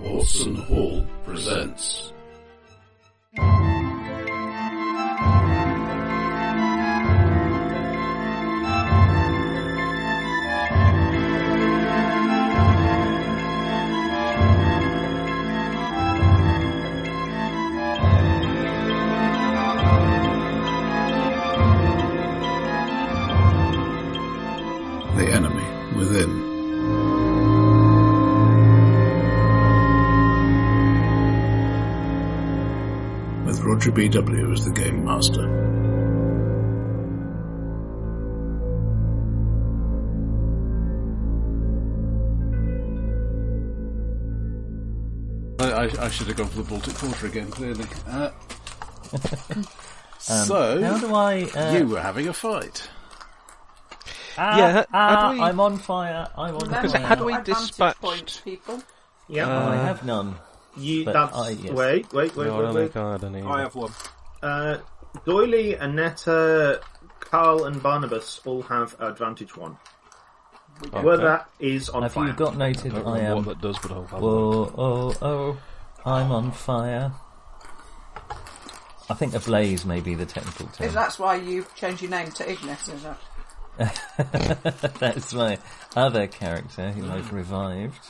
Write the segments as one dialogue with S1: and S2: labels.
S1: Watson Hall presents. The Enemy Within. With Roger B.W. as the Game Master. I, I, I should have gone for the Baltic Quarter again, clearly. Uh, so,
S2: How do I? Uh,
S1: you were having a fight.
S2: ah,
S3: Yeah, how-
S2: ah,
S3: how do we-
S2: I'm on fire. I'm on
S4: Remember,
S2: fire.
S3: how do we
S4: advantage
S3: dispatch-
S4: points, people?
S5: Yeah,
S2: I have none.
S5: Uh, you.
S2: but
S5: That's
S2: I- yeah.
S5: wait, wait, wait,
S3: No, I
S5: wait.
S3: don't
S5: wait.
S3: think I had any.
S6: I have one.
S5: Uh, Doily, Anetta, Carl, and Barnabas all have advantage one. Where that is on
S2: Have
S5: fire.
S2: you got noted?
S3: I don't
S2: I
S3: know what
S2: am.
S3: that does, but I'll have one.
S2: Whoa, oh, oh! I'm on fire. I think ablaze may be the technical term.
S4: If that's why you changed your name to Ignis, is it?
S2: That's my other character who I've revived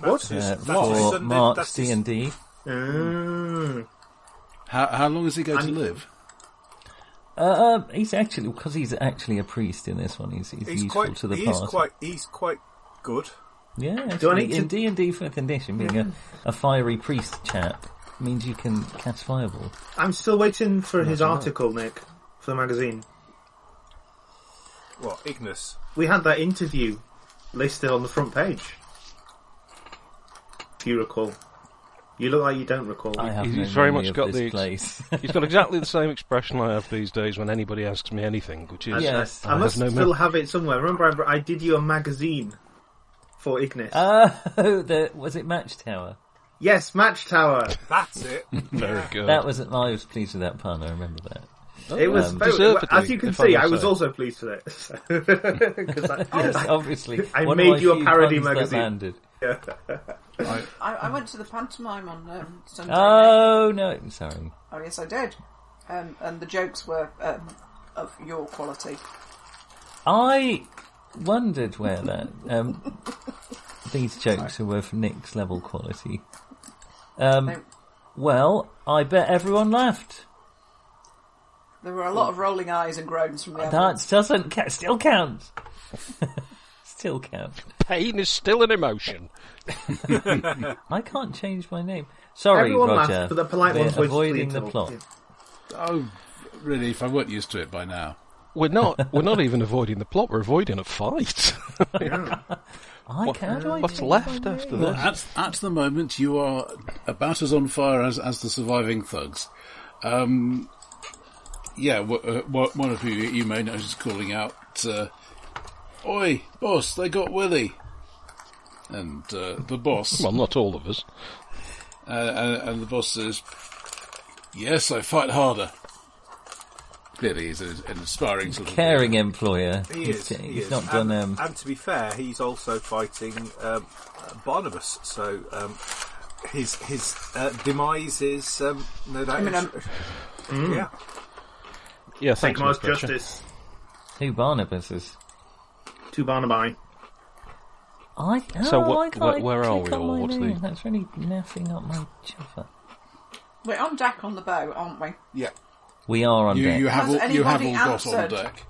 S6: What?
S2: uh,
S6: That's his
S2: for
S6: Sunday-
S2: Mark's
S6: that's
S2: D
S6: his-
S2: and D.
S5: Mm.
S1: How, how long is he going to
S5: I'm-
S1: live?
S2: Uh, um, he's actually because he's actually a priest in this one. He's, he's,
S6: He's
S2: useful
S6: quite.
S2: to the
S6: He's
S2: party.
S6: quite. He's quite good.
S2: Yeah,
S5: Do
S2: actually,
S5: I need to-
S2: in D and D for condition, being a, a fiery priest chap means you can cast fireball.
S5: I'm still waiting for his article, Nick, for the magazine.
S6: What? Ignis.
S5: We had that interview listed on the front page. If you recall, you look like you don't recall.
S2: I have
S3: He's-
S2: no
S3: he's very
S2: memory
S3: much
S2: of
S3: got
S2: this
S3: the-
S2: place.
S3: He's got exactly the same expression I have these days when anybody asks me anything, which is,
S2: Yes.
S3: I,
S5: I
S3: have
S5: must
S3: no
S5: still
S3: mem-
S5: have it somewhere. Remember, I, I did you a magazine for Ignis.
S2: Oh, the was it Match Tower?
S5: yes, Match Tower.
S6: That's it.
S3: Very good.
S2: That was I was pleased with that pun. I remember that.
S5: It was
S2: Um,
S5: very,
S3: deservedly,
S5: as you can
S3: if I may
S5: see. I was
S3: say.
S5: also pleased with it. 'Cause I-
S2: Yes, obviously.
S5: I
S2: one of
S5: made
S2: my
S5: you a
S2: few
S5: parody
S2: puns that
S5: magazine.
S2: landed.
S4: I, I went to the pantomime on um, Sunday. night.
S2: Oh no, sorry.
S4: Oh yes, I did. Um, and the jokes were um, of your quality.
S2: I wondered where that um, these jokes were of Nick's level quality.
S4: They,
S2: Um, well, I bet everyone laughed.
S4: there were a lot of rolling eyes and groans from the audience.
S2: That doesn't ca- still count. still count.
S3: Pain is still an emotion.
S2: I can't change my name. Sorry,
S5: Everyone
S2: Roger.
S5: laughed, but the polite
S2: We're
S5: ones were
S2: avoiding the
S5: deleted.
S2: plot.
S1: Oh, really? If I weren't used to it by now.
S3: We're not. We're not even avoiding the plot. We're avoiding a fight.
S2: I
S3: What-
S2: can, how do I
S3: what's
S2: change
S3: left
S2: my
S3: after
S2: name?
S3: that?
S1: At, at the moment, you are about as on fire as, as the surviving thugs. Um, yeah, w- uh, w- one of you you may notice is calling out, uh, "Oi, boss! They got Willie!" And uh, the boss,
S3: well, not all of us.
S1: uh, and, and the boss says, "Yes, I fight harder." Clearly, he's an an aspiring sort of
S2: Caring employer.
S6: He
S2: he's
S6: is.
S2: he's
S6: he is. uh,
S2: not done.
S6: And,
S2: Um,
S6: and to be fair, he's also fighting um, Barnabas. So um, his his uh, demise is um, no doubt.
S4: I mean, um,
S1: Mm,
S6: yeah.
S3: Yeah,
S5: Take
S3: thanks.
S5: Mars
S3: Miss Fletcher.
S5: Justice
S2: who Barnabas is?
S5: to Barnaby.
S2: I.
S3: So
S2: oh,
S3: what-
S2: I can't
S3: wh- where are we
S2: click on
S3: all?
S2: my
S3: What's the-
S2: name. That's really naffing up my chuffer.
S4: we're on deck on the boat, aren't we?
S1: Yeah,
S2: We are on
S1: you,
S2: deck.
S1: you have
S4: Has
S1: all, you have all
S4: anybody
S1: got on
S4: answered?
S1: deck.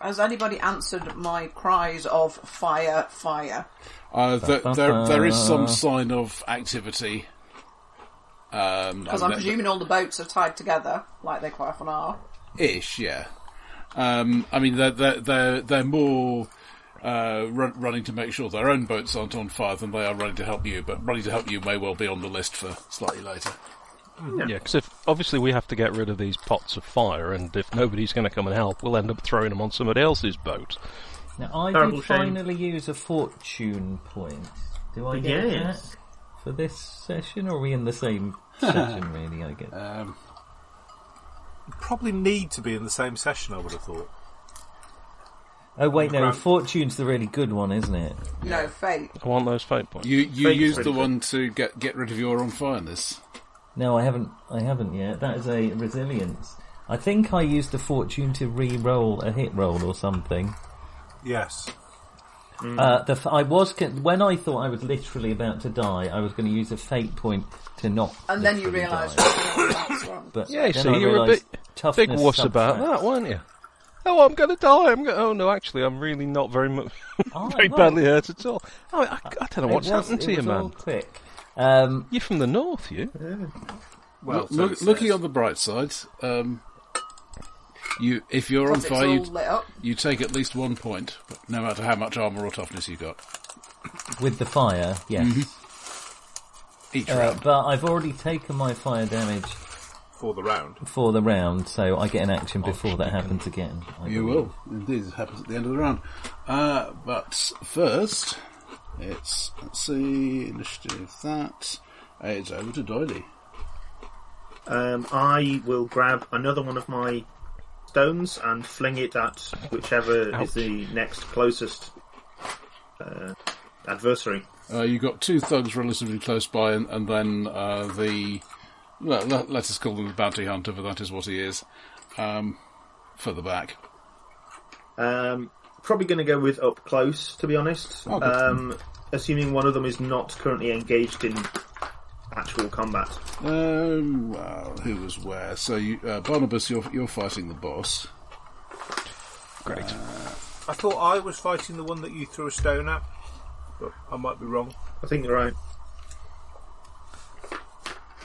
S4: Has anybody answered my cries of fire, fire?
S1: Uh, th- there, there is some sign of activity. Um,
S4: Because
S1: I
S4: I'm
S1: mean,
S4: presuming all the boats are tied together, like they quite often are.
S1: ish, yeah. Um, I mean, they're they're they're, they're more uh, run, running to make sure their own boats aren't on fire than they are running to help you. But running to help you may well be on the list for slightly later.
S3: Yeah, because if obviously we have to get rid of these pots of fire, and if nobody's going to come and help, we'll end up throwing them on somebody else's boat.
S2: Now I
S5: Terrible
S2: did
S5: shame.
S2: finally use a fortune point. Do I get it back
S5: Yes.
S2: for this session, or are we in the same session? Really, I guess.
S1: Um,
S6: Probably need to be in the same session. I would have thought.
S2: Oh wait, no,
S6: Grand-
S2: Fortune's the really good one, isn't it?
S4: No, fate.
S3: I want those fate points.
S1: You you
S5: Fate's
S1: used
S5: pretty
S1: the
S5: good.
S1: one to get get rid of your on fire in this.
S2: No, I haven't. I haven't yet. That is a resilience. I think I used the fortune to re-roll a hit roll or something.
S6: Yes.
S1: Mm.
S2: Uh, the, f- I was con- when I thought I was literally about to die. I was going to use a fate point to not.
S4: And then you
S2: literally
S4: realise
S2: die.
S4: that's wrong.
S2: But
S3: Yeah, you
S2: then
S3: see,
S2: I
S3: you were a
S2: realised
S3: bit-
S2: toughness
S3: Big wuss about
S2: subtracts.
S3: that, weren't you? Oh, I'm going to die. I'm going. Oh no, actually, I'm really not very much,
S2: Oh,
S3: very
S2: right. Uh,
S3: badly hurt at all. I, I, I don't know what's
S2: It was-
S3: happened to
S2: it
S3: you,
S2: was
S3: man.
S2: all quick. Um,
S3: You're from the north, you.
S6: Well, so
S1: Look,
S6: it
S1: looking
S6: says.
S1: on the bright side, um, you if you're on
S4: Once it's all
S1: fire, you,
S4: lit up.
S1: you take at least one point, no matter how much armor or toughness you got
S2: with the fire, yes.
S3: Mm-hmm.
S1: each
S2: Uh,
S1: round.
S2: but I've already taken my fire damage
S6: for the round.
S2: for the round, so I get an action before that happens again. I
S1: Oh, You
S2: believe.
S1: will indeed. It happens at the end of the round. Uh, but first, it's let's see initiative that Uh, it's over to Doily.
S5: Um, I will grab another one of my stones and fling it at whichever is the next closest uh, adversary.
S1: Uh, you got two thugs relatively close by, and, and then uh, the let, let, let us call him the bounty hunter, but that is what he is. Um, further back,
S5: Um, probably going to go with up close, to be honest.
S1: Oh, good.
S5: um, assuming one of them is not currently engaged in actual combat.
S1: um, well, who was where? So, you, uh, Barnabas, you're you're fighting the boss.
S3: Great.
S6: I thought I was fighting the one that you threw a stone at, but I might be wrong.
S5: I think you're right.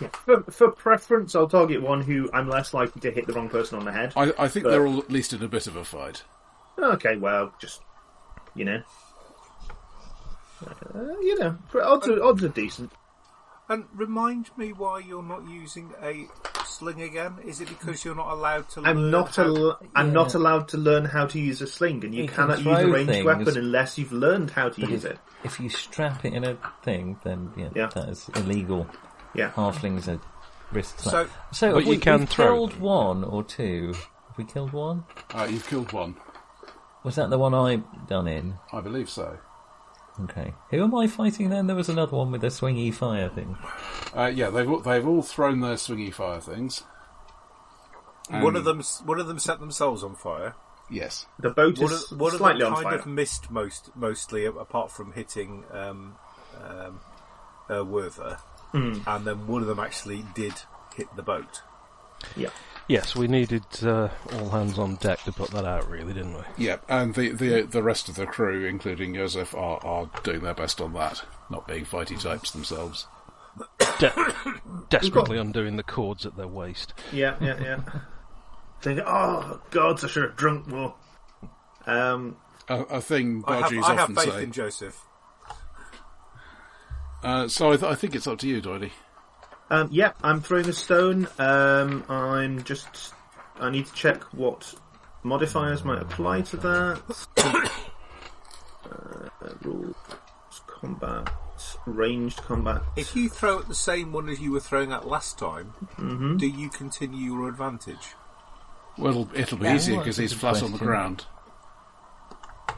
S5: Yeah. For, for preference, I'll target one who I'm less likely to hit the wrong person on the head.
S1: I, I think
S5: But-
S1: they're all at least in a bit of a fight.
S5: Okay, well, just you know, uh, you know, for odds are, odds are decent.
S6: And remind me why you're not using a sling again? Is it because you're not allowed to?
S5: I'm
S6: learn
S5: not
S6: how-
S5: al- I'm not
S2: Yeah.
S5: allowed to learn how to use a sling, and you,
S2: You can
S5: cannot use
S2: throw
S5: a ranged
S2: things.
S5: weapon unless you've learned how to use
S2: if,
S5: it.
S2: if you strap it in a thing, then yeah,
S5: Yeah.
S2: that is illegal.
S5: Yeah.
S2: Halflings are risks.
S6: So-
S2: so
S3: But
S2: have
S3: you
S2: we,
S3: can
S2: we've
S3: throw
S2: killed
S3: them.
S2: one or two. Have we killed one?
S1: Uh, you've killed one,
S2: Was that the one I done in?
S1: I believe so.
S2: Okay. Who am I fighting then? There was another one with a swingy fire thing.
S1: Uh, yeah, they've all, they've all thrown their swingy fire things.
S6: One of them, one of them set themselves on fire.
S1: Yes.
S5: The boat
S6: One
S5: is
S6: of, one of them
S5: slightly
S6: kind
S5: on fire.
S6: of missed most, mostly a- apart from hitting um, um, uh, Werther, and then one of them actually did hit the boat.
S5: Yeah.
S3: Yes, we needed uh, all hands on deck to put that out, really, didn't we?
S1: Yeah, and the, the the rest of the crew, including Joseph, are, are doing their best on that, not being fighty types themselves.
S3: De- desperately undoing the cords at their waist.
S5: Yeah, yeah, yeah. Think, oh gods, I should have drunk more. Um,
S1: A, a thing
S6: I have,
S1: Bargees
S6: I have
S1: often
S6: faith
S1: say.
S6: in Joseph.
S1: Uh, so I, th- I think it's up to you, Doily.
S5: um, yeah, I'm throwing a stone. Um, I'm just, I need to check what modifiers might apply to that. uh, rules, combat, ranged combat.
S6: If you throw at the same one as you were throwing at last time, do you continue your advantage?
S1: Well, it'll, it'll be
S2: Yeah,
S1: easier
S2: well,
S1: because he's
S2: that's a good
S1: flat on the
S2: question.
S1: ground.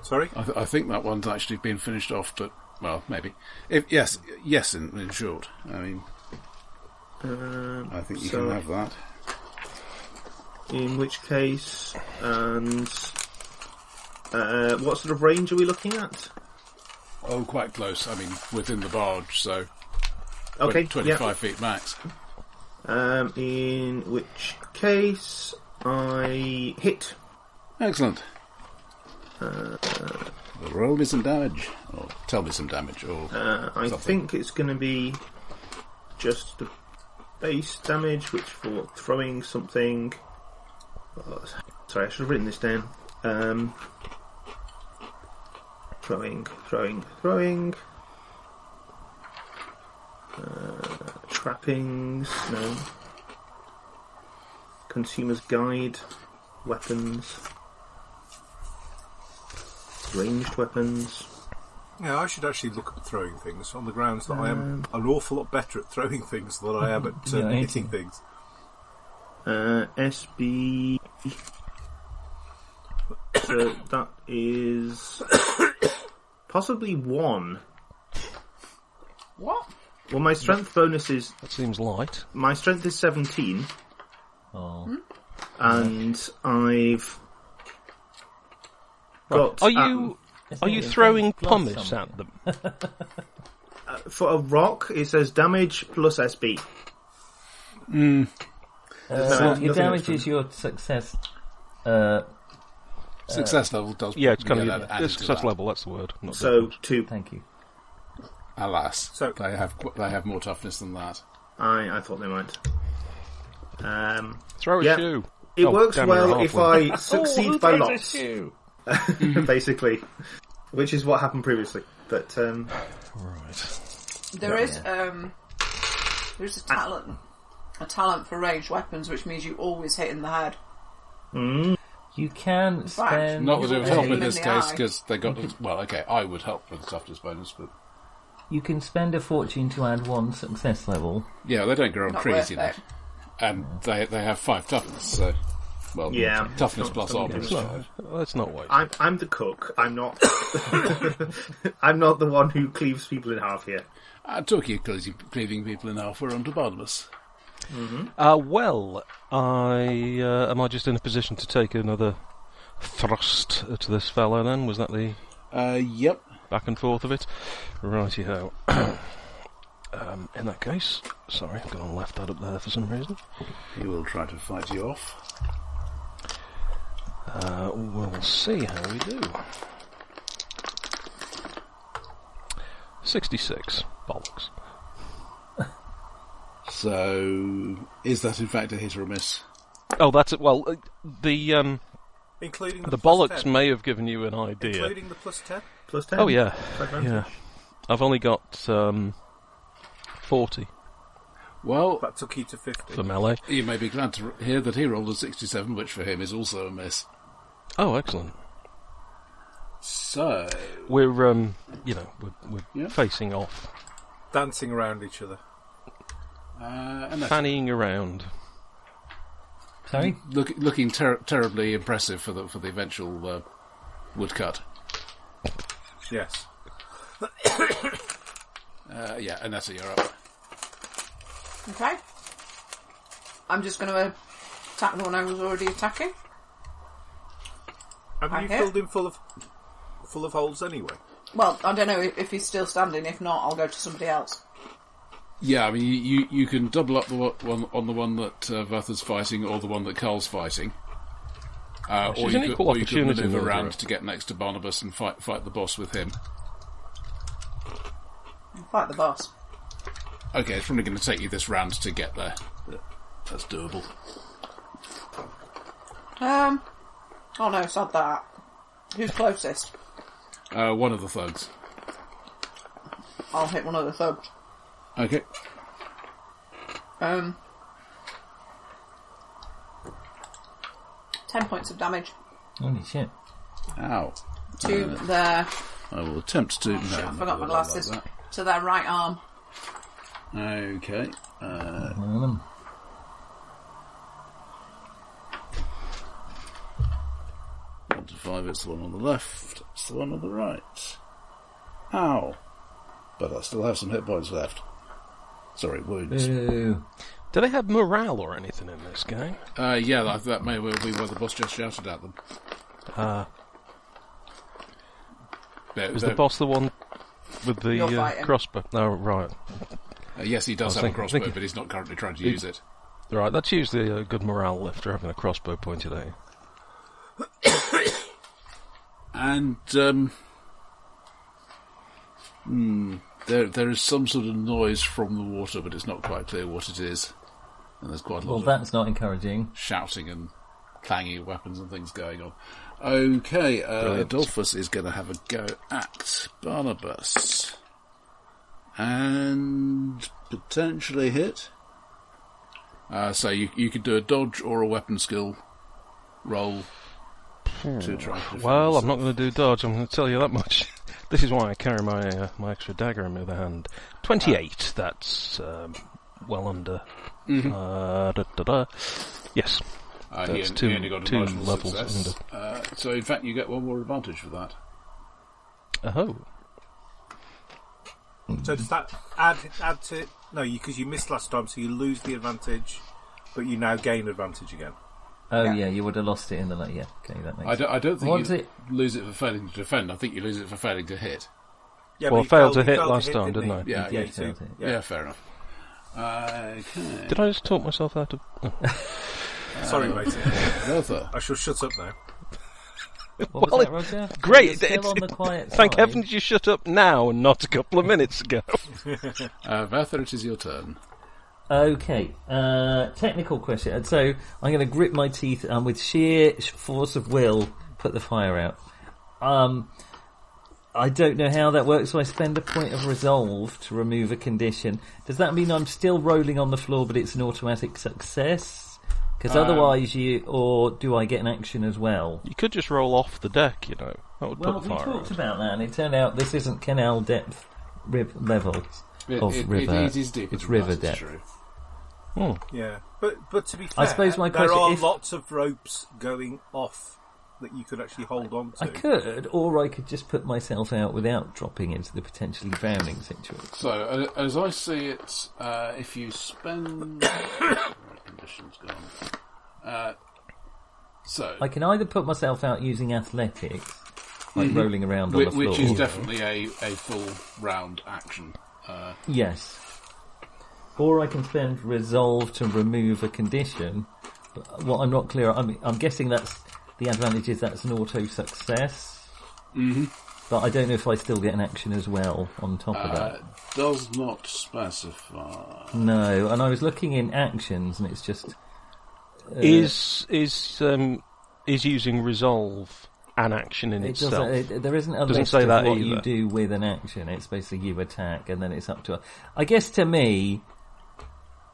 S6: Sorry,
S1: I, th- I think that one's actually been finished off, but well, maybe. If yes, yes, in, in short. I mean,
S5: Um,
S1: I think you
S6: Uh,
S5: so,
S1: can have that.
S5: In which case, and uh, what sort of range are we looking at?
S1: Oh, quite close. I mean, within the barge, so twen-
S5: Okay, yeah.
S1: twenty-five feet max.
S5: Um, in which case, I hit.
S1: Excellent. Uh, Well, roll me some damage, or tell me some damage, or
S5: Uh, I
S1: Something.
S5: think it's going to be just the base damage, which for throwing something. oh, sorry, I should have written this down. Um, throwing, throwing, throwing. Uh, trappings, no. Consumer's guide, weapons. Ranged weapons.
S6: yeah, I should actually look at throwing things on the grounds that I am an awful lot better at throwing things than I am at uh,
S2: Yeah, ain't
S6: hitting
S2: you?
S6: things.
S5: Uh, SB. uh, that is possibly one.
S4: What?
S5: Well, my strength bonus is
S3: That seems light.
S5: my strength is seventeen,
S2: Oh,
S5: and I've got
S3: Are
S5: at-
S3: you
S2: Isn't
S3: are
S2: it
S3: you
S2: a
S3: throwing
S2: plus
S3: pumice
S2: something?
S3: at them?
S5: for a rock. It says damage plus SB.
S2: Uh,
S5: no-
S2: your
S5: nothing
S2: damage
S5: extra.
S2: is your success. Uh,
S1: Success level does.
S3: Yeah, it's kind
S1: get
S3: of
S1: that added
S3: it's
S1: to
S3: success
S1: that.
S3: level. That's the word. Not
S5: So two.
S2: thank you.
S1: Alas,
S6: So-
S1: they have qu- they have more toughness than that.
S5: I I thought they might. Um,
S3: throw a
S5: yeah.
S3: shoe.
S5: it
S3: Oh,
S5: works
S3: damn, you're
S5: well if
S3: halfway.
S5: I succeed by lots, basically, which is what happened previously. But um,
S3: Right.
S4: There is um, there's a talent, a talent for ranged weapons, which means you always hit in the head.
S2: You can spend.
S1: Not that it would help
S4: aim
S1: in
S4: in
S1: this
S4: the
S1: case
S4: eye.
S1: because they got the, well. Okay, I would help with the toughness bonus, but
S2: You can spend a fortune to add one success level.
S1: yeah, they don't grow on
S4: Not
S1: trees,
S4: worth
S1: you know,
S4: it.
S1: and they they have five toughness. So, well,
S5: Yeah.
S1: toughness plus armor.
S5: it's
S1: is
S5: not-
S1: five.
S3: Let's not wait.
S5: I'm I'm the cook. I'm not. I'm not the one who cleaves people in half here.
S1: Uh, talking of cleaving, cleaving people in half, we're on to Barnabas.
S3: Uh, well, I uh, am I just in a position to take another thrust at this fellow? Then was that the
S1: Uh, yep.
S3: back and forth of it? Righty-ho. um, in that case, sorry, I've gone and left that up there for some reason.
S1: He will try to fight you off.
S3: Uh, we'll see how we do. 66. Bollocks.
S1: So, is that in fact a hit or a miss?
S3: Oh, that's it. Well, uh, the um,
S6: including the,
S3: the
S6: plus
S3: bollocks
S6: 10.
S3: may have given you an idea.
S6: including the plus ten.
S5: Plus ten.
S3: Oh, yeah.
S5: Advantage.
S3: Yeah. I've only got um, 40
S1: Well,
S6: That took you to fifty.
S3: for melee.
S1: you may be glad to hear that he rolled a 67, which for him is also a miss.
S3: Oh, excellent.
S1: So,
S3: We're, um, you know, we're, we're
S1: Yeah.
S3: facing off,
S6: Dancing around each other.
S1: uh, and that's
S3: fannying around.
S2: Sorry?
S1: look, looking ter- terribly impressive for the for the eventual uh, woodcut.
S6: Yes.
S1: Uh, yeah, Anessa, you're up.
S4: Okay. I'm just going to attack the one I was already attacking.
S6: Haven't
S4: I
S6: you
S4: hit.
S6: filled him full of full of holes anyway?
S4: Well, I don't know if, if he's still standing. If not, I'll go to somebody else.
S1: Yeah, I mean, you, you, you can double up the one one- on the one that uh, Vatha's fighting or the one that Carl's fighting. Uh, or
S3: She's
S1: you
S3: an
S1: could,
S3: equal
S1: or you could
S3: opportunity
S1: manoeuvre
S3: murderer.
S1: around to get next to Barnabas and fight fight the boss with him.
S4: Fight the boss.
S1: Okay, it's probably going to take you this round to get there. That's doable.
S4: Um. Oh no, it's not that. Who's closest?
S1: Uh, one of the thugs.
S4: I'll hit one of the thugs.
S1: Okay.
S4: Um. Ten points of damage
S2: Holy shit.
S1: Ow.
S4: to their.
S1: I will attempt to. no,
S4: Oh, Shit, I
S1: not
S4: forgot my
S1: like
S4: glasses.
S1: that.
S4: to their right arm.
S1: Okay. Uh,
S2: One of them.
S1: one to five, it's the one on the left. It's the one on the right. Ow. But I still have some hit points left. Sorry, wounds.
S3: Uh,
S2: Boo.
S3: Do they have morale or anything in this game?
S1: Uh, yeah, that, that may well be why the boss just shouted at them.
S3: Uh,
S1: There-
S3: was
S1: there-
S3: the boss the one with the
S4: You're
S3: uh,
S4: fighting.
S3: crossbow? No, right.
S1: uh, yes, he does
S3: I
S1: have a
S3: think-
S1: crossbow,
S3: think-
S1: but he's not currently trying to use it.
S3: Right, that's usually a good morale lifter, having a crossbow pointed at you.
S1: And um, hmm, there there is some sort of noise from the water, but it's not quite clear what it is. And there's quite a lot
S2: Well,
S1: of
S2: that's not encouraging.
S1: shouting and clanging of weapons and things going on. Okay, uh,
S3: Brilliant.
S1: Adolphus is going to have a go at Barnabas and potentially hit. Uh, so you you could do a dodge or a weapon skill roll to try. to defend
S3: Hmm. Well,
S1: yourself.
S3: I'm not going to do dodge. I'm going to tell you that much. This is why I carry my uh, my extra dagger in my other hand. Twenty-eight. That's um, well under. Uh, da, da, da. Yes.
S1: Mm-hmm. Uh,
S3: That's
S1: he,
S3: two-
S1: he only got a
S3: two
S1: marginal
S3: levels
S1: success. Uh, so in fact, you get one more advantage for that.
S3: Oh,
S6: So does that add add to? No, because you, missed last time, so you lose the advantage, but you now gain advantage again.
S2: Oh
S4: Yeah.
S2: yeah, you would have lost it in the like. Yeah, okay, that makes.
S1: I don't, I don't think
S2: What's
S1: you
S2: it?
S1: lose it for failing to defend. I think you lose it for failing to hit.
S6: Yeah,
S3: Well,
S6: but
S3: I
S6: you
S3: failed to
S6: you
S3: hit last time,
S6: didn't
S3: didn't
S6: you?
S1: I? Yeah,
S6: yeah,
S2: yeah,
S6: you
S2: failed
S6: too.
S2: it.
S1: Yeah, fair enough. Okay.
S3: did I just talk myself out of? oh,
S6: Sorry, mate.
S1: Bertha.
S6: I shall shut up now.
S2: What was
S3: Well,
S2: that, Roger? You're still
S3: it's-
S2: on the quiet
S3: Thank
S2: side.
S3: heavens you shut up now and not a couple of minutes ago.
S1: Uh, Bertha, it is your turn.
S2: Okay, uh, technical question. And so I'm going to grip my teeth and with sheer sh- force of will put the fire out. Um, I don't know how that works, so I spend a point of resolve to remove a condition. Does that mean I'm still rolling on the floor, but it's an automatic success? Because
S1: Um,
S2: otherwise, you or do I get an action as well?
S3: You could just roll off the deck, you know. That would
S2: Well,
S3: put the
S2: we
S3: fire
S2: talked
S3: out.
S2: about that, and it turned out this isn't canal depth rib level
S1: It,
S2: of
S1: it-
S2: river.
S1: it is deeper.
S2: It's
S1: than
S2: river
S1: that, it's
S2: depth.
S1: True.
S3: Hmm.
S6: Yeah, but but to be fair,
S2: I suppose my
S6: there
S2: question-
S6: are
S2: if-
S6: lots of ropes going off that you could actually hold on to.
S2: I could, or I could just put myself out without dropping into the potentially drowning situation.
S1: So, uh, as I see it, uh, if you spend. conditions gone. Uh, so,
S2: I can either put myself out using athletics, like rolling around
S1: Mm-hmm. whi-
S2: on the
S1: which,
S2: floor.
S1: is definitely a, a full round action. Uh,
S2: yes. Or I can spend resolve to remove a condition. But what I'm not clear, I'm, I'm guessing that's the advantage is that's an auto success. Mm-hmm. But I don't know if I still get an action as well on top of that.
S1: uh, does not specify.
S2: No, and I was looking in actions, and it's just Uh,
S3: Is is um, is using resolve an action in
S2: It
S3: itself?
S2: doesn't. It, there isn't a
S3: Doesn't
S2: list
S3: say
S2: of
S3: that
S2: what you
S3: either.
S2: do with an action. It's basically you attack, and then it's up to. I guess to me,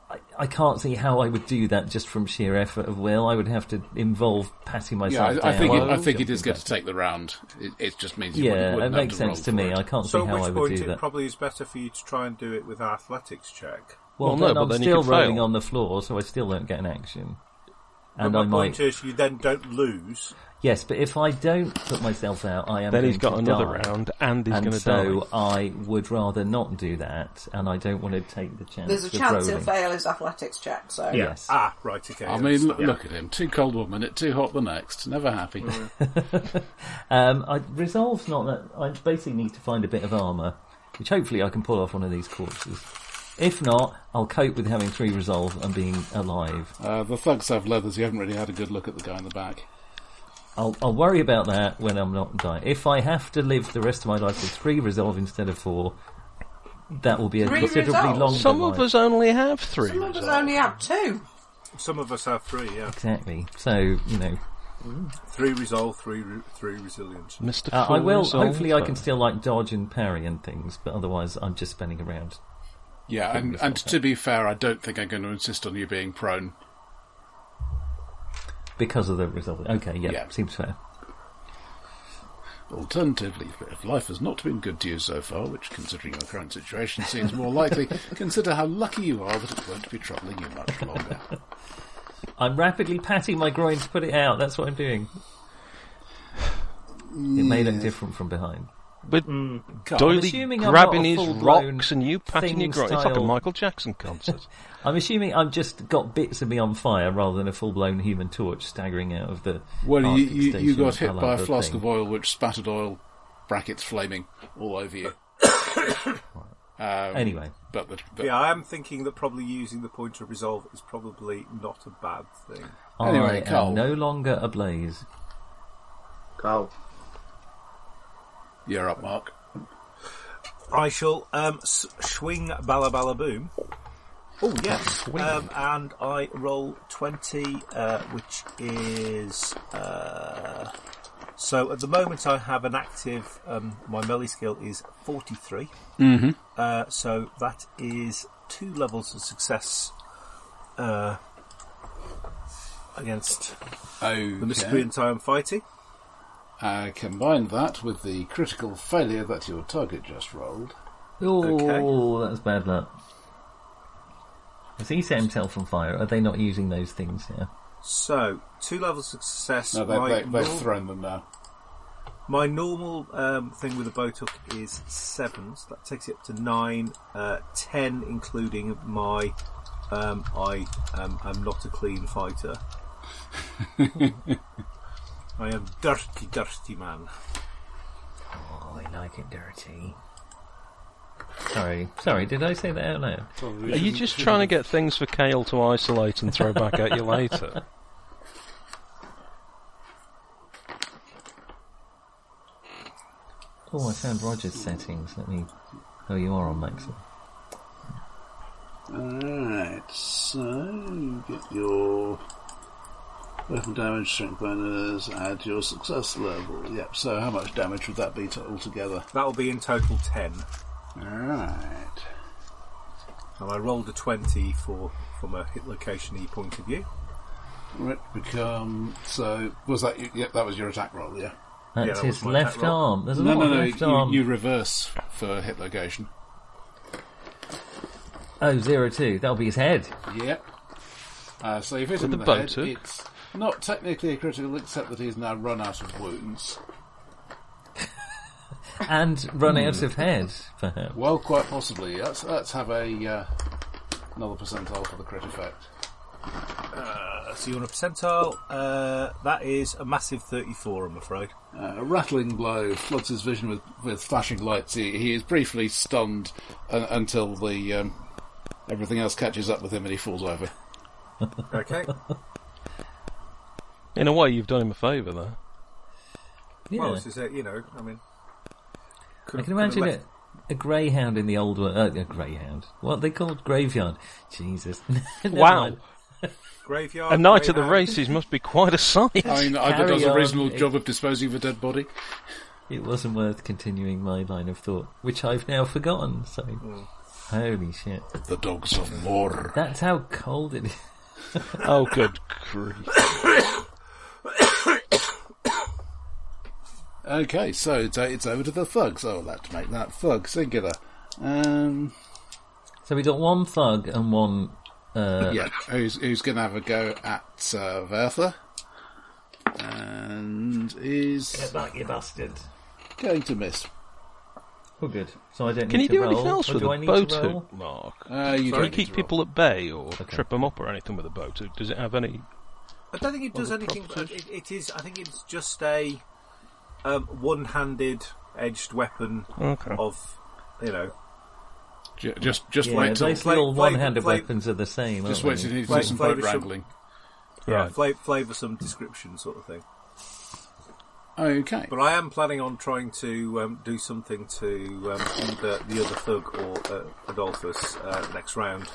S2: I, I can't see how I would do that just from sheer effort of will. I would have to involve patting
S1: Yeah,
S2: myself
S1: I,
S2: down.
S1: I think it, I
S2: while
S1: think it is
S2: jumping
S1: going to take the round. It, it just means
S2: back.
S1: you wouldn't,
S2: Yeah, it
S1: wouldn't
S2: makes
S1: have to roll
S2: sense to
S1: for
S2: me.
S1: it.
S2: I can't
S6: So
S2: see
S6: at
S2: how I
S6: which
S2: would
S6: point
S2: do
S6: it
S2: that.
S6: probably is better for you to try and do it with an athletics check.
S2: well,
S3: Well, no,
S2: then
S3: but
S2: I'm
S3: then you
S2: still
S3: could fail.
S2: rolling on the floor, so I still don't get an action. And
S6: but
S2: I
S6: my
S2: might,
S6: point is, you then don't lose.
S2: yes, but if I don't put myself out, I am.
S3: Then he's
S2: going
S3: got
S2: to
S3: another
S2: die.
S3: round and he's
S2: and
S3: going to
S2: so
S3: die.
S2: I would rather not do that, and I don't want to take the chance.
S4: There's a
S2: of
S4: chance he'll
S2: rolling.
S4: fail his athletics check, so.
S5: Yeah.
S2: Yes.
S6: Ah, right, okay.
S1: I mean, look, look at him. Too cold one minute, too hot the next. Never happy.
S2: Um, I resolve's not that. I basically need to find a bit of armor, which hopefully I can pull off one of these corpses. If not, I'll cope with having three resolve and being alive.
S1: Uh, the thugs have leathers. You haven't really had a good look at the guy in the back.
S2: I'll, I'll worry about that when I'm not dying. If I have to live the rest of my life with three resolve instead of four, that will be a
S4: Three
S2: considerably
S4: resolve?
S2: longer.
S3: Some
S2: life.
S3: of us only have three.
S4: Some of us
S3: resolve.
S4: only have two.
S6: Some of us have three, yeah.
S2: exactly. So you know,
S6: Three resolve, three re- three resilience.
S3: Mr.
S2: uh, I
S3: Full
S2: will.
S3: Resolve.
S2: Hopefully, I can still like dodge and parry and things, but otherwise, I'm just spending around.
S1: Yeah, and, and to be fair, I don't think I'm going to insist on you being prone.
S2: Because of the resolve. Okay, yeah,
S1: Yeah.
S2: seems fair.
S1: Alternatively, if life has not been good to you so far, which considering your current situation seems more likely, consider how lucky you are that it won't be troubling you much longer.
S2: I'm rapidly patting my groin to put it out. That's what I'm doing. It may look different from behind.
S3: With
S2: I'm
S3: Doily
S2: assuming I'm
S3: grabbing
S2: not a
S3: his
S2: full-blown
S3: rocks and you patting
S2: thing
S3: your groin. It's like a
S2: style-
S3: Michael Jackson concert.
S2: I'm assuming I've just got bits of me on fire rather than a full-blown human torch staggering out of the.
S1: Well, you,
S2: Arctic
S1: you, you
S2: station
S1: got hit by a
S2: Palabra
S1: flask
S2: thing.
S1: of oil which spattered oil, brackets flaming, all over you.
S2: Anyway,
S1: But the, but
S6: Yeah, I am thinking that probably using the point of resolve is probably not a bad thing.
S1: Anyway,
S2: I am
S1: Carl.
S2: no longer ablaze.
S5: Carl.
S1: you're up, Mark.
S6: I shall um, s- swing Bala Bala Boom. Oh, yes. Um, and I roll 20, uh, which is. Uh, so at the moment I have an active. Um, my melee skill is 43. Mm-hmm. Uh, so that is two levels of success uh, against the
S1: Okay.
S6: miscreant I am fighting.
S1: Uh, combine that with the critical failure that your target just rolled.
S2: Oh, that's bad luck. Has he set himself on fire? Are they not using those things here?
S6: So, two levels of success.
S1: No, they,
S6: my,
S1: they, they've
S6: nor-
S1: thrown them now.
S6: my normal um, thing with a bow hook is seven, so that takes it up to nine, uh, ten, including my. Um, I um, am not a clean fighter. I am dirty, dirty man.
S2: Oh, I like it dirty. Sorry, sorry, did I say that out loud?
S3: Are you just trying to get things for Kale to isolate and throw back at you later?
S2: Oh, I found Roger's settings. Let me. Oh, you are on maximum.
S1: Alright, so you get your weapon damage, strength bonus, add your success level. Yep, so how much damage would that be to altogether?
S6: That will be in total ten,
S1: Alright.
S6: and I rolled a twenty for from a hit location e point of view.
S1: Right, become. So, was that. y- Yep, that was your attack roll, yeah?
S2: That's
S6: Yeah, that
S2: his
S6: was my attack
S2: left
S6: roll.
S2: arm. There's a
S1: No,
S2: lot
S1: no,
S2: of
S1: no,
S2: left arm.
S1: you, you reverse for hit location.
S2: Oh, zero two. That'll be his head.
S1: Yep. Uh, so if it's in
S3: With
S1: the,
S3: the bow
S1: head,
S3: too.
S1: it's not technically a critical, except that he's now run out of wounds.
S2: And run out of head, perhaps.
S1: Well, quite possibly. Let's, let's have a uh, another percentile for the crit effect.
S6: Uh, so you're on a percentile. Uh, that is a massive thirty-four, I'm afraid.
S1: Uh, a rattling blow floods his vision with, with flashing lights. He, he is briefly stunned uh, until the um, everything else catches up with him and he falls over.
S6: Okay.
S3: In a way, you've done him a favour there.
S2: Yeah.
S6: Well, this is it. You know, I mean,
S2: I
S6: could've-
S2: can
S6: could've
S2: imagine
S6: left-
S2: it. A greyhound in the old one. Uh, a greyhound. What they called graveyard. Jesus. Never
S3: Wow,
S2: mind.
S6: Graveyard.
S3: a night at the
S6: greyhound.
S3: races must be quite a sight.
S1: I mean, either
S2: carry
S1: does a
S2: on.
S1: reasonable job of disposing of a dead body.
S2: It wasn't worth continuing my line of thought, which I've now forgotten. So,
S1: Mm.
S2: holy shit.
S1: The dogs of war.
S2: That's how cold it is.
S3: Oh, good grief!
S1: Okay, so it's, it's over to the thugs. Oh, let's make that thug singular. Um,
S2: So we got one thug and one. Uh,
S1: yeah, who's who's going to have a go at uh, Vertha? And is
S2: back, you bastard.
S1: going to miss.
S2: Oh, good. So I don't
S3: Can
S2: need
S3: you
S2: to
S3: do
S2: roll.
S3: anything else
S2: or
S3: with
S2: do
S3: a
S2: I need
S3: bow
S2: to roll?
S3: toot, Mark?
S1: Uh, you
S3: Can
S1: don't
S3: you
S1: need
S3: keep
S1: to roll.
S3: people at bay or trip 'em trip them up or anything with a bow toot? Does it have any?
S6: I don't think it does
S3: Well, the
S6: anything. But it,
S3: proposition.
S6: it is. I think it's just a um, one-handed edged weapon
S3: Okay.
S6: of you know.
S1: Ju- Just just
S2: Yeah,
S1: wait till
S2: basically all
S6: play-
S2: one-handed
S6: play-
S2: weapons are the same.
S1: just
S2: aren't
S1: wait
S2: they?
S1: till you do
S6: Wait,
S1: some
S6: play
S1: boat
S6: with some-
S1: wrangling.
S6: Yeah,
S3: Right.
S6: fla- flavour some description sort of thing.
S1: Okay.
S6: But I am planning on trying to um, do something to um, either the other thug or uh, Adolphus uh, next round,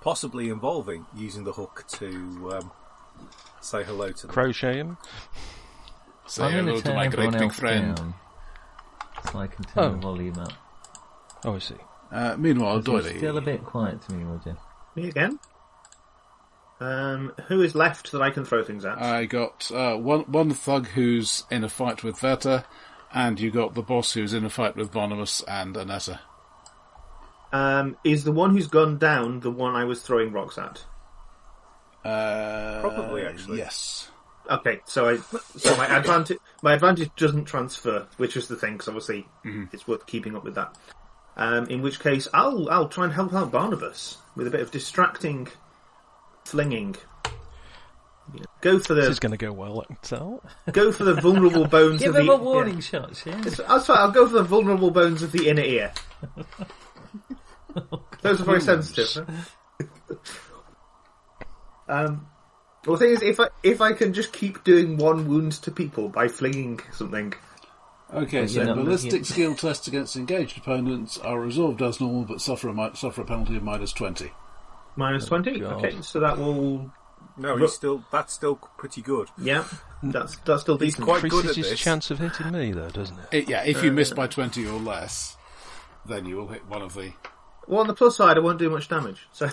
S6: possibly involving using the hook to um, say hello to them.
S3: Crochet him.
S1: Say
S2: I'm
S1: hello
S2: going to
S1: to
S2: turn
S1: my great
S2: everyone
S1: big
S2: else
S1: friend.
S2: down, so I can turn
S3: Oh.
S2: the volume up.
S3: Oh, I see.
S1: Uh, meanwhile,
S2: You're still a
S1: Doily.
S2: bit quiet to me, Roger.
S5: Me again. Um, who is left that I can throw things at?
S1: I got uh, one one thug who's in a fight with Verta, and you got the boss who's in a fight with Bonimus and Anessa.
S5: Um, is the one who's gone down the one I was throwing rocks at?
S1: Uh,
S6: Probably, actually.
S1: Yes.
S5: Okay, so I so my advantage my advantage doesn't transfer, which is the thing because obviously it's worth keeping up with that. Um, in which case, I'll I'll try and help out Barnabas with a bit of distracting, flinging. You know, Go for
S3: This is
S5: the
S3: going to go well. I can tell.
S5: go for the vulnerable bones.
S2: Give
S5: of
S2: him
S5: the,
S2: a warning
S5: yeah.
S2: shot, yeah.
S5: So That's fine. I'll go for the vulnerable bones of the inner ear. Those are very sensitive. um, well, the thing is, if I if I can just keep doing one wound to people by flinging something,
S1: Okay,
S2: you're
S1: so
S2: not
S1: ballistic
S2: looking-
S1: skill tests against engaged opponents are resolved as normal, but suffer a mi- suffer a penalty of minus twenty.
S5: minus twenty.
S3: God.
S5: Okay, so that will
S6: No,
S5: Look-
S6: he's still. That's still pretty good.
S5: yeah, that's that's still decent.
S6: quite- good
S3: Increases
S6: at
S3: his
S6: this.
S3: chance of hitting me, though, doesn't it?
S1: It- yeah, if you miss by twenty or less, then you will hit one of the.
S5: Well, on the plus side, I won't do much damage. So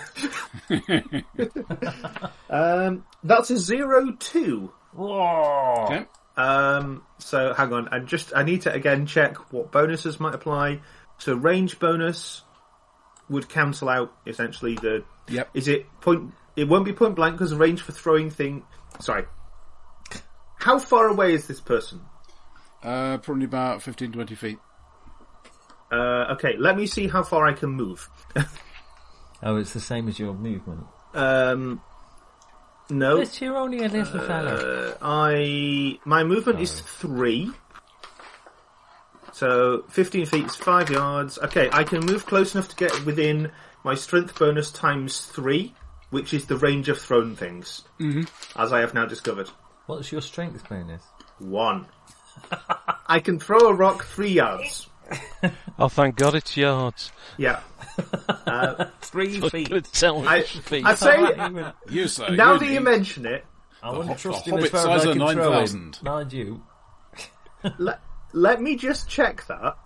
S5: um, that's a zero two.
S2: Whoa.
S1: Okay.
S5: Um, so hang on, and just I need to again check what bonuses might apply. So range bonus would cancel out essentially the.
S1: Yep.
S5: Is it point It won't be point blank because range for throwing thing. Sorry. How far away is this person?
S1: Uh, probably about 15, 20 feet.
S5: Uh, okay, let me see how far I can move.
S2: Oh, it's the same as your movement.
S5: Um, no,
S2: Yes, you're only a little fellow.
S5: Uh, I my movement is three. So fifteen feet is five yards. Okay, I can move close enough to get within my strength bonus times three, which is the range of thrown things, mm-hmm. as I have now discovered.
S2: What's your strength bonus?
S5: One. I can throw a rock three yards.
S3: Oh, thank God it's yards.
S5: Yeah,
S6: Three feet.
S3: Good tell me
S5: I,
S3: it's feet.
S5: I say.
S1: You say.
S5: Now
S1: you
S5: that
S1: need-
S5: you mention it,
S2: I wouldn't
S1: hob-
S2: trust
S1: the
S2: him
S1: hobbit
S2: as far
S1: size
S2: as I
S1: are
S2: can throw him.
S1: 9,000.
S2: Mind you,
S5: let, let me just check that.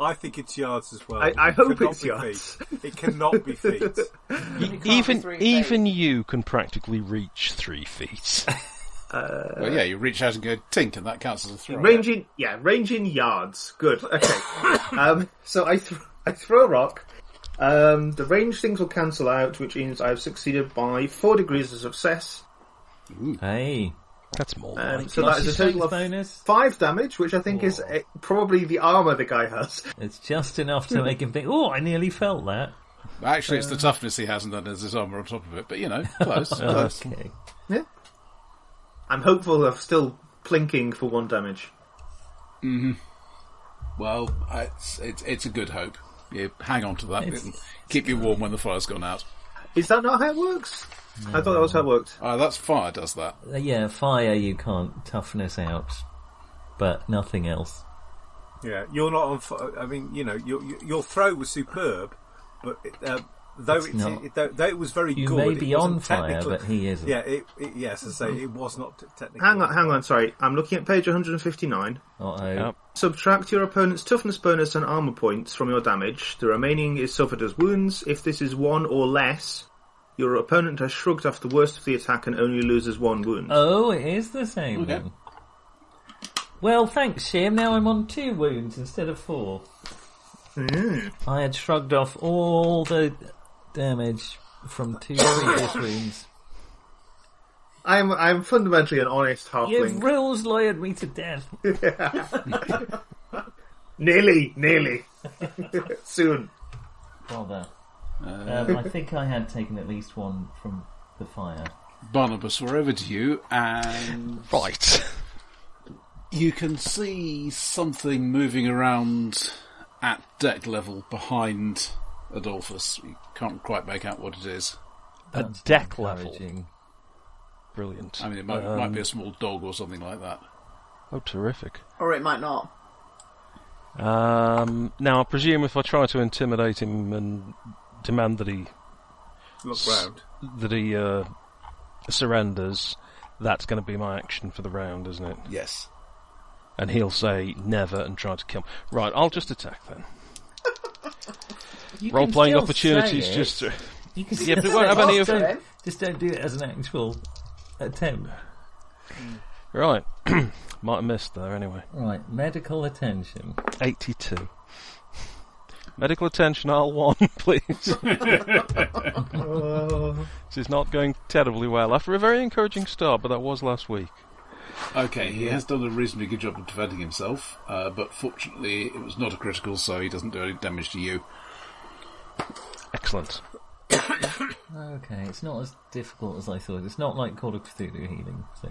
S6: I think it's yards as well.
S5: I- I
S6: It
S5: hope
S6: cannot
S5: it's
S6: be
S5: yards.
S6: Feet. It cannot be feet.
S3: even
S4: three feet.
S3: even you can practically reach three feet.
S1: Well, yeah, you reach out and go tink, and that counts as a throw.
S5: Ranging, yeah, ranging yards. Good. Okay. um, so I, th- I throw a rock. Um, the range things will cancel out, which means I've succeeded by four degrees of success.
S2: hey,
S3: That's more.
S5: Um,
S3: like
S5: so
S2: what's
S5: that
S2: your
S5: is a
S2: strength
S5: total of
S2: bonus?
S5: five damage, which I think is uh, probably the armor the guy has.
S2: It's just enough to make him think. Oh, I nearly felt that.
S1: Actually, it's the toughness he has, and then there's his armour on top of it. But, you know, close. close.
S2: Okay.
S5: I'm hopeful of still plinking for one damage.
S1: Well, it's, it's, it's a good hope. You hang on to that bit and keep you warm when the fire's gone out.
S5: Is that not how it works? I thought that was how it worked.
S1: Ah, that's fire does that.
S2: Uh, Yeah, fire you can't toughness out, but nothing else.
S6: Yeah, you're not on. fi- I mean, you know, your your- your throw was superb, but it, uh, though it,
S2: not.
S6: it- though, though it was very
S2: You
S6: good,
S2: may
S6: it
S2: be on
S6: wasn't
S2: fire,
S6: technically-
S2: but he isn't.
S6: Yeah, it, it, yes, I say it was not t- technically.
S5: Hang on, hang on. Sorry, I'm looking at page 159.
S2: Uh-oh.
S3: Yep.
S5: Subtract your opponent's toughness bonus and armor points from your damage. The remaining is suffered as wounds. If this is one or less, your opponent has shrugged off the worst of the attack and only loses one wound.
S2: Oh, it is the same
S1: Okay.
S2: then. Well, thanks, Shim. Now I'm on two wounds instead of four.
S1: Mm.
S2: I had shrugged off all the damage from two previous wounds.
S5: I'm I'm fundamentally an honest halfling.
S2: You've rules lawyered me to death.
S5: nearly, nearly. Soon.
S2: Bother.
S3: Uh,
S2: Um, I think I had taken at least one from the fire.
S1: Barnabas, we're over to you, and
S3: Right.
S1: you can see something moving around at deck level behind Adolphus. You can't quite make out what it is.
S3: A
S2: That's
S3: deck level.
S2: encouraging.
S3: Brilliant.
S1: I mean, it might, might be a small dog or something like that.
S3: Oh, terrific.
S4: Or it might not.
S3: Um, now, I presume if I try to intimidate him and demand that he
S6: Look round.
S3: that he uh, surrenders, that's going to be my action for the round, isn't it?
S1: Yes.
S3: And he'll say never and try to kill me. Right, I'll just attack then.
S2: You
S3: Role
S2: can
S3: playing
S2: still
S3: opportunities
S2: say it.
S3: just. to-
S2: You can
S3: Yeah, but it
S2: still
S3: won't have
S2: say
S3: any
S2: it.
S3: of-
S2: Don't- Just don't do it as an actual attempt.
S3: Right. Might have missed there anyway.
S2: Right, medical attention.
S3: 82. Medical attention, I'll one, please. this is not going terribly well. After a very encouraging start, but that was last week.
S1: Okay, he has done a reasonably good job of defending himself, uh, but fortunately it was not a critical, so he doesn't do any damage to you.
S3: Excellent.
S2: Okay, it's not as difficult as I thought. It's not like Call of Cthulhu healing, so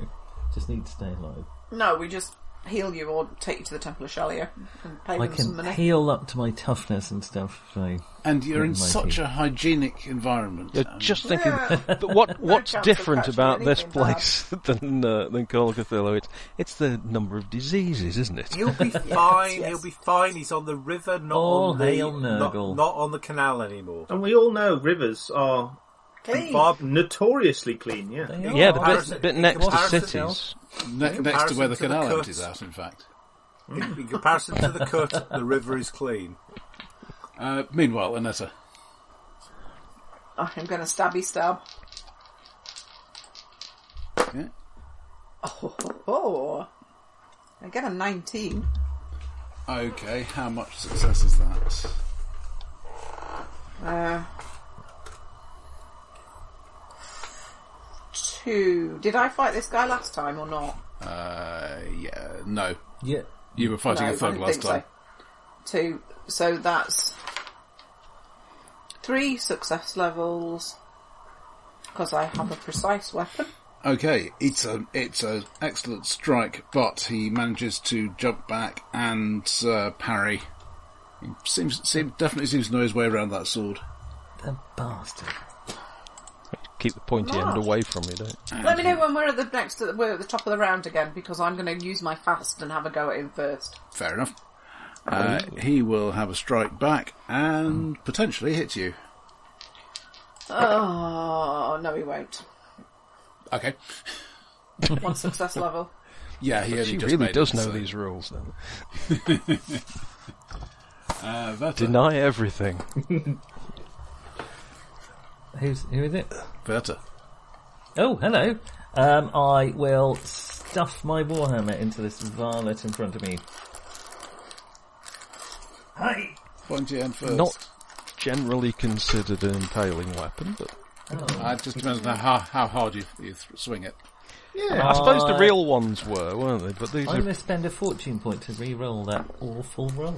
S2: just need to stay alive.
S4: No, we just heal you or take you to the Temple of Shalia and pay
S2: I
S4: them some
S2: can
S4: money.
S2: heal up to my toughness and stuff. So
S1: And you're in
S2: Mighty.
S1: such a hygienic environment.
S3: You're
S1: Um,
S3: just thinking,
S4: Yeah.
S3: but what what's
S4: can't
S3: different
S4: catch
S3: about this
S4: anything bad.
S3: place than uh, than Call of Cthulhu? It's it's the number of diseases, isn't it?
S6: He'll be fine.
S4: yes.
S6: He'll be fine. He's on the river, not
S2: All
S6: on the
S2: Oh, hail
S6: not,
S2: Nurgle.
S6: not on the canal anymore.
S5: And we all know rivers are
S4: Clean.
S5: are notoriously clean. Yeah.
S2: they
S3: Yeah,
S2: are.
S3: the
S6: Comparison-
S3: bit, bit
S6: in
S3: next to
S6: comparison
S3: cities.
S1: ne- next to where the
S6: comparison to the
S1: canal
S6: coast.
S1: empties out, in fact.
S6: In, in comparison to the cut, the river is clean.
S1: Uh, meanwhile, Anetta.
S4: Oh, I'm going to stabby stab.
S1: Yeah.
S4: Oh, oh, oh. I get a 19.
S1: Okay, how much success is that?
S4: Uh, two. Did I fight this guy last time or not?
S1: Uh, yeah, no.
S2: Yeah.
S1: You were fighting
S4: no,
S1: a thug
S4: I don't
S1: last
S4: think
S1: time.
S4: So. Two. So that's three success levels because I have a precise weapon.
S1: Okay, it's an it's an excellent strike, but he manages to jump back and uh, parry. He seems seem, definitely seems to know his way around that sword.
S2: The bastard.
S3: Keep the pointy
S4: Mark.
S3: end away from me, don't you?
S1: Ah,
S4: Let me know when we're at the next. We're at the top of the round again because I'm going to use my fast and have a go at him first.
S1: Fair enough. Uh, he will have a strike back and potentially hit you.
S4: Oh no, he won't.
S1: Okay.
S4: One success level.
S1: Yeah, he only
S3: She
S1: just
S3: really
S1: made
S3: does
S1: it,
S3: know
S1: so-
S3: these rules. Then.
S1: Uh, Verta,
S3: Deny everything.
S2: Who's who is it?
S1: Verta.
S2: Oh, hello. Um, I will stuff my warhammer into this varlet in front of me. Hi.
S1: Pointy end first.
S3: Not generally considered an impaling weapon, but
S1: Uh, it just depends on how, how hard you, you th- swing it.
S3: yeah, I suppose the
S2: I-
S3: real ones were, weren't they? But these
S2: I'm
S3: are
S2: going to spend a fortune point to re-roll that awful roll.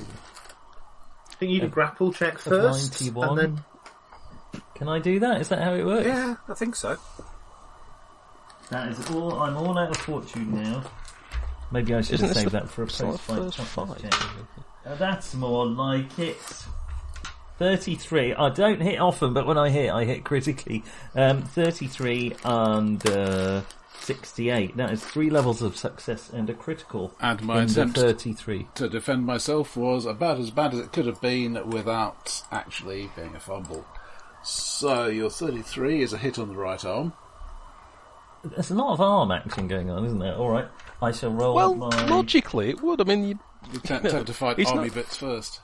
S5: I think you do grapple check
S2: Of
S5: first, and
S2: 91.
S5: then Hmm,
S2: Can I do that? Is that how it works?
S6: Yeah, I think so.
S2: That is all. I'm all out of fortune now. Maybe I should
S3: Isn't
S2: have
S3: this
S2: saved
S3: the-
S2: that for a
S3: it's not the
S2: post-fight
S3: first
S2: chocolate
S3: fight.
S2: check. Now that's more like it. 33. I don't hit often, but when I hit, I hit critically. Um, 33 and uh, 68. That is three levels of success and a critical.
S1: And my
S2: in the
S1: attempt-
S2: 33.
S1: To defend myself was about as bad as it could have been without actually being a fumble. So your 33 is a hit on the right arm.
S2: There's a lot of arm action going on, isn't there? Alright. I shall roll
S3: well,
S2: my...
S3: logically it would. I mean, you,
S1: You tend, tend to fight
S3: He's
S1: army
S3: not-
S1: bits first.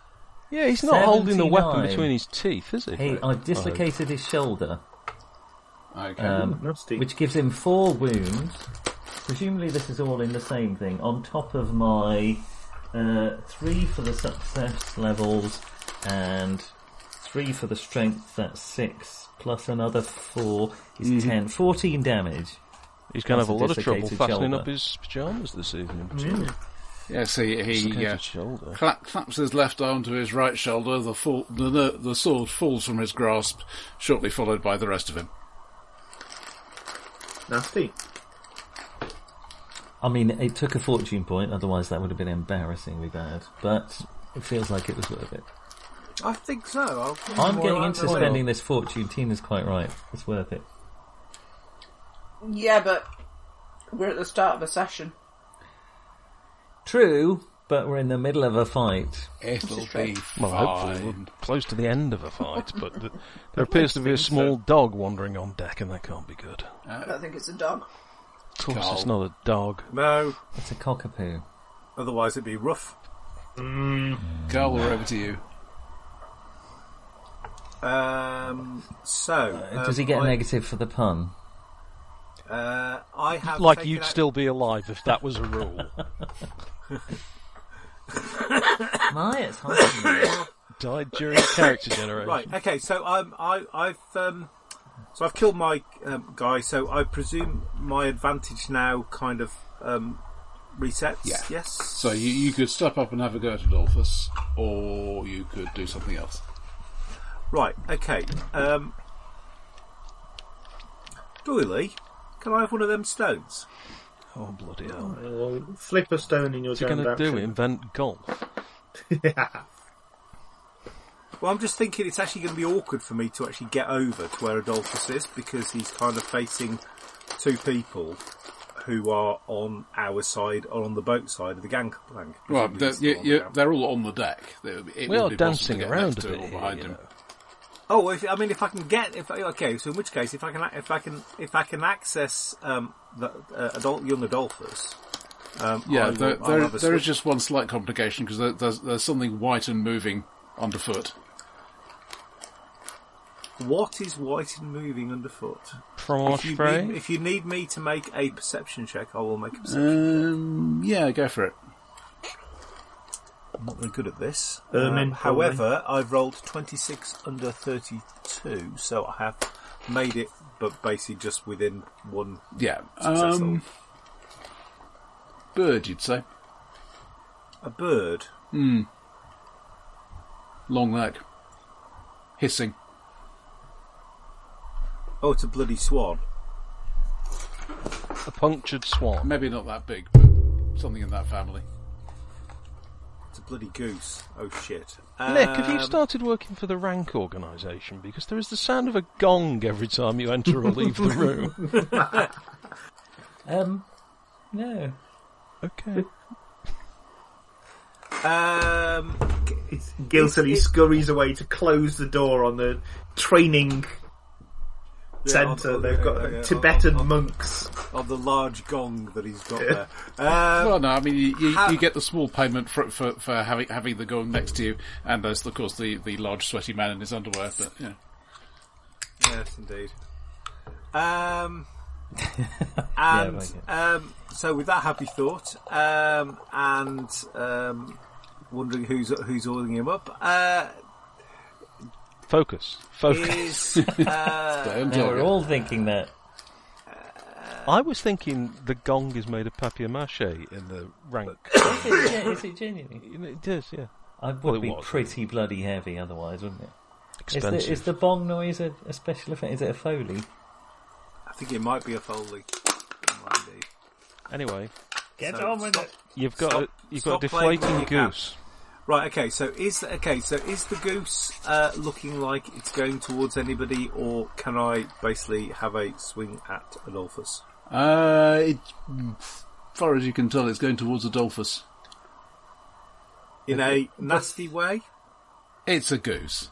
S3: yeah, he's not holding the weapon
S2: 79.
S3: between his teeth, is he?
S2: Hey, I've
S3: I hope.
S2: dislocated his shoulder.
S1: Okay.
S3: Um,
S5: nasty.
S2: which gives him four wounds. Presumably, this is all in the same thing. On top of my uh, three for the success levels and three for the strength, that's six, plus another four is ten. Fourteen damage.
S3: He's going to
S2: That's
S3: have a
S2: a
S3: lot of trouble
S2: dislocated
S3: fastening
S2: shoulder.
S3: up his pyjamas this evening.
S5: Hmm,
S1: Yes, he, he
S3: Dislocated
S1: uh,
S3: shoulder.
S1: cla- claps his left arm to his right shoulder. The, fall, the, the, the sword falls from his grasp, shortly followed by the rest of him.
S5: nasty.
S2: I mean, it took a fortune point, otherwise, that would have been embarrassingly bad, but it feels like it was worth it.
S6: I think so. I'll,
S2: I'm getting
S6: Well,
S2: into
S6: well,
S2: spending this fortune. Tina's quite right. It's worth it.
S4: Yeah, but we're at the start of a session.
S2: True, but we're in the middle of a fight.
S1: It'll be
S4: true.
S3: Well, hopefully
S1: fine.
S3: we're close to the end of a fight, but th there appears to be a small dog wandering on deck, and that can't be good.
S1: Ah.
S4: I don't think it's a dog.
S3: Of course, it's
S1: Carl.
S3: not a dog.
S6: No,
S2: It's a cockapoo.
S6: otherwise it'd be rough.
S1: Carl, we're over to you.
S6: Um, so um,
S2: Does he get a
S6: I,
S2: negative for the pun?
S6: Uh, I have
S3: Like
S6: taken
S3: you'd
S6: out-
S3: still be alive if that was a rule.
S2: My, it's hard.
S3: Died during character generation.
S6: Right. Okay. So um, I, I've um, so I've killed my um, guy. So I presume my advantage now kind of um, resets.
S1: Yeah.
S6: Yes.
S1: So you, you could step up and have a go at Adolphus, or you could do something else.
S6: Right. Okay. Um, Doily, can I have one of them stones?
S3: Oh bloody hell!
S5: Uh, flip a stone in your
S3: What's he going
S5: damned
S3: to do?
S5: action.
S3: Invent golf?
S5: yeah.
S6: Well, I'm just thinking it's actually going to be awkward for me to actually get over to where Adolphus is because he's kind of facing two people who are on our side or on the boat side of the gangplank.
S1: Well, they're,
S6: Presumably
S1: you,
S6: it's
S1: you,
S6: on the
S1: they're all on the deck. It would- it
S3: We
S1: would
S3: are
S1: be possible to
S3: dancing
S1: get
S3: around
S1: next
S3: a
S1: to
S3: bit
S1: him or
S3: here.
S1: behind
S3: you
S1: him.
S3: know.
S6: Oh, if, I mean, if I can get, if I- okay, so in which case, if I can, if I can, if I can access um, the uh, adult young Adolphus, um, I
S1: Yeah,
S6: will-
S1: there,
S6: I'll
S1: there,
S6: have a
S1: there is
S6: switch.
S1: just one slight complication because there, there's, there's something white and moving underfoot.
S6: what is white and moving underfoot.
S3: Fromage
S6: If you,
S3: fray?
S6: need, if you need me to make a perception check, I will make a perception.
S1: Um, yeah, go for it.
S6: I'm not very good at this. Um,
S5: Ermine, probably.
S6: however, I've rolled 26 under 32, so I have made it but basically just within one.
S1: Yeah.
S6: Successful.
S1: Um, bird, you'd say.
S6: A bird.
S1: Long neck. Hissing.
S6: Oh, it's a bloody swan.
S3: A punctured swan.
S1: Maybe not that big, but something in that family.
S6: It's a bloody goose. Oh shit.
S3: Nick, have you
S6: Um,
S3: started working for the rank organisation? Because there is the sound of a gong every time you enter or leave the room.
S2: Um, no.
S3: Okay.
S6: Um,
S5: Guiltily
S6: It's-
S5: scurries away to close the door on the training centre.
S6: on-
S5: They've got
S6: yeah, yeah, on-
S5: Tibetan
S6: on-
S5: monks.
S6: on the large gong that he's got there. Um,
S1: Well, no, I mean you, you,
S6: How-
S1: you get the small payment for, for for having having the gong next to you, and there's of course the, the large sweaty man in his underwear. But yeah,
S6: yes, indeed. Um, and
S2: thank
S6: um, so with that happy thought, um, and um, wondering who's who's ordering him up uh,
S3: Focus. Focus.
S6: is uh,
S1: Don't
S2: Now
S1: jog
S2: we're
S1: it.
S2: all thinking that.
S3: I was thinking the gong is made of papier mache in the rank.
S2: Is it, gen- is it genuinely?
S3: it is, yeah.
S2: I would
S3: Well, it
S2: be
S3: was.
S2: pretty bloody heavy otherwise, wouldn't it? Is
S3: Expensive.
S2: the, is the bong noise a, a special effect? Is it a foley?
S6: I think it might be a Foley. Indeed.
S3: Anyway,
S2: Get
S6: So, on with stop. it.
S3: you've got
S6: Stop-
S3: a, you've got a
S6: stop playing
S3: deflating
S6: when you can.
S3: goose.
S6: Right. Okay. So is okay. So is the goose uh, looking like it's going towards anybody, or can I basically have a swing at Adolphus?
S1: Uh, it, far as you can tell, it's going towards Adolphus.
S6: in a nasty way.
S1: It's a goose.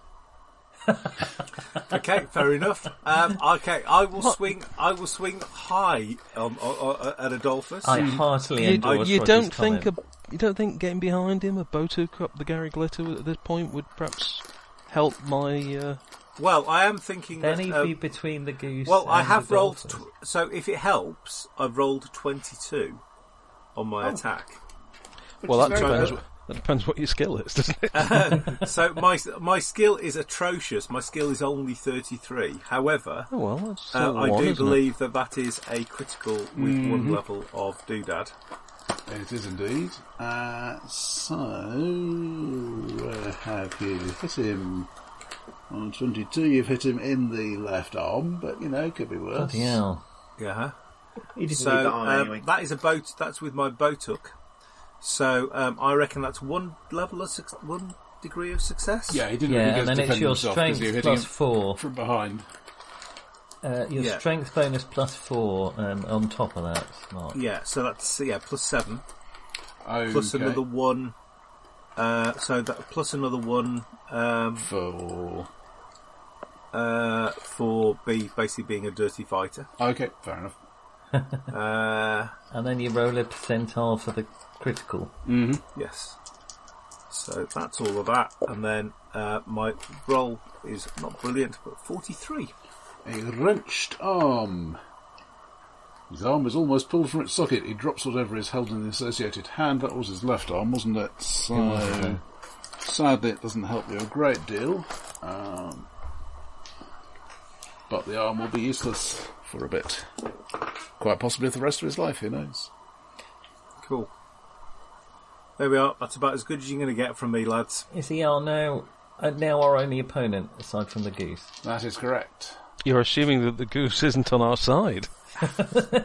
S6: Okay, fair enough. Um, okay, I will swing. I will swing high um, o- o- at Adolphus.
S2: I heartily
S3: You,
S2: endorse
S3: you
S2: Roger's
S3: don't
S2: comment.
S3: think a, you don't think getting behind him a Boto Cup, the Gary Glitter at this point would perhaps help my. Uh,
S6: well, I am thinking.
S2: Then
S6: that,
S2: he'd
S6: um,
S2: be between the goose.
S6: well, I
S2: and
S6: have
S2: the
S6: rolled.
S2: dolphin.
S6: Tw- so if it helps, I've rolled twenty-two on
S2: Oh.
S6: my attack.
S3: well, that
S4: is very
S3: depends.
S6: good.
S3: That depends what your skill is, doesn't it?
S6: So my my skill is atrocious. My skill is only thirty-three. However,
S3: Oh, well, that's
S6: uh,
S3: still
S6: I
S3: one,
S6: do
S3: isn't it?
S6: believe that that is a critical with one level of doodad.
S1: It is indeed. Uh, so where have you hit him? On twenty-two, you've hit him in the left arm, but you know could be worse.
S2: Bloody hell.
S6: Yeah. huh?
S5: He didn't
S6: So
S5: need that on
S6: um,
S5: anyway.
S6: that is a boat. That's with my boat hook. So um, I reckon that's one level of suc one degree of success.
S1: Yeah, he didn't
S2: Yeah,
S1: really
S2: and then it's
S1: defend
S2: your
S1: himself because
S2: strength
S1: you're hitting
S2: plus
S1: him
S2: four.
S1: from behind.
S2: Uh, your
S6: Yeah.
S2: strength bonus plus four um, on top of that. Mark.
S5: Mm.
S6: Yeah. So that's yeah plus seven plus
S1: Okay.
S6: another one. Uh, so that plus another one um,
S1: for
S6: uh, for be basically being a dirty fighter.
S1: okay, fair enough.
S6: Uh,
S2: And then you roll a percentile for the critical.
S6: yes. So that's all of that, and then uh, my roll is not brilliant, but forty-three.
S1: A wrenched arm. His arm is almost pulled from its socket. He drops whatever is held in the associated hand. That was his left arm, wasn't it? So, sadly, it doesn't help you a great deal. Um, but the arm will be useless for a bit. Quite possibly for the rest of his life, who knows?
S6: Cool. There we are. That's about as good as you're going to get from me, lads.
S2: Is he our now uh, now our only opponent aside from the goose?
S1: That is correct.
S3: You're assuming that the goose isn't on our side.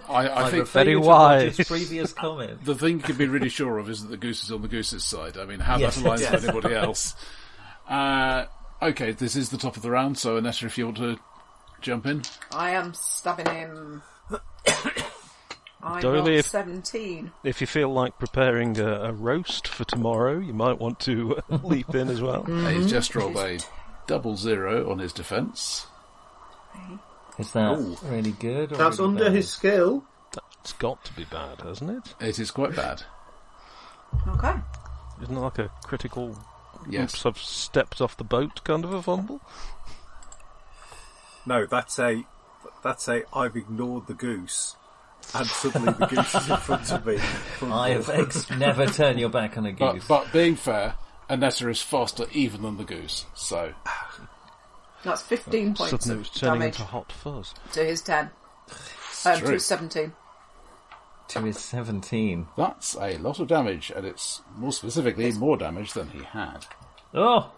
S1: I, I think
S3: Very
S2: Failure to
S3: wise.
S2: Roger's previous comment.
S1: the thing you can be really sure of is that the goose is on the goose's side. I mean, how
S2: Yes.
S1: that aligns
S6: Yes.
S1: with anybody else. Uh, okay, this is the top of the round, so Anetta, if you want to jump in.
S4: I am stabbing him. I
S3: Don't
S4: rolled
S3: leave.
S4: 17.
S3: If you feel like preparing a, a roast for tomorrow, you might want to uh, leap in as well.
S1: He's just rolled a double zero on his defence.
S2: Is that really good? Or
S5: That's
S2: really
S5: under
S2: bad?
S5: his skill.
S3: That's got to be bad, hasn't it?
S1: It is quite bad.
S4: Okay.
S3: Isn't it like a critical
S1: Yes.
S3: oops, I've stepped off the boat kind of a fumble?
S6: No, that's a that's a I've ignored the goose, and suddenly the goose is in front of me. From
S2: I have ex- never turn your back on a
S1: But,
S2: goose.
S1: but being fair, Anetta is faster even than the goose, so
S4: That's 15 points
S3: Suddenly it
S4: of
S3: was turning
S4: damage
S3: into hot fuzz.
S4: to his 10. Um, to
S1: true.
S4: his 17.
S2: To his 17.
S1: That's a lot of damage, and it's more specifically more damage than he had.
S2: Oh!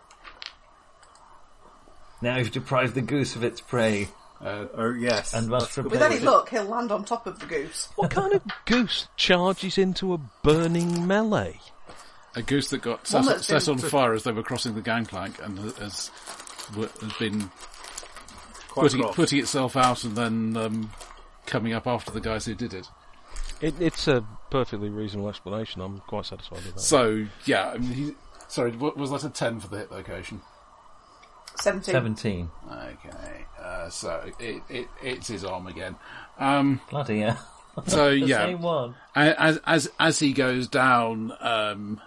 S2: Now you've deprived the goose of its prey
S6: Or Oh, yes.
S2: and must
S4: With
S2: prepare.
S4: any luck, he'll land on top of the goose.
S3: What kind of goose charges into a burning melee?
S1: A goose that got
S4: One
S1: set,
S4: that's been
S1: set on
S4: to-
S1: fire as they were crossing the gangplank and has, has been
S6: Quite
S1: putting,
S6: rough.
S1: putting itself out and then um, coming up after the guys who did it.
S3: It, it's a perfectly reasonable explanation. I'm quite satisfied with that.
S1: So, yeah, I mean, he, sorry, what, was that a 10 for the hit location?
S4: 17.
S2: 17.
S1: Okay, uh, so it, it, it's his arm again. Um,
S2: Bloody hell.
S1: so,
S2: The
S1: yeah.
S2: same one.
S1: as as as he goes down, um,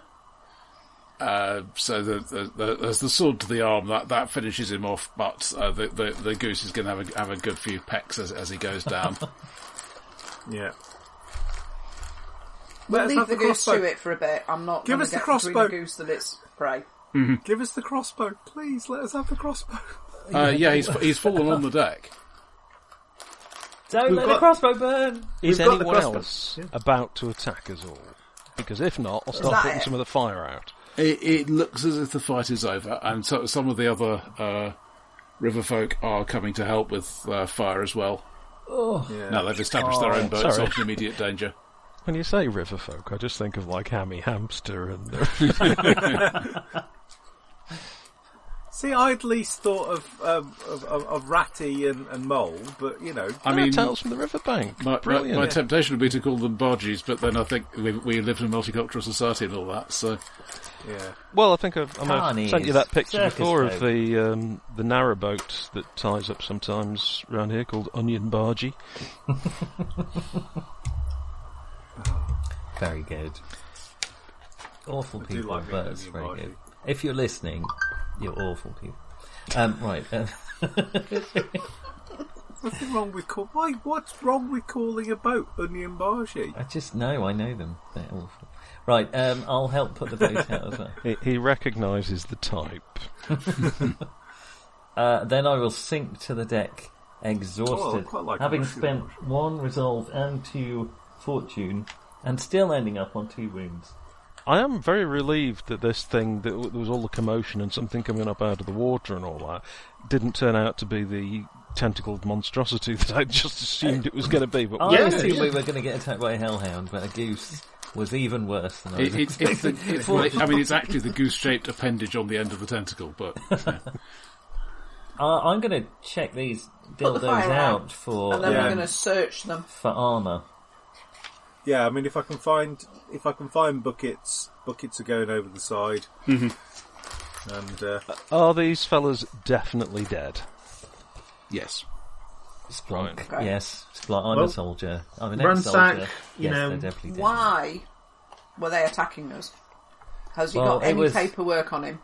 S1: uh, so the, the, the, there's the sword to the arm that that finishes him off, but uh, the, the the goose is going to have a, have a good few pecks as as he goes down. Uh,
S6: Yeah.
S4: We'll
S6: Let's
S4: leave
S6: have
S4: the
S6: the
S4: goose
S6: crossbow.
S4: to it for a bit. I'm not
S6: Give
S4: gonna
S6: us the
S4: get
S6: crossbow.
S4: between the goose than its prey.
S6: Give us the crossbow, Oh, please. Let us have the crossbow.
S1: uh, yeah, he's he's fallen on the deck.
S2: Don't let the
S5: got-
S2: crossbow burn!
S3: Is
S5: We've got the
S3: anyone else
S5: crossbow.
S3: about to attack us all? Because if not, I'll
S4: that
S3: start putting
S4: it?
S3: some of the fire out.
S1: It, it looks as if the fight is over, and so, some of the other uh, river folk are coming to help with uh, fire as well.
S6: Yeah.
S1: Now they've established their own boats
S3: sorry.
S1: off in immediate danger.
S3: When you say river folk, I just think of like hammy hamster and
S6: See, I at least thought of um, of, of, of ratty and, and mole, but you know,
S1: I mean,
S3: tales from the riverbank.
S1: My, my,
S3: Ah, Brilliant.
S1: my temptation would be to call them bargees, but then I think we, we lived in a multicultural society and all that, so
S6: yeah.
S3: Well, I think I've, I might have
S2: Carnies,
S3: sent you that picture
S2: circus
S3: before of
S2: folk.
S3: the um, the narrow boat that ties up sometimes round here called Onion Bargee.
S2: Very good. Awful people,
S6: like
S2: but
S6: being
S2: it's
S6: in
S2: very
S6: your
S2: good.
S6: party.
S2: If you're listening, you're awful people. Um, right. uh,
S6: Nothing wrong with call- why? What's wrong with calling a boat onion bargee?
S2: I just know, I know them. They're awful. Right, um, I'll help put the boat out as well.
S3: He, he recognises the type.
S2: Uh, then I will sink to the deck, exhausted,
S6: Oh, I quite like
S2: having
S6: that.
S2: spent one resolve and two fortune, and still ending up on two wounds.
S3: I am very relieved that this thing that w- there was all the commotion and something coming up out of the water and all that didn't turn out to be the tentacled monstrosity that I just assumed it was going to be. But
S2: I
S3: well,
S2: assumed we were going to get attacked by a hellhound, but a goose was even worse than I
S1: it,
S2: was.
S1: it, it's the, it, well, it- I mean, it's actually the goose-shaped appendage on the end of the tentacle, but
S2: Uh, I'm going to check these
S4: the
S2: dildos
S4: fire out,
S2: out for
S4: And then
S6: Yeah.
S4: we're going to search them.
S2: for armor.
S6: Yeah, I mean, if I can find if I can find buckets, buckets are going over the side,
S2: Mm-hmm.
S6: and uh,
S3: are these fellas definitely dead?
S1: yes.
S2: Splunk.
S4: Okay.
S2: Yes, Splunk. I'm a
S5: Well,
S2: soldier. I'm an
S5: ransack,
S2: ex-soldier.
S5: you
S2: yes,
S5: know,
S2: they're definitely dead.
S4: Why were they attacking us? Has he
S2: Well,
S4: got
S2: it
S4: any
S2: was-
S4: paperwork on him?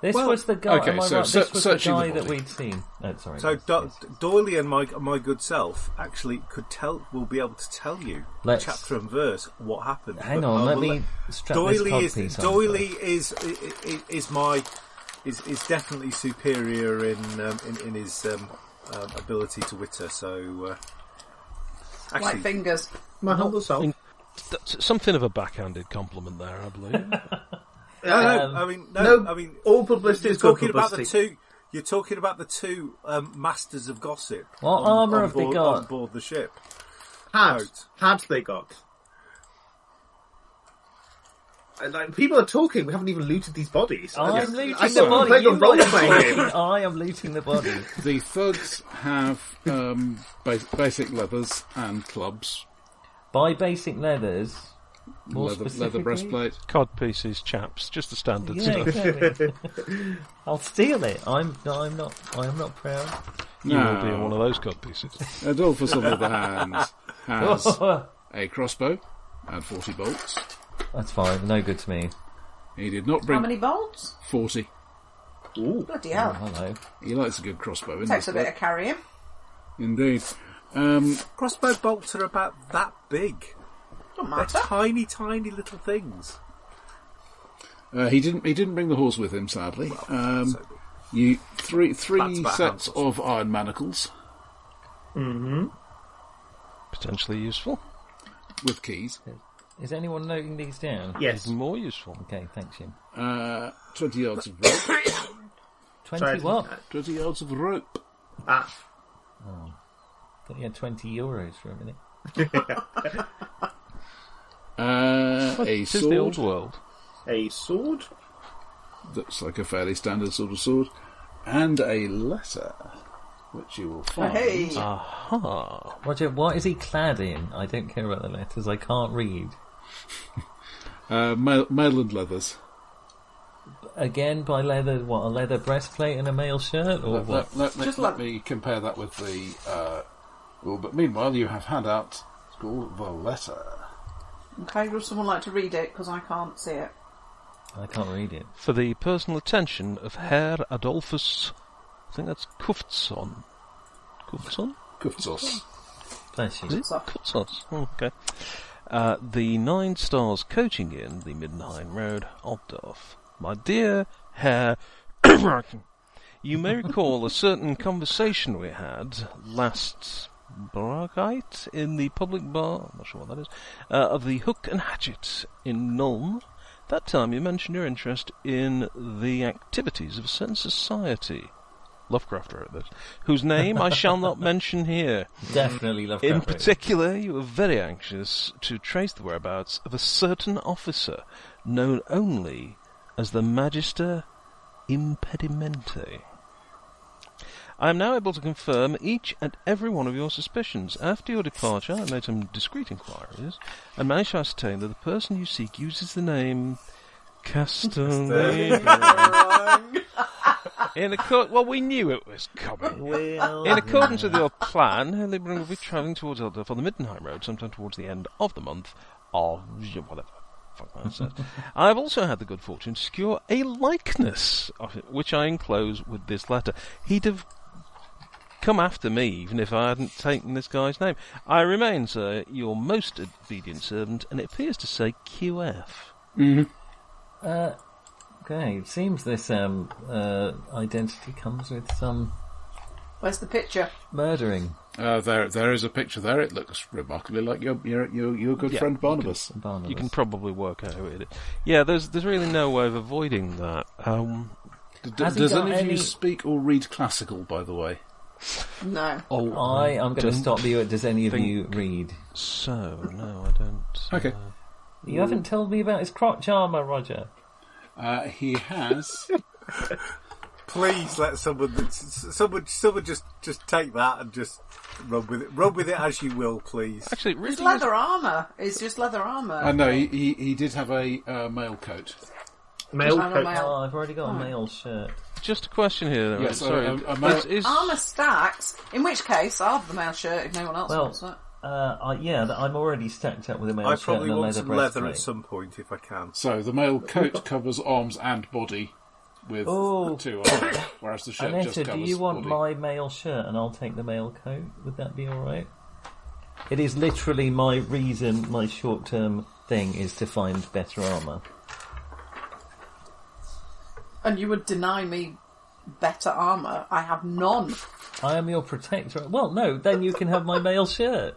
S2: This
S6: Well,
S2: was the guy.
S1: okay,
S2: am I
S1: so
S2: right?
S1: se-
S2: This was the
S1: searching the
S2: guy that
S1: body.
S2: we'd seen. Oh, sorry.
S6: so
S2: yes,
S6: Do-
S2: yes.
S6: Doily and my my good self actually could tell will be able to tell you
S2: Let's-
S6: chapter and verse what happened.
S2: Hang
S6: But
S2: on,
S6: I
S2: let
S6: will
S2: me strap this
S6: Doily
S2: cod
S6: is
S2: piece on
S6: Doily is, is is my is is definitely superior in um, in, in his um, um, ability to witter. So uh,
S4: Like
S6: actually,
S4: fingers.
S5: My humble self.
S3: in- That's something of a backhanded compliment there, I believe.
S6: no, no,
S2: um,
S6: I mean, no,
S5: no,
S6: I mean,
S5: Uh, all publicity is
S6: you're
S5: good
S6: talking about the
S5: publicity.
S6: two. You're talking about the two um, masters of gossip.
S2: What
S6: on-
S2: armour
S6: on
S2: have they
S6: board-
S2: got?
S6: on board the ship?
S5: had
S6: Right.
S5: had they got? And, Uh, like, people are talking. We haven't even looted these bodies. I
S2: I'm
S5: just-
S2: looting
S5: I
S2: Oh, the
S5: thought we
S2: body. You
S5: were playing a role
S2: are
S5: playing
S2: talking,
S5: game.
S2: I am looting the body.
S1: The thugs have um, ba- basic leathers and clubs,
S2: By basic leathers. More
S1: leather, leather
S2: specifically?
S1: breastplate.
S3: Cod pieces, chaps, just the standard
S2: Yeah,
S3: stuff.
S2: exactly. I'll steal it. I'm. I'm not. I'm not proud.
S3: You will be in one
S1: No,
S3: of those cod pieces.
S1: Adolphus on the other hand
S4: Oh.
S1: has a crossbow and forty bolts.
S2: That's fine. No good to me.
S1: He did not
S4: How
S1: bring
S4: many bolts?
S1: forty.
S4: Bloody hell.
S2: Oh, Hello.
S1: He likes a good crossbow,
S4: Takes a bit
S1: indeed.
S4: of carrying.
S1: indeed. Um,
S6: Crossbow bolts are about that big.
S4: Don't
S6: They're
S4: matter.
S6: tiny, tiny little things.
S1: uh, he didn't. He didn't bring the horse with him, sadly. Um,
S6: So-
S1: You three
S6: That's
S1: three
S6: about
S1: sets
S6: handfuls.
S1: of iron manacles
S3: Potentially useful.
S1: with keys.
S2: Is anyone noting these down?
S5: Yes.
S3: More useful.
S2: Okay, thanks, Jim.
S1: Uh, twenty yards of rope.
S2: 20
S5: Sorry, I
S2: what?
S5: didn't-
S1: Twenty yards of rope.
S5: Ah,
S2: thought you had 20 euros for a minute.
S1: Uh, a
S3: This is the old
S1: sword.
S3: world.
S5: a sword.
S1: That's like a fairly standard sort of sword, and a letter, which you will find.
S4: Hey,
S3: Aha.
S2: Roger, what is he clad in? I don't care about the letters. I can't read.
S1: Uh, mail, mail and leathers.
S2: Again, by leather, what, a leather breastplate and a mail shirt? Or
S1: Let,
S2: what?
S1: let, let,
S4: Just
S1: let
S4: like-
S1: me compare that with the uh, rule. But meanwhile, you have had out it's called the letter.
S4: okay, would someone like to read it? Because I can't see it.
S2: I can't read it.
S3: For the personal attention of Herr Adolphus. I think that's Kuftsson. Kuftsson?
S1: Kuftos.
S2: Bless you.
S3: Is it?
S4: Kuftsson.
S3: Kuftsson. Oh, okay. Uh, the Nine Stars Coaching Inn, the Middenheim Road, Obdorf. My dear Herr. you may recall a certain conversation we had last Bragite in the public bar, I'm not sure what that is, uh, of the Hook and Hatchet in Nuln. That time you mentioned your interest in the activities of a certain society. Lovecraft wrote this, whose name I shall not mention here.
S2: Definitely love that
S3: In
S2: road.
S3: particular, you were very anxious to trace the whereabouts of a certain officer known only as the Magister Impedimente. I am now able to confirm each and every one of your suspicions. After your departure, I made some discreet inquiries and managed to ascertain that the person you seek uses the name Castellano. In accord- well, we knew it was coming.
S6: Well,
S3: In accordance with your plan, Herr Lieberman will be travelling towards Eldorf on the Middenheim Road sometime towards the end of the month of whatever. Fuck that says. I have also had the good fortune to secure a likeness of it, which I enclose with this letter. He'd have come after me even if I hadn't taken this guy's name. I remain, sir, your most obedient servant, and it appears to say QF.
S2: Uh, okay, it seems this um, uh, identity comes with some
S4: Where's the picture?
S2: murdering.
S1: Uh, there, there is a picture there. It looks remarkably like your your your, your good
S3: Yeah,
S1: friend
S3: you can-
S1: Barnabas.
S2: Barnabas.
S3: You can probably work out who it is. Yeah, there's there's really no way of avoiding that. Um,
S1: D-
S2: Has he
S1: does
S2: got
S1: any of you
S2: any-
S1: speak or read classical? By the way,
S4: No.
S3: oh,
S2: I am going to
S3: don't
S2: stop you. at Does any of
S3: think-
S2: you read?
S3: So no, I don't. uh,
S1: Okay.
S2: You haven't told me about his crotch armour, Roger.
S1: uh, he has.
S6: please let someone, s- s- someone, someone just, just take that and just run with it. Run with it as you will, please.
S3: Actually, it really,
S4: It's leather armour. It's just leather armour.
S1: I know he, he he did have a uh, mail coat.
S5: Mail
S4: Just
S5: coat.
S4: mail.
S2: Oh, I've already got a male shirt.
S3: was just a question here. though,
S1: Yes,
S3: sorry.
S1: uh, um, am I-
S3: Is- is-
S4: Armour stacks. In which case, I'll have the mail shirt if no one else
S2: Well,
S4: wants it.
S2: Uh, I, yeah, th- I'm already stacked up with a male shirt
S6: I
S2: and
S6: probably
S2: a
S6: want
S2: leather
S6: some leather
S2: breastplate.
S6: at some point if I can.
S1: So the mail coat covers arms and body with
S2: Oh.
S1: the two arms, whereas the shirt just
S2: Aneta, do
S1: covers
S2: you want
S1: body.
S2: my male shirt and I'll take the male coat? Would that be alright? It is literally my reason, my short term thing is to find better armour.
S4: And you would deny me better armour. I have none.
S2: I am your protector. Well, no, then you can have my male shirt.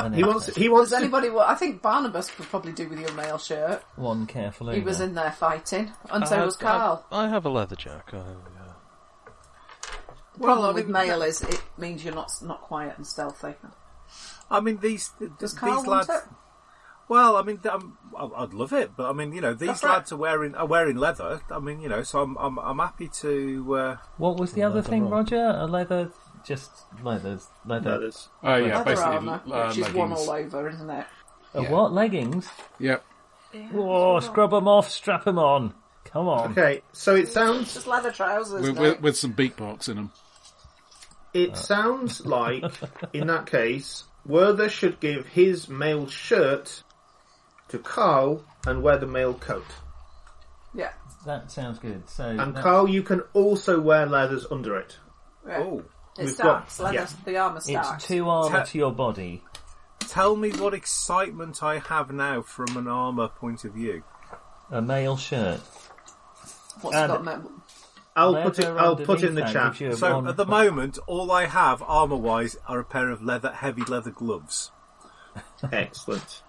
S2: And
S5: He
S2: it-
S5: wants. He wants.
S4: Does anybody? Well, I think Barnabas could probably do with your mail shirt.
S2: one careful
S4: He
S2: owner.
S4: was in there fighting, and
S3: I
S4: so
S3: have-
S4: was Carl.
S3: I, I have a leather jack. I, uh,
S4: Problem with mail is it means you're not not quiet and stealthy.
S6: I mean, these th- th-
S4: Does
S6: these
S4: Carl want
S6: lads.
S4: it?
S6: Well, I mean, th- um, I- I'd love it, but I mean, you know, these
S4: That's right.
S6: lads are wearing are wearing leather. I mean, you know, so I'm I'm, I'm happy to. Uh,
S2: What was the other
S3: Leather
S2: thing,
S3: roll.
S2: Roger? A leather, just leathers, leather.
S5: Leathers.
S1: Oh yeah,
S4: Leather
S1: basically
S4: armour,
S1: uh,
S4: which is one
S1: leggings.
S4: all over, isn't it?
S2: A
S1: Yeah.
S2: what? Leggings?
S1: Yep.
S2: Whoa, scrub them off, strap them on. Come on.
S5: Okay, so it sounds.
S4: Just leather trousers.
S1: With,
S4: no?
S1: with, with some beat marks in them.
S5: It sounds like, in that case, Werther should give his male shirt to Carl and wear the male coat.
S4: Yeah.
S2: That sounds good. So,
S5: And
S2: that-
S5: Carl, you can also wear leathers under it.
S4: yeah.
S6: oh,
S4: it
S5: we've
S4: stacks.
S5: got-
S4: leather,
S5: yeah.
S4: The armour
S2: it's
S4: stacks.
S2: two armour
S6: Ta-
S2: to your body.
S6: tell me what excitement I have now from an armor point of view.
S2: A male shirt.
S4: What's
S2: and-
S4: got ma-
S5: I'll
S2: leather
S5: put it. I'll put it in the
S2: underneath
S5: chat.
S2: that gives you a
S6: So
S2: one-
S6: at the moment, all I have armor wise are a pair of leather, heavy leather gloves.
S5: Excellent.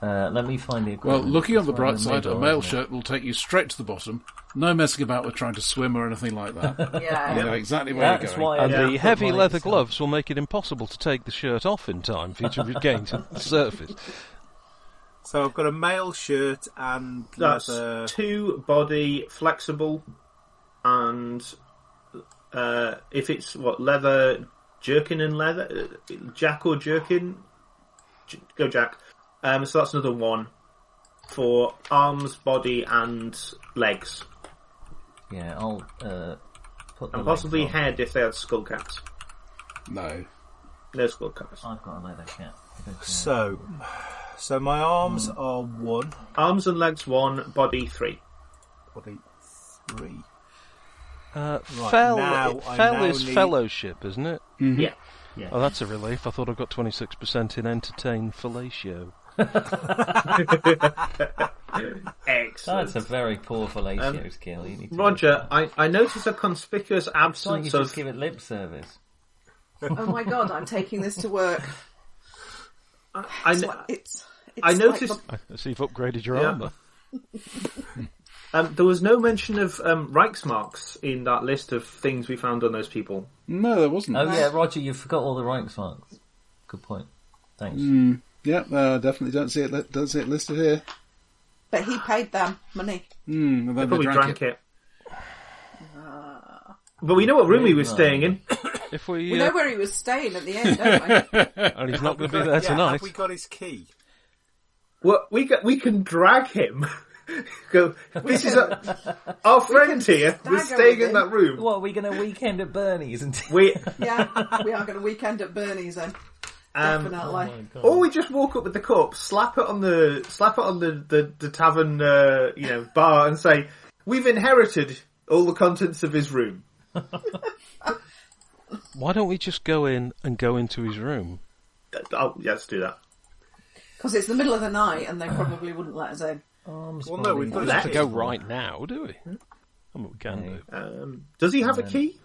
S2: uh, let me find the
S1: Well,
S2: equipment.
S1: looking on the
S2: That's
S1: bright
S2: rather
S1: side, a
S2: middle,
S1: mail
S2: isn't it?
S1: shirt will take you straight to the bottom. No messing about with trying to swim or anything like that. you
S4: Yeah.
S1: know exactly where
S2: That's
S1: you're going.
S2: why I
S3: And
S5: Yeah.
S2: don't
S3: the
S2: put
S3: heavy
S2: my-
S3: leather gloves will make it impossible to take the shirt off in time for you to regain to the surface.
S6: So I've got a male shirt and
S5: That's
S6: leather.
S5: two body flexible, and uh, if it's what leather jerkin and leather uh, jack or jerkin, J- go jack. Um, so that's another one for arms, body, and legs,
S2: Yeah, I'll uh, put the
S5: and possibly
S2: legs on.
S5: head if they had skull caps.
S1: No.
S5: No skull caps.
S2: I've got a leather cap.
S6: So, so my arms are one,
S5: Arms and legs one, body three.
S6: body three.
S3: Uh, fell
S6: now I
S3: fell
S6: now
S3: is
S6: need-
S3: fellowship, isn't it?
S5: Yeah.
S2: Yeah.
S3: Oh, that's a relief. I thought I got 26% in entertain fellatio.
S5: Excellent.
S2: That's a very poor fellatio skill. You need to
S5: Um, Roger, I, I notice a conspicuous
S2: It's like you
S5: absence
S2: just
S5: of
S2: give it lip service.
S4: Oh my god, I'm taking this to work.
S5: I,
S4: It's
S5: kn-
S4: like, it's, it's
S5: I
S4: like
S5: noticed
S4: the-
S3: So you've upgraded your
S5: Yeah.
S3: armour.
S5: um, there was no mention of um, Reichsmarks in that list of things we found on those people.
S1: No, there wasn't.
S2: Oh yeah, Roger, you forgot all the ranks marks. Good point. Thanks.
S5: Mm.
S1: Yeah, no, I definitely don't see it. Li- don't see it listed here.
S4: but he paid them money.
S1: Mm, and then
S5: Probably drank, it. But we know what room he was
S2: Right.
S5: staying in.
S3: If we,
S4: We
S3: uh,
S4: know where he was staying at the end, don't we?
S3: and he's not going to be
S6: Got-
S3: there
S6: yeah,
S3: tonight.
S6: Have we got his key?
S5: Well, we ca- we can drag him. Go. This is a, our friend here was
S4: stagger
S5: staying
S4: with
S5: in
S4: him.
S5: that room.
S2: What are we going to weekend at Bernie's and?
S5: We
S4: Yeah, we are going to weekend at Bernie's then.
S5: um,
S4: Definitely.
S5: Or we just walk up with the cup, slap it on the slap it on the the, the tavern, uh, you know, bar, and say, "We've inherited all the contents of his room."
S3: Why don't we just go in and go into his room?
S5: Th- Oh, yeah, let's do that.
S4: Because it's the middle of the night and they probably wouldn't let us in.
S2: Arms
S6: Well, no, we've
S2: body.
S3: We don't
S6: got
S5: That
S3: have to
S6: his
S3: go
S6: key.
S3: right now, do we?
S6: Hmm?
S3: I mean, we can do.
S5: Um, does he have a key?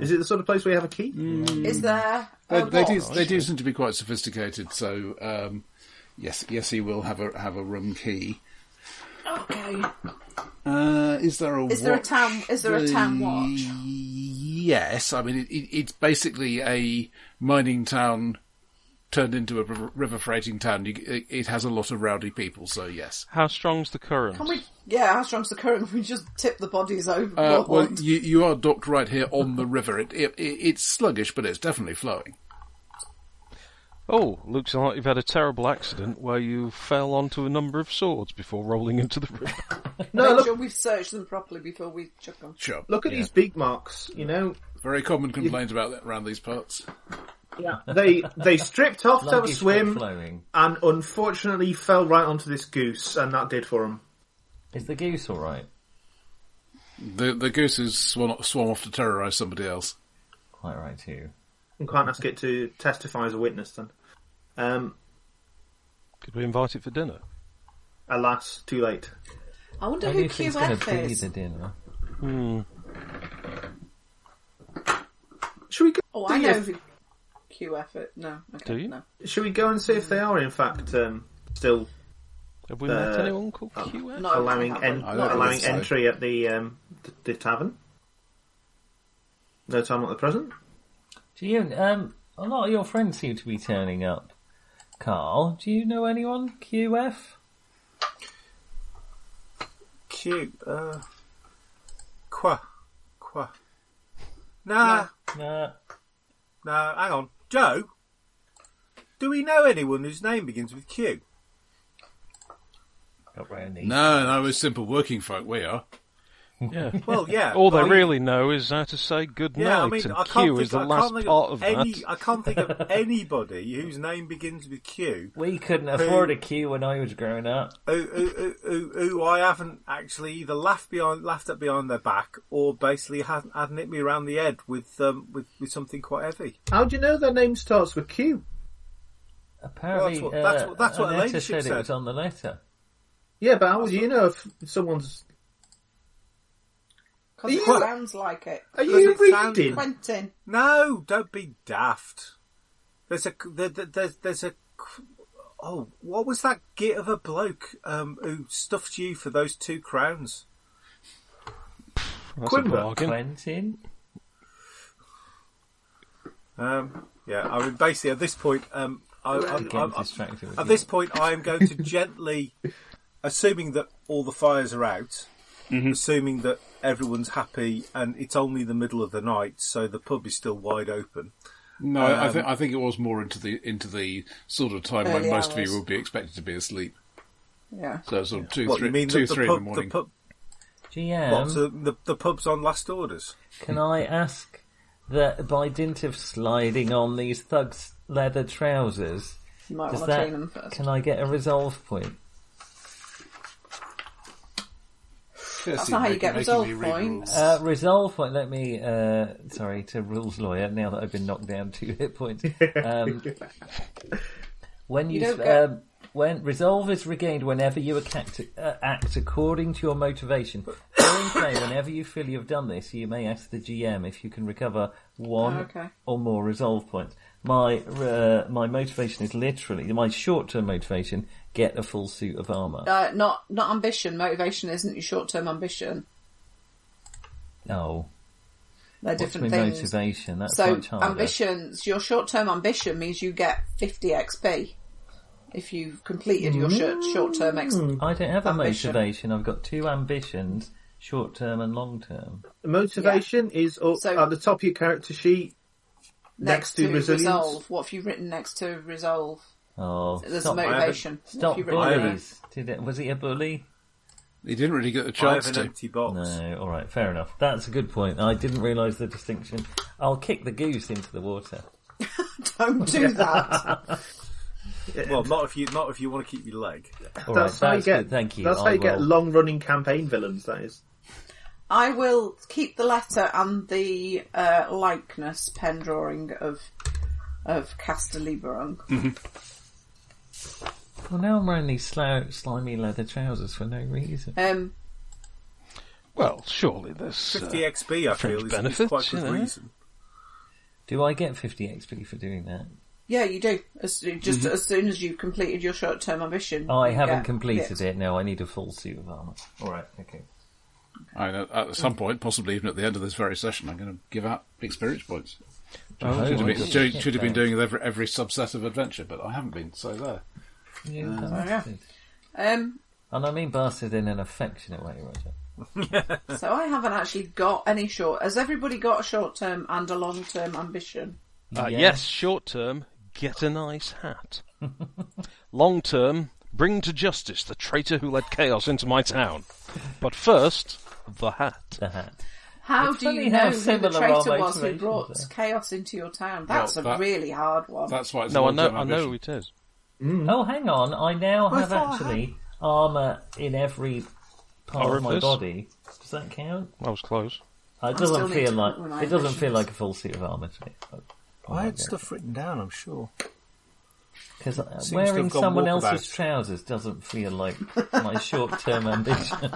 S5: Is it the sort of place where you have a key?
S1: Mm.
S4: Is there
S1: They,
S4: a
S1: they do.
S4: lock?
S1: They do seem to be quite sophisticated. So um, yes, yes, he will have a have a room key.
S4: Okay.
S1: Uh, is there a
S4: Is there a
S1: watch?
S4: town? Is there a town watch?
S1: Yes, I mean it, it, it's basically a mining town turned into a river, river freighting town. You, it, it has a lot of rowdy people, so yes.
S3: How strong's the current?
S4: Can we? Yeah, how strong's the current? We just tip the bodies over.
S1: Uh, well, you, you are docked right here on the river. It, it, it it's sluggish, but it's definitely flowing.
S3: Oh, looks like you've had a terrible accident where you fell onto a number of swords before rolling into the river.
S5: No,
S4: Make
S5: look
S4: sure we've searched them properly before we chuck them.
S1: Sure,
S5: look at these beak marks. You know,
S1: very common complaint about that around these parts.
S5: they they stripped off to have a
S2: Sluggish but
S5: swim
S2: flowing.
S5: and unfortunately fell right onto this goose, and that did for him.
S2: Is the goose all right?
S1: The the goose is swan, swam off to terrorise somebody else.
S2: Quite right too.
S5: And can't ask it to testify as a witness then. Um,
S3: Could we invite it for dinner?
S5: alas, too late.
S4: I wonder
S2: How do
S4: who
S2: you think's going to
S4: QF
S2: be
S4: is.
S2: the dinner?
S5: Should we go?
S4: Oh,
S5: do
S4: I know
S5: you-
S4: who QF is. No, okay,
S3: Do you?
S4: no.
S5: Should we go and see if they are, in fact, um, still
S3: Have we
S5: Uh,
S3: met anyone called QF?
S4: Not
S5: allowing
S4: that
S5: en-
S4: one.
S1: I don't
S5: allowing
S1: think so.
S5: entry at the, um, the the tavern? No time at the present.
S2: Do you? Um, a lot of your friends seem to be turning up. Carl, do you know anyone? QF?
S6: Q. Uh, qua. Qua. Nah,
S2: Nah.
S6: nah, hang on. Joe? Do we know anyone whose name begins with Q?
S2: Not really.
S1: No, no, we're simple working folk. We are.
S3: Yeah.
S6: Well, yeah.
S3: All they
S6: but I-
S3: really know is how to say good night,
S6: Yeah, I mean,
S3: and
S6: I can't
S3: Q
S6: think,
S3: is the
S6: I
S3: last
S6: can't think
S3: part of
S6: of any,
S3: that.
S6: I can't think of anybody whose name begins with Q
S2: We couldn't
S6: Who-
S2: afford a queue when I was growing up.
S6: who, who, who, who, who I haven't actually either laughed behind, laughed at behind their back, or basically hasn't, hasn't hit me around the head with um with, with something quite heavy.
S5: How do you know their name starts with Q?
S2: Apparently,
S6: Well, that's what- that's what- that's
S2: uh,
S6: what
S2: Annetta
S6: Elaine should
S2: said,
S6: said.
S2: it was on the letter.
S5: Yeah, but how would you know if someone's
S4: Because it
S5: What?
S4: sounds like it.
S5: Are
S6: Does
S5: you
S6: it sound-
S5: reading?
S4: Quentin.
S6: No, don't be daft. There's a there, there- there's there's a oh what was that git of a bloke um, who stuffed you for those two crowns?
S3: That's
S5: Quimber.
S3: a bargain.
S2: Quentin?
S6: Um, yeah, I mean basically at this point, um, I, I'm,
S2: Getting
S6: I'm,
S2: distracted with
S6: at
S2: you.
S6: this point I am going to gently, assuming that all the fires are out,
S1: Mm-hmm.
S6: assuming that everyone's happy and it's only the middle of the night, so the pub is still wide open.
S1: No, I think I think it was more into the into the sort of time when
S4: Early
S1: most of you
S4: hours.
S1: will be expected to be asleep.
S4: Yeah.
S1: So sort of two,
S6: what
S1: three,
S6: you mean?
S1: two,
S6: the, the
S1: three
S6: pub,
S1: in the morning.
S6: The pub,
S2: GM,
S6: what, so the, the pub's on last orders.
S2: can I ask that by dint of sliding on these thugs' leather trousers,
S4: You might
S2: does
S4: want to
S2: that,
S4: clean them first.
S2: can I get a resolve point?
S1: Yes,
S4: That's
S1: you're
S4: not how you
S1: making-
S4: get
S1: making
S4: resolve
S1: me read
S4: points.
S1: rules.
S2: Uh, resolve point, let me, uh, sorry, to rules lawyer, now that I've been knocked down two hit points. Um, when you,
S4: You don't
S2: sp-
S4: get-
S2: um, when resolve is regained whenever you act, uh, act according to your motivation. During play, whenever you feel you've done this, you may ask the GM if you can recover one
S4: Oh, okay.
S2: or more resolve points. My, uh, my motivation is literally, my short-term motivation, get a full suit of armour.
S4: Uh, not not ambition. Motivation isn't your short term ambition.
S2: Oh, what's
S4: They're
S2: my
S4: different things.
S2: motivation? That's
S4: So
S2: much harder.
S4: ambitions. Your short term ambition means you get fifty XP if you've completed your
S2: Mm.
S4: short term XP.
S2: I don't have a
S4: Ambition.
S2: motivation. I've got two ambitions, short term and long term.
S5: Motivation is up
S4: So-
S5: at the top of your character sheet. Next to resilience.
S4: resolve. What have you written next to resolve?
S2: Oh,
S4: There's
S2: stop,
S4: motivation. What have
S2: stop
S4: you written there?
S2: bullies. Did it, was he a bully?
S1: He didn't really get the
S6: I have
S1: chance
S6: an
S1: to.
S6: empty box.
S2: No, alright, fair enough. That's a good point. I didn't realise the distinction. I'll kick the goose into the water.
S4: Don't do that.
S6: Well, not if you not if you want to keep your leg.
S2: Alright,
S5: that's how you get.
S2: good. Thank you.
S5: That's how
S2: I
S5: you get
S2: will-
S5: long-running campaign villains. That is.
S4: I will keep the letter and the uh, likeness pen drawing of of Castelliberung.
S2: Well, now I'm wearing these slow, slimy leather trousers for no reason.
S4: Um,
S3: Well, surely there's. uh,
S6: Fifty XP, I
S3: fringe
S6: feel, is, is
S3: benefits,
S6: quite a
S3: you
S6: good
S3: know.
S6: reason.
S2: Do I get 50 XP for doing that?
S4: yeah, you do. As, just as soon as you've completed your short term ambition.
S2: Mm-hmm. Oh, I
S4: you
S2: haven't
S4: get
S2: completed it. No, I need a full suit of armour. Alright, okay.
S1: I know, at some point, possibly even at the end of this very session, I'm going to give out experience points.
S2: Oh,
S1: Should have
S2: I
S1: been,
S2: see.
S1: should, should have been
S2: Okay.
S1: doing it every, every subset of adventure, but I haven't been. So there.
S2: You bastard.
S4: Um,
S2: And I mean bastard in an affectionate way, Roger.
S4: So I haven't actually got any short. Has everybody got a short term and a long term ambition?
S3: Uh,
S2: Yeah.
S3: Yes, short term, get a nice hat. Long term, bring to justice the traitor who led chaos into my town. But first, the hat.
S2: The hat.
S4: How
S2: It's
S4: do
S2: funny
S4: you
S2: how
S4: know who the
S2: similar
S4: traitor
S2: our
S4: was who
S2: motivations
S4: brought
S2: are.
S4: chaos into your town? That's
S1: Well,
S4: a
S1: that-
S4: really hard one.
S1: That's why it's
S3: No, I
S1: a
S3: know,
S1: long-term
S3: I know
S1: ambition.
S3: it is.
S2: Oh, hang on. I now
S6: I
S2: have
S6: thought I
S2: actually armour in every part of my
S3: Orifice?
S2: body. Does that count?
S3: That was close.
S2: Uh, It
S4: still
S2: doesn't
S4: need
S2: feel
S4: to
S2: like
S4: put my
S2: it doesn't feel
S4: ambitions.
S2: like a full suit of armour to me. Oh,
S6: I had stuff written down. I'm sure.
S2: Because
S6: to
S2: wearing
S6: have gone
S2: someone
S6: walkabout.
S2: else's trousers doesn't feel like my short-term ambition.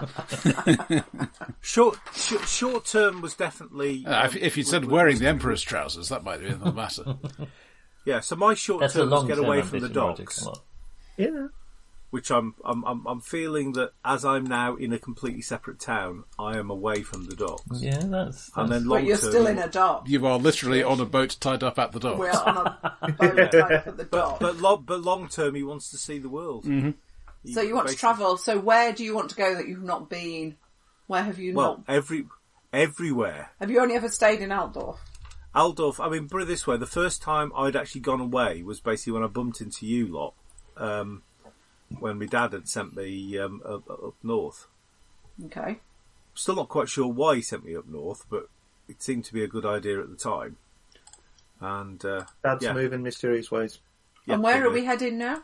S6: Short sh- short term was definitely.
S1: Uh, if, if you'd said wearing the emperor's trousers, that might be another matter.
S6: Yeah, so my short
S2: That's a
S6: term was
S2: long-term
S6: get away from
S2: ambition.
S6: the
S2: Roger,
S6: docks,
S2: come on.
S5: Yeah.
S6: which I'm, I'm I'm I'm feeling that as I'm now in a completely separate town, I am away from the docks,
S2: Yeah, that's.
S6: and then long
S4: but you're
S6: term.
S4: still in a dock.
S1: you are literally on a boat tied up at the dock.
S4: We're on a boat type at the dock.
S6: But but, lo- but long term, he wants to see the world.
S4: so you want to
S6: basically-
S4: travel. So where do you want to go that you've not been? Where have you
S6: Well,
S4: not?
S6: every everywhere.
S4: Have you only ever stayed in Altdorf?
S6: Aldorf, I mean, put it this way: the first time I'd actually gone away was basically when I bumped into you lot, um, when my dad had sent me um, up, up north.
S4: Okay.
S6: Still not quite sure why he sent me up north, but it seemed to be a good idea at the time. And uh,
S5: Dad's
S6: yeah,
S5: moving mysterious ways.
S6: yeah,
S4: and where are we
S6: probably
S4: heading now?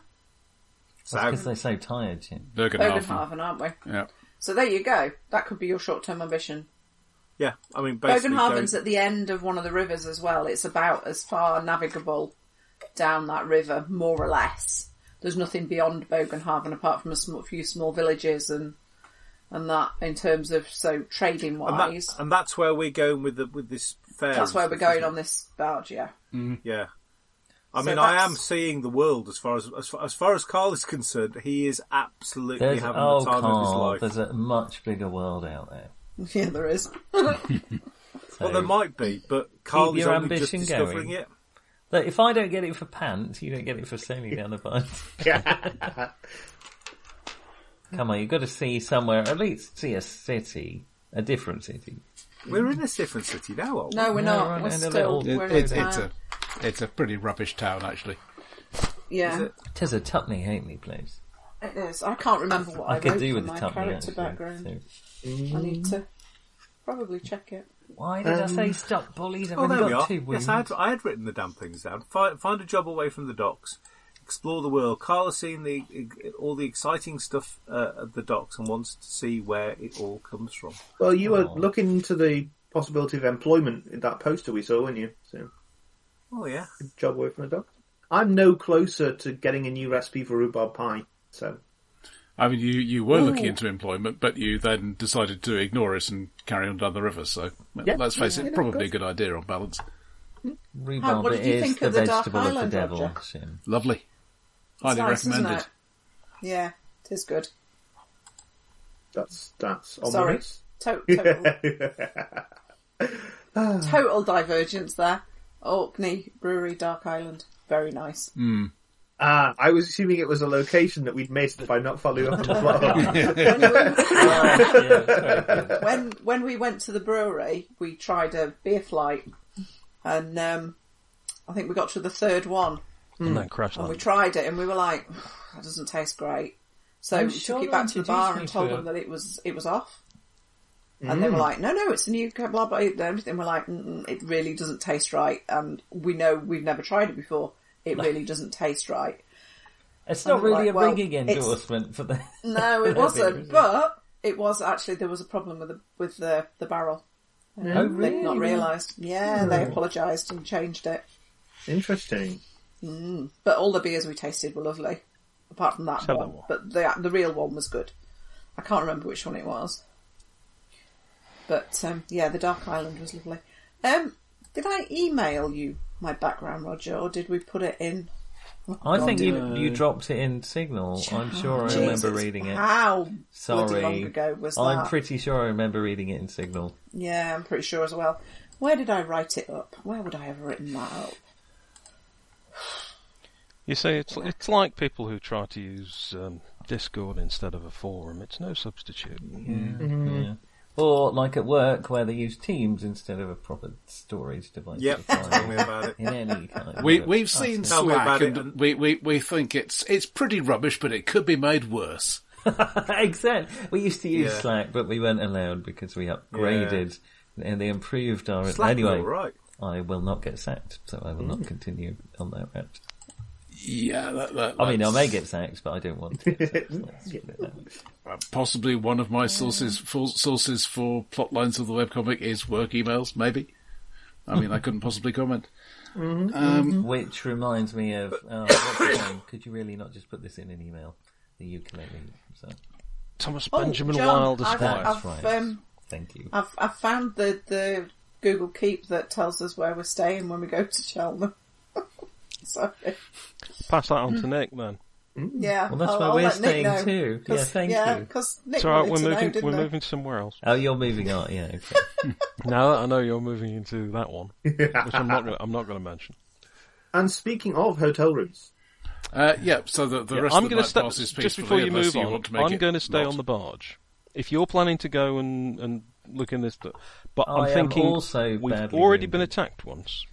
S2: Because
S6: South.
S2: they're so tired, Jim.
S1: Bergenhafen.
S4: Bodenhaven, aren't we?
S1: Yeah.
S4: So there you go. That could be your short term ambition.
S6: Yeah, I mean, basically,
S4: Bogenhaven's
S6: going-
S4: at the end of one of the rivers as well. It's about as far navigable down that river, more or less. There's nothing beyond Bogenhaven apart from a sm- few small villages and and that in terms of so trading
S6: And,
S4: wise.
S6: that, and that's where we're going with the with this fair.
S4: That's
S6: and
S4: where we're
S6: stuff,
S4: going
S6: isn't
S4: on this barge, yeah.
S6: it? Yeah. I
S4: So
S6: mean, I
S4: that's-
S6: am seeing the world as far as as far as, far as Carl is concerned. He is absolutely
S2: There's,
S6: having
S2: oh,
S6: the time of his
S2: Carl,
S6: life.
S2: there's a much bigger world out there.
S4: Yeah, there is.
S2: So,
S6: Well, there might be, but Carl is
S2: your
S6: only just
S2: ambition
S6: discovering
S2: going.
S6: it.
S2: Look, if I don't get it for pants, you don't get it for sailing down the pond. Come on, you've got to see somewhere, at least see a city, a different city.
S6: We're in a different city now, aren't we?
S4: No, we're
S2: No,
S4: not.
S2: right,
S4: we're
S2: and a
S4: still.
S2: little-
S4: we're
S1: It,
S4: in
S1: it, it's
S4: town.
S1: a it's a pretty rubbish town, actually.
S4: yeah,
S6: it?
S2: Tis a Tutney Halfpenny place.
S4: it is. I can't remember what I,
S2: I could
S4: wrote
S2: do
S4: for
S2: with a
S4: my
S2: Tutney
S4: character
S2: actually.
S4: background.
S2: so-
S4: I need to probably check it.
S2: Why did I say stop bullies? I've
S6: Oh,
S2: only
S6: there we
S2: got
S6: are.
S2: two
S6: Yes,
S2: wounds.
S6: I had, I had written the damn things down. Find, find a job away from the docks. Explore the world. Carl has seen the all the exciting stuff uh, at the docks and wants to see where it all comes from.
S5: Well, you were
S2: Oh.
S5: looking into the possibility of employment in that poster we saw, weren't you? So,
S6: Oh yeah,
S5: job away from the dog. I'm no closer to getting a new recipe for rhubarb pie. So,
S1: I mean, you, you were
S2: Mm.
S1: looking into employment, but you then decided to ignore it and carry on down the river. So
S2: Yeah.
S1: let's face it, probably a good idea on balance.
S2: Rhubarb
S4: what
S2: it
S4: did you
S2: is
S4: think
S2: the
S4: of the Dark
S2: vegetable of the
S4: Island,
S2: devil.
S4: Roger?
S2: Sim.
S1: Lovely, highly
S4: nice, isn't
S1: recommended.
S4: it? Yeah, it is good.
S5: that's that's
S4: Sorry,
S5: ominous.
S4: To- total, total divergence there. Orkney Brewery, Dark Island, very nice.
S2: Mm.
S5: Ah, I was assuming it was a location that we'd missed by not following up on the plot.
S4: When we-
S2: Oh, Yeah, very good.
S4: when when we went to the brewery, we tried a beer flight, and um, I think we got to the third one,
S3: And then crash
S4: and we
S3: landed.
S4: tried it, and we were like, "That doesn't taste great." So
S2: I'm
S4: we
S2: sure
S4: took
S2: they
S4: it back to the bar and
S2: introduced
S4: told
S2: me to Mm.
S4: them that it was it was off, and they were like, "No, no, it's a new blah blah." blah everything. We're like, Mm-mm, "It really doesn't taste right," and we know we've never tried it before. It really doesn't taste right.
S2: It's not
S4: I'm
S2: really
S4: like,
S2: a
S4: well,
S2: big
S4: it's-
S2: endorsement for the.
S4: No,
S2: That'd
S4: it
S2: be
S4: wasn't.
S2: amazing.
S4: But it was actually there was a problem with the with the the barrel.
S2: Oh,
S4: They'd not realised. Yeah, they apologised and changed it.
S5: Interesting.
S4: But all the beers we tasted were lovely, apart from that
S3: Except
S4: one.
S3: that one.
S4: But the the real one was good. I can't remember which one it was. But um, yeah, the Dark Island was lovely. Um, did I email you my background, Roger, or did we put it in?
S2: I think you you dropped it in Signal. I'm sure I remember
S4: Jesus,
S2: reading it.
S4: How bloody
S2: Sorry,
S4: long ago was that?
S2: I'm pretty sure I remember reading it in Signal.
S4: Yeah, I'm pretty sure as well. Where did I write it up? Where would I have written that up?
S3: You see, it's it's like people who try to use um, Discord instead of a forum. It's no substitute.
S2: Yeah. Or like at work where they use Teams instead of a proper storage device.
S6: yep.
S2: for files
S6: Tell me about it.
S2: In any kind. of
S1: We
S2: work.
S1: we've seen
S6: Tell me
S1: Slack,
S6: about it.
S1: and we, we we think it's it's pretty rubbish, but it could be made worse.
S2: exactly. We used to use
S6: Yeah.
S2: Slack, but we weren't allowed because we upgraded and they improved our.
S6: Slack
S2: anyway,
S6: all right.
S2: I will not get sacked, so I will not continue on that route.
S1: Yeah, that, that,
S2: I mean, I
S1: that's
S2: may get sacked, but I don't want to. Get sacked. Let's put it that way.
S1: possibly one of my sources for, sources for plot lines of the webcomic is work emails. Maybe. I mean, I couldn't possibly comment.
S2: Which reminds me of, uh, what's the name? could you really not just put this in an email? The ukulele. So,
S3: Thomas
S4: Oh,
S3: Benjamin
S4: John,
S3: Wilde
S4: I've-
S3: as
S2: that's
S3: well.
S4: I've,
S2: right.
S4: um,
S2: Thank you.
S4: I've I've found the the Google Keep that tells us where we're staying when we go to Cheltenham. so
S3: Pass that
S4: Hmm.
S3: on to Nick, man.
S4: yeah,
S2: Well, that's
S4: I'll,
S2: where
S4: I'll
S2: we're
S4: let Nick
S2: staying
S4: know,
S2: too. Yeah,
S4: 'cause-
S2: thank
S4: yeah,
S2: you.
S4: Because Nick
S3: It's all right,
S4: wanted
S3: we're
S4: to know,
S3: moving.
S4: didn't
S3: we're
S4: they?
S3: moving somewhere else.
S2: Oh, you're moving on. Yeah, okay.
S3: Now that I know you're moving into that one, which I'm not. gonna- I'm not going to mention.
S5: And speaking of hotel rooms,
S1: Uh, yeah, so the, the
S3: Yeah,
S1: rest
S3: I'm
S1: of the
S3: going
S1: night
S3: to step
S1: passes
S3: just
S1: peacefully
S3: before you
S1: unless
S3: move on.
S1: want to make
S3: I'm
S1: it
S3: going to stay
S1: not.
S3: on the barge. If you're planning to go and and look in this, d- but
S2: I
S3: I'm
S2: am
S3: thinking
S2: also
S3: we've
S2: badly
S3: already been
S2: wounded.
S3: attacked once.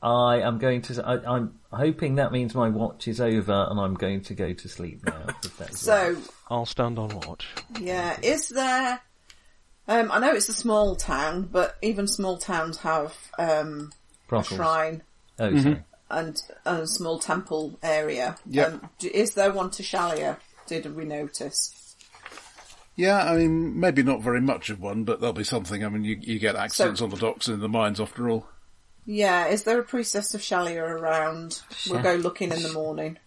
S2: I am going to. I, I'm hoping that means my watch is over, and I'm going to go to sleep now. if that's right.
S4: So
S3: I'll stand on watch.
S4: yeah, is there? Um, I know it's a small town, but even small towns have um, a
S2: Brothels.
S4: shrine
S2: Oh,
S1: Mm-hmm.
S2: sorry.
S4: and and a small temple area.
S1: Yep.
S4: Um, d- is there one to Shalia? Did we notice?
S1: Yeah, I mean, maybe not very much of one, but there'll be something. I mean, you, you get accidents on the docks and in the mines after all.
S4: Yeah, is there a priestess of Shalia around? We'll go looking in the morning.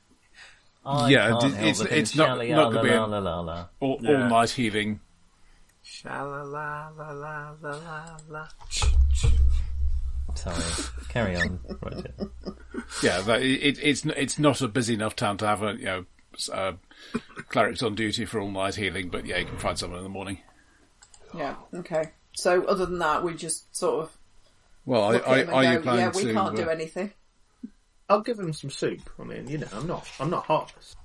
S2: I
S1: Yeah,
S2: can't
S1: it-
S2: help
S1: it's-
S2: but
S1: it's
S2: think,
S1: not-
S2: "Shally,
S1: not
S2: ah,
S1: gonna
S2: la,
S1: be
S2: la,
S1: a-
S2: la, la, la."
S1: All,
S6: Yeah.
S1: all night healing
S6: Sha-la-la-la-la-la-la.
S2: Sorry. Carry on, Roger.
S1: Yeah, that, it, it's n- it's not a busy enough town to have a you know s- uh, clerics on duty for all night healing, but yeah, you can find someone in the morning.
S4: Yeah. Okay. So other than that, we just sort of
S1: Well, I,
S4: look
S1: I,
S4: at them
S1: are you
S4: and go,
S1: planning
S4: yeah, we
S1: to?
S4: can't do
S1: uh,
S4: anything.
S5: I'll give him some soup. I mean, you know, I'm not, I'm not heartless.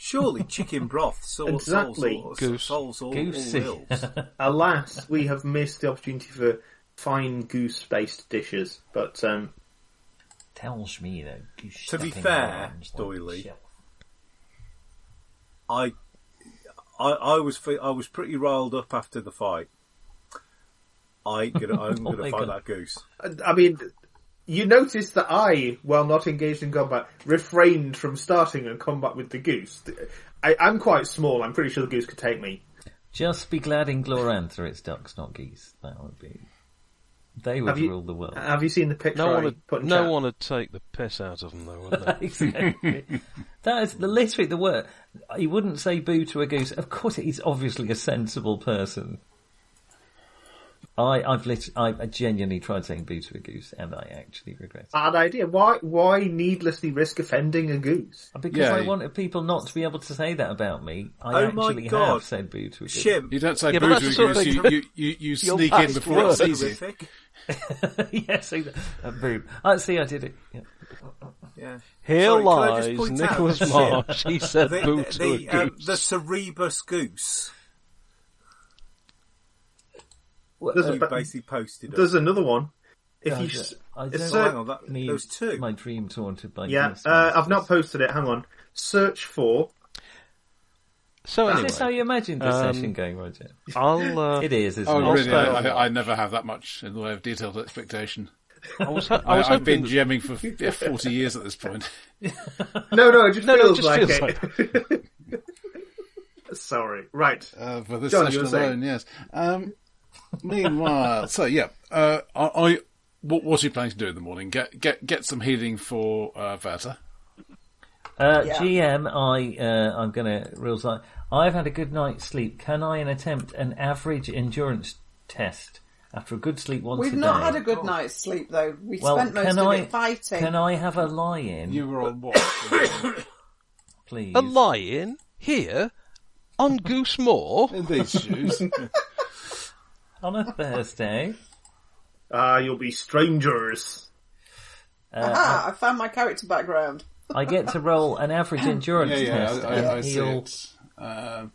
S6: Surely chicken broth sol-
S5: Exactly.
S6: solves all,
S3: Goose.
S6: solves all, all
S2: Goosey.
S6: ills.
S5: Alas, we have missed the opportunity for fine goose-based dishes. But um,
S2: Tells me though. goose
S6: To be
S2: stepping
S6: fair,
S2: around like
S6: Doyley,
S2: shit.
S6: I, I, I was fe- I was pretty riled up after the fight. I ain't gonna, I'm
S2: Oh
S6: gonna
S2: my
S6: fight
S2: God.
S6: that goose.
S5: I- I mean, you notice that I, while not engaged in combat, refrained from starting a combat with the goose. I, I'm quite small. I'm pretty sure the goose could take me.
S2: Just be glad in Glorantha it's ducks, not geese. That would be. They would
S5: Have you-
S2: rule the world.
S5: Have you seen the picture?
S3: No
S5: I
S3: one would
S5: put in
S3: no
S5: chat?
S3: one would take the piss out of them though, would they?
S2: exactly. that is the literally the word. He wouldn't say boo to a goose. Of course, he's obviously a sensible person. I, I've lit, I I genuinely tried saying boo to a goose, and I actually regret
S5: Bad idea. Why? Why needlessly risk offending a goose?
S2: it because
S1: Yeah,
S2: I
S1: you-
S2: wanted people not to be able to say that about me. I
S6: Oh my
S2: actually
S6: God.
S2: have said boo to a goose.
S6: Shim,
S1: You don't say
S3: Yeah, but
S1: boo
S3: that's
S1: to
S3: the
S1: a
S3: sort of
S1: goose.
S3: thing-
S1: You, you, you, you
S3: Your
S1: sneak in
S3: past
S1: before it's
S3: work.
S1: easy.
S6: horrific.
S2: yes, exactly. Uh, boo. I see. I did it. Yeah.
S6: Yeah.
S3: Here
S6: Sorry, can I
S3: lies
S6: just point out
S3: Nicholas
S6: that-
S3: Marsh. He said
S6: The,
S3: boo to a
S6: the, um,
S3: goose.
S6: the Cerebus goose
S2: Well,
S5: There's
S2: uh,
S6: you
S5: But-
S6: basically posted.
S5: There's another one. If
S2: I
S5: you,
S2: don't-
S5: s-
S2: I
S5: if
S2: don't
S5: so-
S6: hang on, that,
S2: need
S6: those two.
S2: My dream taunted by
S5: yeah,
S2: goose
S5: uh, I've not
S2: monsters.
S5: posted it. Hang on. Search for.
S3: So
S2: Is this how
S3: anyway,
S2: you imagined the
S3: Um,
S2: session going, Roger?
S3: I'll. Uh,
S2: It is, isn't
S1: Oh,
S2: it?
S1: really? I,
S3: Also-
S1: I, I never have that much in the way of detailed expectation.
S3: I was. ho- I
S1: I
S3: was
S1: have
S3: hoping.
S1: been
S3: that-
S1: gemming for f- forty years at this point.
S5: No, no, it just
S3: No, no, it
S5: feels
S3: just
S5: like
S3: feels
S5: it. Sorry. Right.
S1: uh, for this
S5: John, you
S1: session
S5: were saying?
S1: alone. Yes. Um, meanwhile, so yeah, uh, I, I what, what are you planning to do in the morning? Get get get some healing for uh, Verta.
S2: Uh,
S4: Yeah.
S2: GM, I, uh, I'm gonna real like I've had a good night's sleep. Can I attempt an average endurance test after a good sleep once
S4: We've
S2: a
S4: not
S2: day?
S4: had a good night's sleep though. We
S2: well,
S4: spent most
S2: can
S4: of
S2: I,
S4: it fighting.
S2: Can I have a lie-in,
S1: You were on watch.
S2: please?
S3: a lion here on Goose Moor.
S1: in these shoes.
S2: On a Thursday.
S5: Ah, you'll be strangers.
S4: Aha! Ah, I found my character background.
S2: I get to roll an average endurance
S1: yeah, yeah,
S2: test
S1: I,
S2: and
S1: I, I see
S2: heal.
S1: it. Um,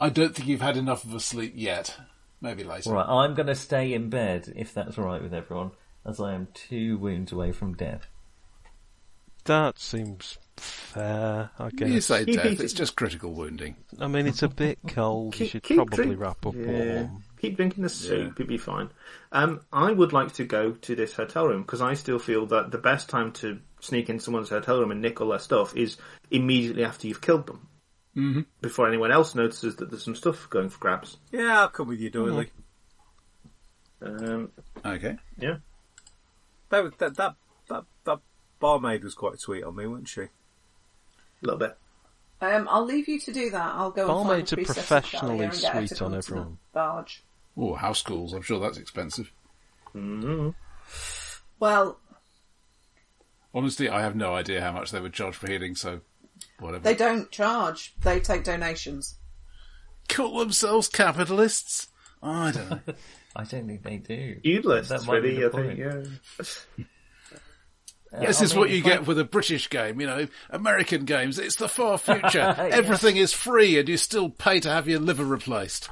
S1: I don't think you've had enough of a sleep yet. Maybe later.
S2: Right, I'm going to stay in bed if that's all right with everyone, as I am two wounds away from death.
S3: That seems fair. I guess.
S1: You say death, it's just critical wounding.
S3: I mean, it's a bit cold. you
S5: Keep-
S3: should
S5: keep
S3: probably
S5: drink-
S3: wrap up
S5: Yeah.
S3: warm.
S5: Keep drinking the soup, you'll be fine. Um, I would like to go to this hotel room because I still feel that the best time to sneak in someone's hotel room and nick all their stuff is immediately after you've killed them. Mm-hmm. Before anyone else notices that there's some stuff going for grabs.
S6: Yeah, I'll come with you, Doyley.
S5: Um,
S1: Okay.
S5: yeah.
S6: That, was- that, that, that, that barmaid was quite sweet on me, wasn't she?
S5: A little bit.
S4: Um, I'll leave you to do that. I'll go.
S3: Barmaids are
S4: and find a priestess
S3: professionally
S4: down here and get her to
S3: sweet
S4: come
S3: on
S4: to the
S3: everyone.
S4: Barge.
S1: Oh, house calls. I'm sure that's expensive.
S4: Well,
S1: Honestly, I have no idea how much they would charge for healing, so whatever.
S4: they don't charge. They take donations.
S1: call themselves capitalists. I don't know.
S2: I don't think they do.
S5: Feudalists,
S2: That might be
S5: really,
S2: the
S5: I think,
S2: point.
S5: yeah.
S2: Uh,
S1: This
S2: I
S1: is
S2: mean,
S1: what you
S2: if
S1: get with a British game, you know, American games. It's the far future. Everything is free and you still pay to have your liver replaced.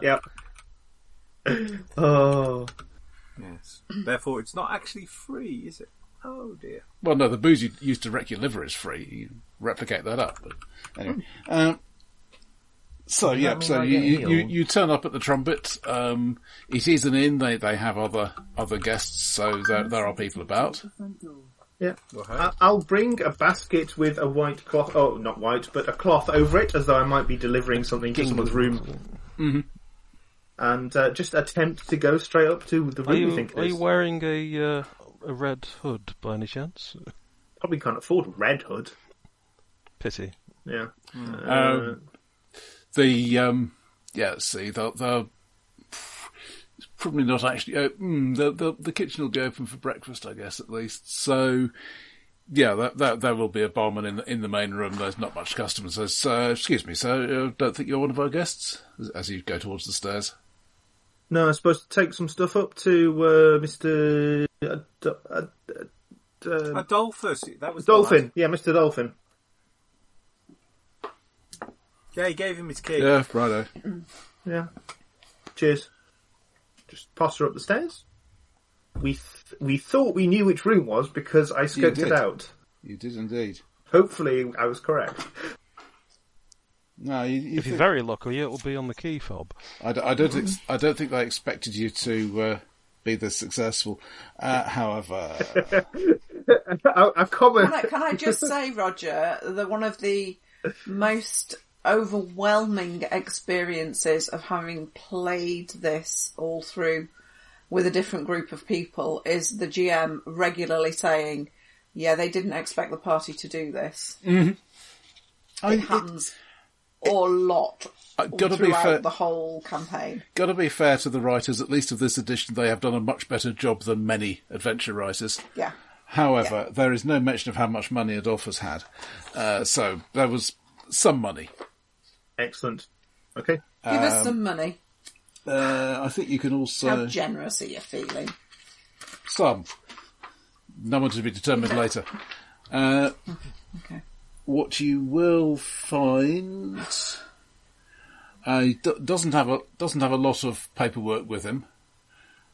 S5: Yep. oh.
S6: Yes. Therefore, it's not actually free, is it? Oh dear.
S1: Well, no, the booze you use to wreck your liver is free. You replicate that up. But anyway. Um, so, yeah,
S2: Hmm. mean
S1: so
S2: I
S1: you,
S2: get
S1: you, you,
S2: healed?
S1: you turn up at the trumpet. Um, it is an inn. They, they have other, other guests, so there, there are people about.
S5: Yeah.
S6: Okay.
S5: I- I'll bring a basket with a white cloth. Oh, not white, but a cloth over it, as though I might be delivering something to someone's room, Mm-hmm. and uh, just attempt to go straight up to the
S3: Are
S5: room. You,
S3: you,
S5: think it
S3: are you
S5: is.
S3: wearing a uh, a red hood by any chance?
S5: Probably can't afford Red Hood. Mm. Uh,
S3: Pity.
S5: Yeah.
S1: Um, the um, yeah, let's see, the the it's probably not actually uh, mm, the, the the kitchen will be open for breakfast, I guess at least. So yeah, that, that there will be a barman in the, in the main room. There's not much customers. Says, uh, excuse me, sir, I don't think you're one of our guests. As, as you go towards the stairs.
S5: No, I'm supposed to take some stuff up to uh, Mr. Ad- Ad- Ad- uh,
S6: Adolphus, that was the
S5: Dolphin.
S6: lad.
S5: Yeah, Mr. Dolphin.
S6: Yeah, he gave him his key.
S1: Yeah, righto.
S5: Yeah. Cheers. Just pass her up the stairs. We th- we thought we knew which room was because I scoped
S1: did.
S5: it out.
S1: You did indeed.
S5: Hopefully, I was correct.
S1: No, you, you
S3: If you're
S1: think-
S3: very lucky, it'll be on the key fob.
S1: I, d- I don't. Ex- I don't think they expected you to uh, be this successful. Uh, however,
S5: I, I comment.
S4: Can I, can I just say, Roger, that one of the most overwhelming experiences of having played this all through with a different group of people is the GM regularly saying, yeah, they didn't expect the party to do this.
S1: I,
S4: It happens a lot
S1: I- gotta be
S4: throughout
S1: fair-
S4: the whole campaign.
S1: got to be fair to the writers, at least of this edition, they have done a much better job than many adventure writers.
S4: Yeah.
S1: However, there is no mention of how much money Adolphus had, uh, so there was some money.
S5: Excellent. Okay.
S4: Give us
S1: Um,
S4: some money.
S1: Uh, I think you can
S4: How
S1: also
S4: generous are you feeling?
S1: some. Number to be determined later. Uh,
S4: Okay.
S1: what you will find uh, he do- doesn't have a doesn't have a lot of paperwork with him.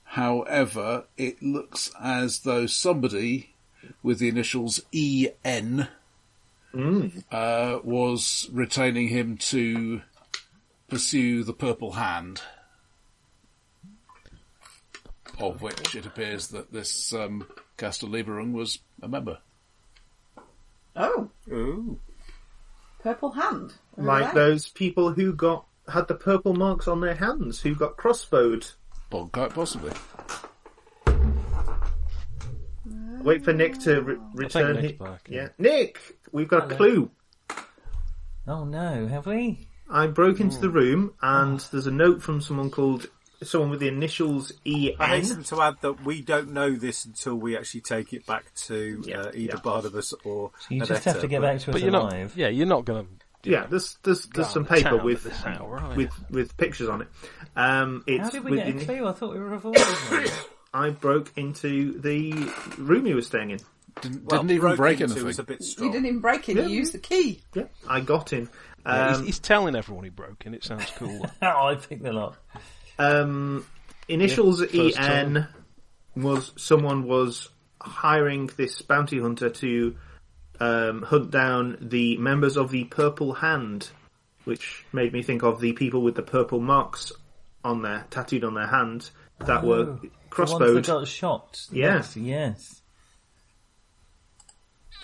S1: However, it looks as though somebody with the initials E N uh, was retaining him to pursue the Purple Hand, of which it appears that this um, Castelliberung was a member.
S4: Oh,
S6: Ooh.
S4: purple hand. Who are
S5: Like
S4: they?
S5: those people who got had the purple marks on their hands, who got crossbowed.
S1: Well, quite possibly.
S5: Wait for Nick to re- return.
S3: Nick's
S5: his-
S3: back,
S5: Yeah.
S3: yeah.
S5: Nick, we've got a clue.
S2: Oh no, have we?
S5: I broke into the room, and there's a note from someone called someone with the initials E
S6: I
S5: N.
S6: hasten to add that we don't know this until we actually take it back to
S5: Yeah,
S6: uh, either
S5: yeah.
S6: Barnabas or
S2: You just have
S6: Nevetta,
S2: to get
S6: but-
S2: back to us
S3: But you're
S2: alive.
S3: not. Yeah, you're not going to.
S5: Yeah, there's there's there's
S3: on
S5: some
S3: the
S5: paper
S3: town at
S5: with
S3: this hour, right?
S5: with with pictures on it. Um, it's
S2: How did we
S5: with
S2: get a
S5: the-
S2: clue? I thought we were avoiding.
S5: I broke into the room he was staying in.
S1: Didn't,
S6: Well,
S1: didn't even
S6: broke
S1: break
S6: into
S1: anything.
S6: Was a bit
S4: You
S6: strong.
S4: didn't even break it, you used the key.
S5: Yeah, I got in.
S3: Yeah, he's,
S5: Um,
S3: he's telling everyone he broke, and it sounds cooler.
S2: How I picked the lot.
S5: um, initials
S3: first
S5: EN was someone was hiring this bounty hunter to um, hunt down the members of the Purple Hand, which made me think of the people with the purple marks on their tattooed on their hand that were
S2: Oh, The ones
S5: crossbowed.
S2: that got shot.
S5: Yeah.
S2: Yes, yes.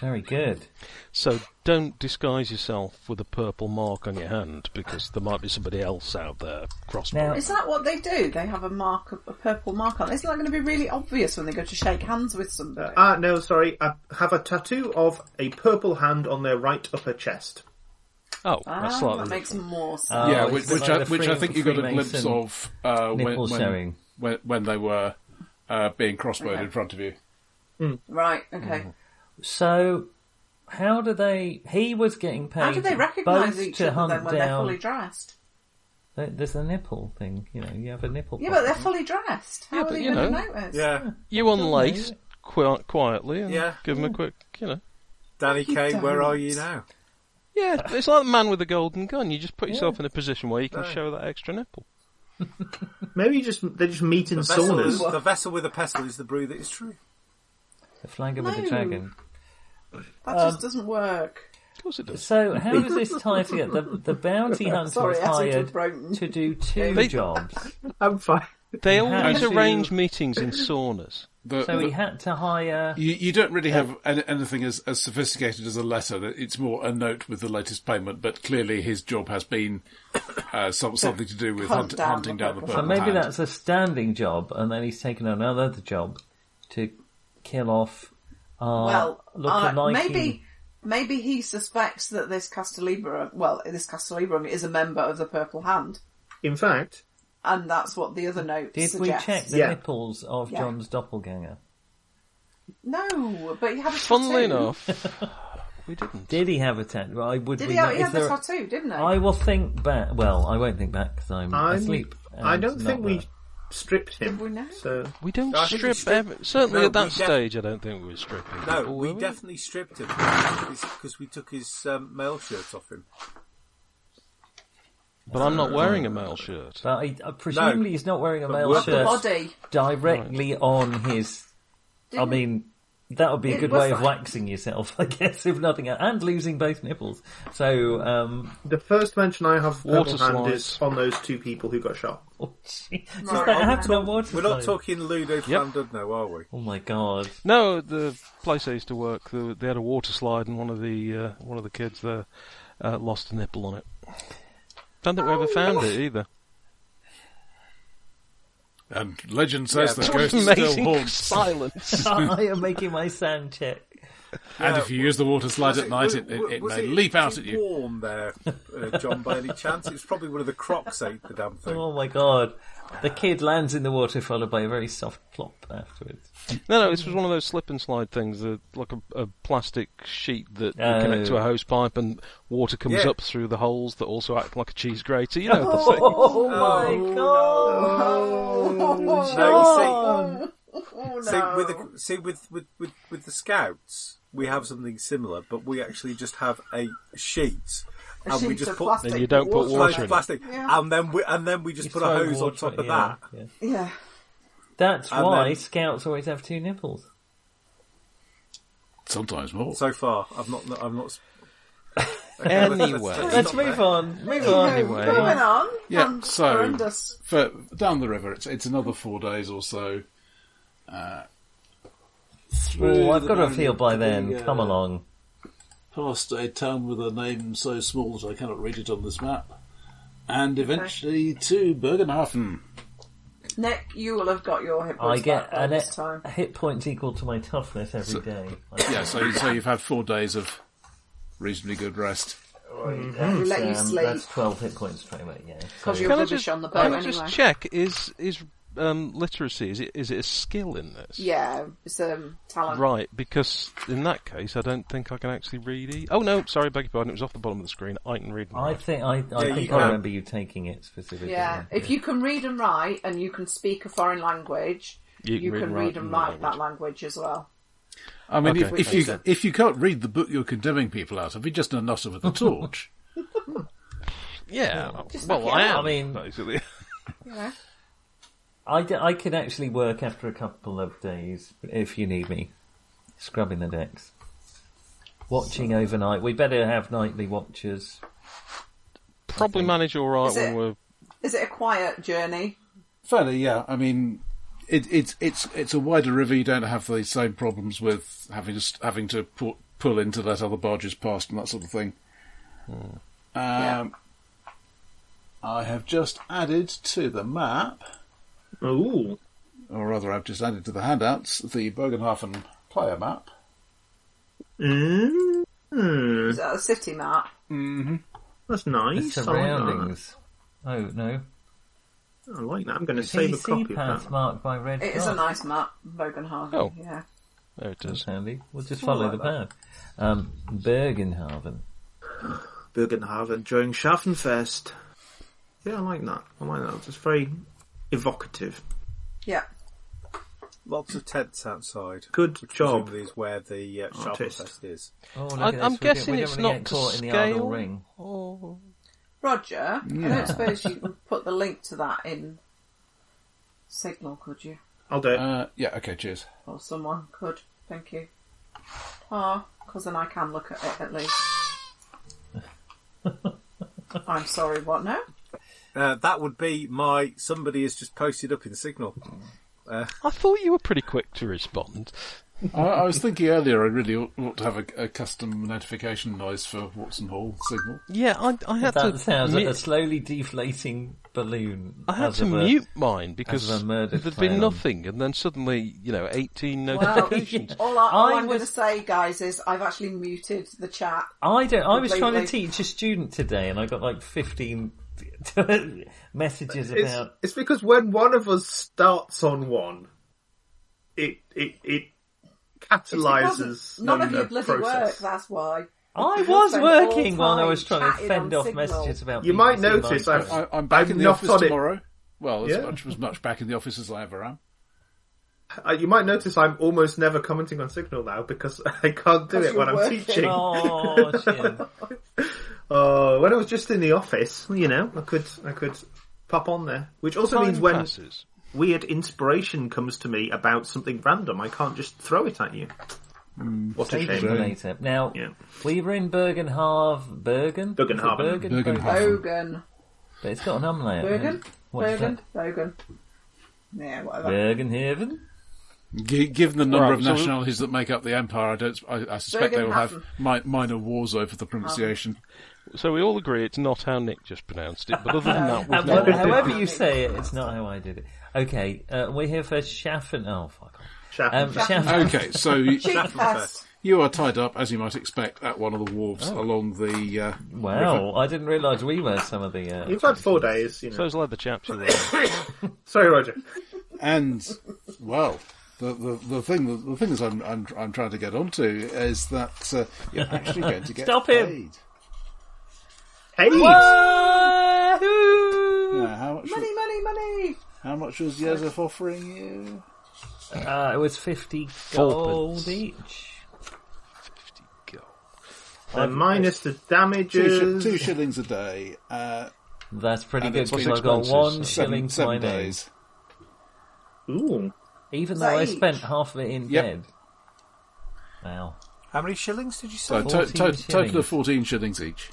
S2: Very good.
S3: so don't disguise yourself with a purple mark on your hand, because there might be somebody else out there crossbow.
S2: Now-
S4: Is that what they do? They have a mark, a purple mark on. Isn't that going to be really obvious when they go to shake hands with somebody?
S5: Ah, no, sorry. I have a tattoo of a purple hand on their right upper chest.
S3: Oh, that's
S4: Ah,
S3: slightly
S4: that makes more sense.
S1: yeah,
S2: Oh,
S1: which,
S2: it's
S1: which,
S2: like
S1: I,
S2: the
S1: which I
S2: Freem-
S1: think you got a
S2: Freemason
S1: glimpse of uh, when,
S2: nipple
S1: when,
S2: showing.
S1: when when they were uh, being crossbowed in front of you.
S4: right. Okay.
S2: Mm-hmm. So, how do they? He was getting paid.
S4: How do they
S2: both
S4: recognise each
S2: to
S4: other
S2: hunt
S4: then when they're
S2: down.
S4: fully dressed?
S2: There- There's a nipple thing. You know, you have a nipple.
S4: Yeah, but
S2: problem.
S4: they're fully dressed. How
S3: Yeah,
S4: are
S3: but
S4: they
S3: you
S4: going to
S3: know.
S4: notice?
S6: Yeah,
S3: You unlaced
S2: know.
S3: qui- quietly and
S6: Yeah.
S3: give
S5: Mm.
S3: him a quick, you know.
S6: Danny
S4: You
S6: Kaye, where are
S4: don't.
S6: you now?
S3: Yeah, it's like the man with the golden gun. You just put yourself
S2: Yeah.
S3: in a position where you can
S6: Right.
S3: show that extra nipple.
S5: Maybe just they just meet in
S6: The vessel,
S5: saunas.
S6: is, the vessel with a pestle is the brew that is true.
S2: The flanker with
S4: No.
S2: the dragon.
S4: That
S2: Um,
S4: just doesn't work.
S3: Of course it does.
S2: So how does this tie together? The, the bounty hunter
S4: Sorry,
S2: was
S4: I seem to
S2: hired
S4: have broken.
S2: to do two
S3: They-
S2: jobs.
S5: I'm fine.
S3: They
S2: had
S3: always
S2: to-
S3: arrange meetings in saunas.
S1: The-
S2: So
S1: the-
S2: he had to hire.
S1: you, you don't really have an, anything as, as sophisticated as a letter. It's more a note with the latest payment. But clearly, his job has been uh, some, something to do with
S4: Hunt
S1: hunt,
S4: down
S1: hunting
S4: the
S1: down the
S4: purple
S1: purple.
S2: So maybe
S1: hand.
S2: that's a standing job, and then he's taken another job to kill off. Our
S4: well, uh,
S2: lookalike
S4: maybe Maybe he suspects that this Castellibra, well, this Castellibra is a member of the Purple Hand,
S5: In fact,
S4: and that's what the other note
S2: Did we
S4: suggests.
S2: check the
S5: Yeah.
S2: nipples of
S4: Yeah.
S2: John's doppelganger?
S4: No, but he had a
S3: Funnily
S4: tattoo.
S3: enough, we didn't.
S2: Did he have a tattoo? I would.
S4: Did
S2: be-
S4: he? Have, he
S2: if
S4: had the
S2: there-
S4: tattoo, didn't he?
S2: I will think back. Well, I won't think back because I'm,
S5: I'm,
S2: Hmm, asleep.
S5: I
S2: and
S5: don't
S2: not
S5: think we
S2: there.
S5: stripped him.
S4: Did we know?
S5: So
S3: We don't
S6: I think
S3: strip.
S6: we strip-
S3: ev- certainly
S6: No,
S3: at that
S6: we def-
S3: stage, I don't think we were stripping.
S6: No,
S3: people,
S6: we
S3: were
S6: definitely stripped him because we took his um, mail shirt off him.
S3: But I'm not wearing a male shirt.
S2: But I, I presumably
S6: No.
S2: he's not wearing a
S6: But
S2: male
S6: what-
S4: the
S2: shirt
S4: body.
S2: directly on his. I
S4: Didn't-
S2: mean, that would be a
S4: It
S2: good
S4: was
S2: way of
S4: like-
S2: waxing yourself, I guess, if nothing else, and losing both nipples. So, um,
S5: the first mention I have of
S3: Water
S5: Purple Hand
S3: slides.
S5: is on those two people who got shot.
S2: oh, gee, does
S4: Right,
S2: that
S4: I'm
S2: happen on water
S6: We're not
S2: slide?
S6: talking Ludo Plandudno, are we?
S2: Oh my god!
S3: No, the place I used to work, the- they had a water slide, and one of the uh, one of the kids there uh, lost a nipple on it. Don't think we
S6: Oh,
S3: ever found it either.
S1: And legend says
S6: Yeah,
S1: the
S3: What
S1: ghost
S3: an
S1: still
S3: amazing
S1: haunts.
S3: silence.
S2: I am making my sound check.
S1: And if you use the water slide
S6: Was
S1: at night, it,
S6: wa-
S1: it, it
S6: was
S1: may leap
S6: was
S1: out
S6: it
S1: at you.
S6: warm there, uh, John, by any chance? It's probably one of the crocs ate the damn thing.
S2: Oh my god! The kid lands in the water, followed by a very soft plop afterwards.
S3: no, no,
S2: Um,
S3: this was one of those slip and slide things, that, like a, a plastic sheet that you
S2: Oh.
S3: connect to a hose pipe, and water comes
S6: Yeah.
S3: up through the holes that also act like a cheese grater. You know the thing.
S2: Oh, my
S6: no.
S2: god!
S6: No,
S4: Oh, no.
S6: see, see, with the, see with, with, with, with the scouts, we have something similar, but we actually just have a sheet.
S4: A
S6: and we
S4: sheet
S6: just
S4: of
S6: put
S4: plastic
S3: And you don't put
S4: water
S3: water
S6: like
S3: in it.
S6: plastic,
S4: Yeah.
S6: and then we and then we just
S2: You
S6: put a
S2: throw
S6: hose on
S2: water-
S6: top of
S2: yeah,
S6: that.
S2: yeah.
S4: Yeah.
S2: That's
S6: And
S2: why
S6: then-
S2: scouts always have two nipples.
S1: Sometimes more.
S6: So far, I've not, I'm not.
S3: Anyway.
S6: Stop
S2: Let's
S6: there.
S2: move on. Move on.
S3: Anyway.
S4: Going on.
S1: yeah,
S4: Um,
S1: so
S4: horrendous.
S1: for, down the river, it's it's another four days or so. Uh, through
S2: Oh, I've
S7: the
S2: got a
S7: barrier
S2: feel by
S7: to
S2: then.
S7: the, uh,
S2: Come along.
S7: past a town with a name so small that I cannot read it on this map, and eventually to Bergenhafen.
S1: Hmm.
S4: Nick, you will have got your hip
S2: I
S4: points
S2: get
S4: back by
S2: an
S4: this time.
S2: e- hit points equal to my toughness every day.
S1: yeah, so so you've had four days of reasonably good rest.
S4: We let you
S2: Um,
S4: sleep
S2: that's twelve hit points straight away. Yeah.
S4: because
S2: So-
S4: you're
S3: Can I
S4: rubbish
S3: just-
S4: on the boat
S3: Can I
S4: anyway.
S3: just check? Is is um, literacy? Is it is it a skill in this?
S4: Yeah, it's um, talent.
S3: Right, because in that case, I don't think I can actually read. E- oh no, sorry, beg your pardon. It was off the bottom of the screen. I can read. and
S2: I
S3: write.
S2: think I, I
S6: Yeah, you
S2: think
S6: can.
S2: I remember you taking it specifically.
S4: Yeah, if you can read and write, and you can speak a foreign language,
S3: You can
S4: you,
S3: read
S4: can
S3: and
S4: read
S3: write
S4: and
S3: my
S4: write that language as well.
S1: I mean,
S3: Okay.
S1: if, if you if you can't read the book you're condemning people out of, you're just a nutter with a torch.
S3: Yeah.
S4: Just
S3: well,
S4: look it
S3: I
S4: up.
S3: am.
S2: I mean-
S3: basically.
S2: I, d- I could actually work after a couple of days if you need me. Scrubbing the decks, watching overnight. We better have nightly watchers.
S3: probably manage all right
S4: Is
S3: when
S4: it-
S3: we're.
S4: Is it a quiet journey?
S1: Fairly, yeah. I mean, it, it's it's it's a wider river. You don't have the same problems with having to st- having to pu- pull into that other barges past and that sort of thing.
S5: Hmm.
S1: Um, I have just added to the map,
S5: Ooh,
S1: or rather, I've just added to the handouts the Bogenhafen player map.
S5: mm,
S4: Is that a city map?
S5: that's
S2: The
S5: nice. I like
S2: surroundings. Oh no!
S5: that. I like that. I'm going to save a
S2: PC
S5: copy of
S2: path
S5: that.
S2: marked by red.
S4: It is a
S2: dots.
S4: nice map, Bogenhagen.
S3: Oh.
S4: Yeah.
S3: There it is.
S2: That's handy. We'll just follow the path. Um, Bergenhaven.
S5: Bergenhaven during Schaffenfest. Yeah, I like that. I like that. It's very evocative.
S4: Yeah.
S6: Lots of tents outside.
S5: Good
S6: which
S5: job.
S6: presumably is where the uh,
S5: Artist.
S6: Sharpenfest is.
S2: Oh, look
S3: I,
S2: at this.
S3: I'm
S2: We don't-
S3: guessing
S2: we don't
S3: it's
S2: really
S3: not
S2: get
S3: to
S2: caught in the
S3: scale.
S2: Arnold ring.
S3: Or...
S4: Roger, I don't suppose you can put the link to that in Signal, could you?
S5: I'll do it.
S1: Uh, yeah. Okay. Cheers.
S4: Or someone could. Thank you. Ah, because then I can look at it at least. I'm sorry, what now?
S6: Uh, that would be my. Somebody has just posted up in Signal.
S3: I thought you were pretty quick to respond.
S1: I, I was thinking earlier I really ought, ought to have a, a custom notification noise for Watson Hall signal.
S3: Yeah, I, I had
S2: That
S3: to.
S2: sounds
S3: mute-
S2: like a slowly deflating balloon.
S3: I had
S2: as
S3: to
S2: of a-
S3: mute mine because
S2: as of a murder
S3: there'd been
S2: clown.
S3: nothing, and then suddenly, you know, 18
S4: Well,
S3: notifications.
S4: all, I,
S2: I
S4: all I'm going to
S2: was-
S4: say, guys, is I've actually muted the chat.
S2: I don't. I was trying to
S4: Completely.
S2: teach a student today, and I got like fifteen messages
S5: It's,
S2: about.
S5: it's because when one of us starts on one, it it it
S4: It's because
S5: catalyzes
S4: none of
S5: an-
S4: your
S5: a
S4: bloody work.
S5: process.
S4: That's why.
S2: I
S4: You'll
S2: was
S4: spend all
S2: working while I
S4: time
S2: was trying to
S4: chatting
S2: fend
S4: on
S2: off
S4: Signal.
S2: messages about.
S5: You might
S2: BBC
S5: notice
S2: Minecraft.
S5: I've-
S1: I, I'm back
S5: I've
S1: in the
S5: knocked
S1: office
S5: on it.
S1: tomorrow. Well, as
S5: Yeah.
S1: much as much back in the office as I ever am.
S5: Uh, you might notice I'm almost never commenting on Signal now because I can't do
S4: Because
S5: it
S4: you're
S5: when I'm
S4: working.
S5: teaching.
S2: Oh, Jim.
S5: Uh, when I was just in the office, you know, I could I could pop on there, which also means
S3: Time
S5: when
S3: passes.
S5: weird inspiration comes to me about something random, I can't just throw it at you. what a
S2: Saving
S5: shame.
S2: for later. Now
S5: Yeah.
S2: we were in Bergenhaven, Bergen,
S5: Bergenhaven.
S2: Bergen,
S1: Bergenhaven.
S2: Bergen?
S4: Bogan.
S2: But it's got an umlaut.
S4: Bergen?
S2: What's
S4: Bogan?
S2: that?
S4: Bogan. Yeah, whatever.
S2: Bergenhaven.
S1: G- given the number
S3: Right,
S1: of
S3: so-
S1: nationalities that make up the empire, I don't. I, I suspect they will have mi- minor wars over the pronunciation.
S3: So we all agree it's not how Nick just pronounced it, but other than that, we've
S2: And
S3: not-
S2: wh- however you say it, it's not how I did it. Okay, uh, we're here for Schaffen. Oh fuck. off.
S5: Shaft.
S2: Um, Schaffen.
S5: Oh.
S1: Okay, so y-
S4: Cheap pest.
S1: you are tied up, as you might expect, at one of the wharves
S2: Oh.
S1: along the. Uh, river.
S2: Wow, I didn't realise we were some of the. Uh,
S5: You've had four days, you know.
S3: So those leather chaps you wear.
S5: Sorry, Roger.
S1: and well, the, the the thing the, the thing that I'm, I'm I'm trying to get onto is that uh, you're actually going to get
S2: Stop him.
S1: paid.
S5: Hey,
S1: Yeah, Uh, how much?
S4: Money, money, money.
S1: How much was Yezef offering you?
S2: uh, it was fifty
S3: Four
S2: gold
S3: pence.
S2: each.
S5: Uh, minus the
S1: Two,
S5: damages.
S1: sh- two shillings a day. Uh,
S2: That's pretty
S1: And
S2: good
S1: it's
S2: because
S1: been
S2: I got
S3: expenses,
S2: oh, one
S3: so
S1: seven,
S2: shilling
S1: seven
S2: to my name.
S1: days.
S5: Ooh.
S2: Even
S4: that
S2: though I
S4: each?
S2: spent half of it in
S1: Yep.
S2: bed. Wow.
S6: How many shillings did you
S1: So
S6: say?
S1: to-
S2: 14
S1: to- total
S2: shillings.
S1: of fourteen shillings each.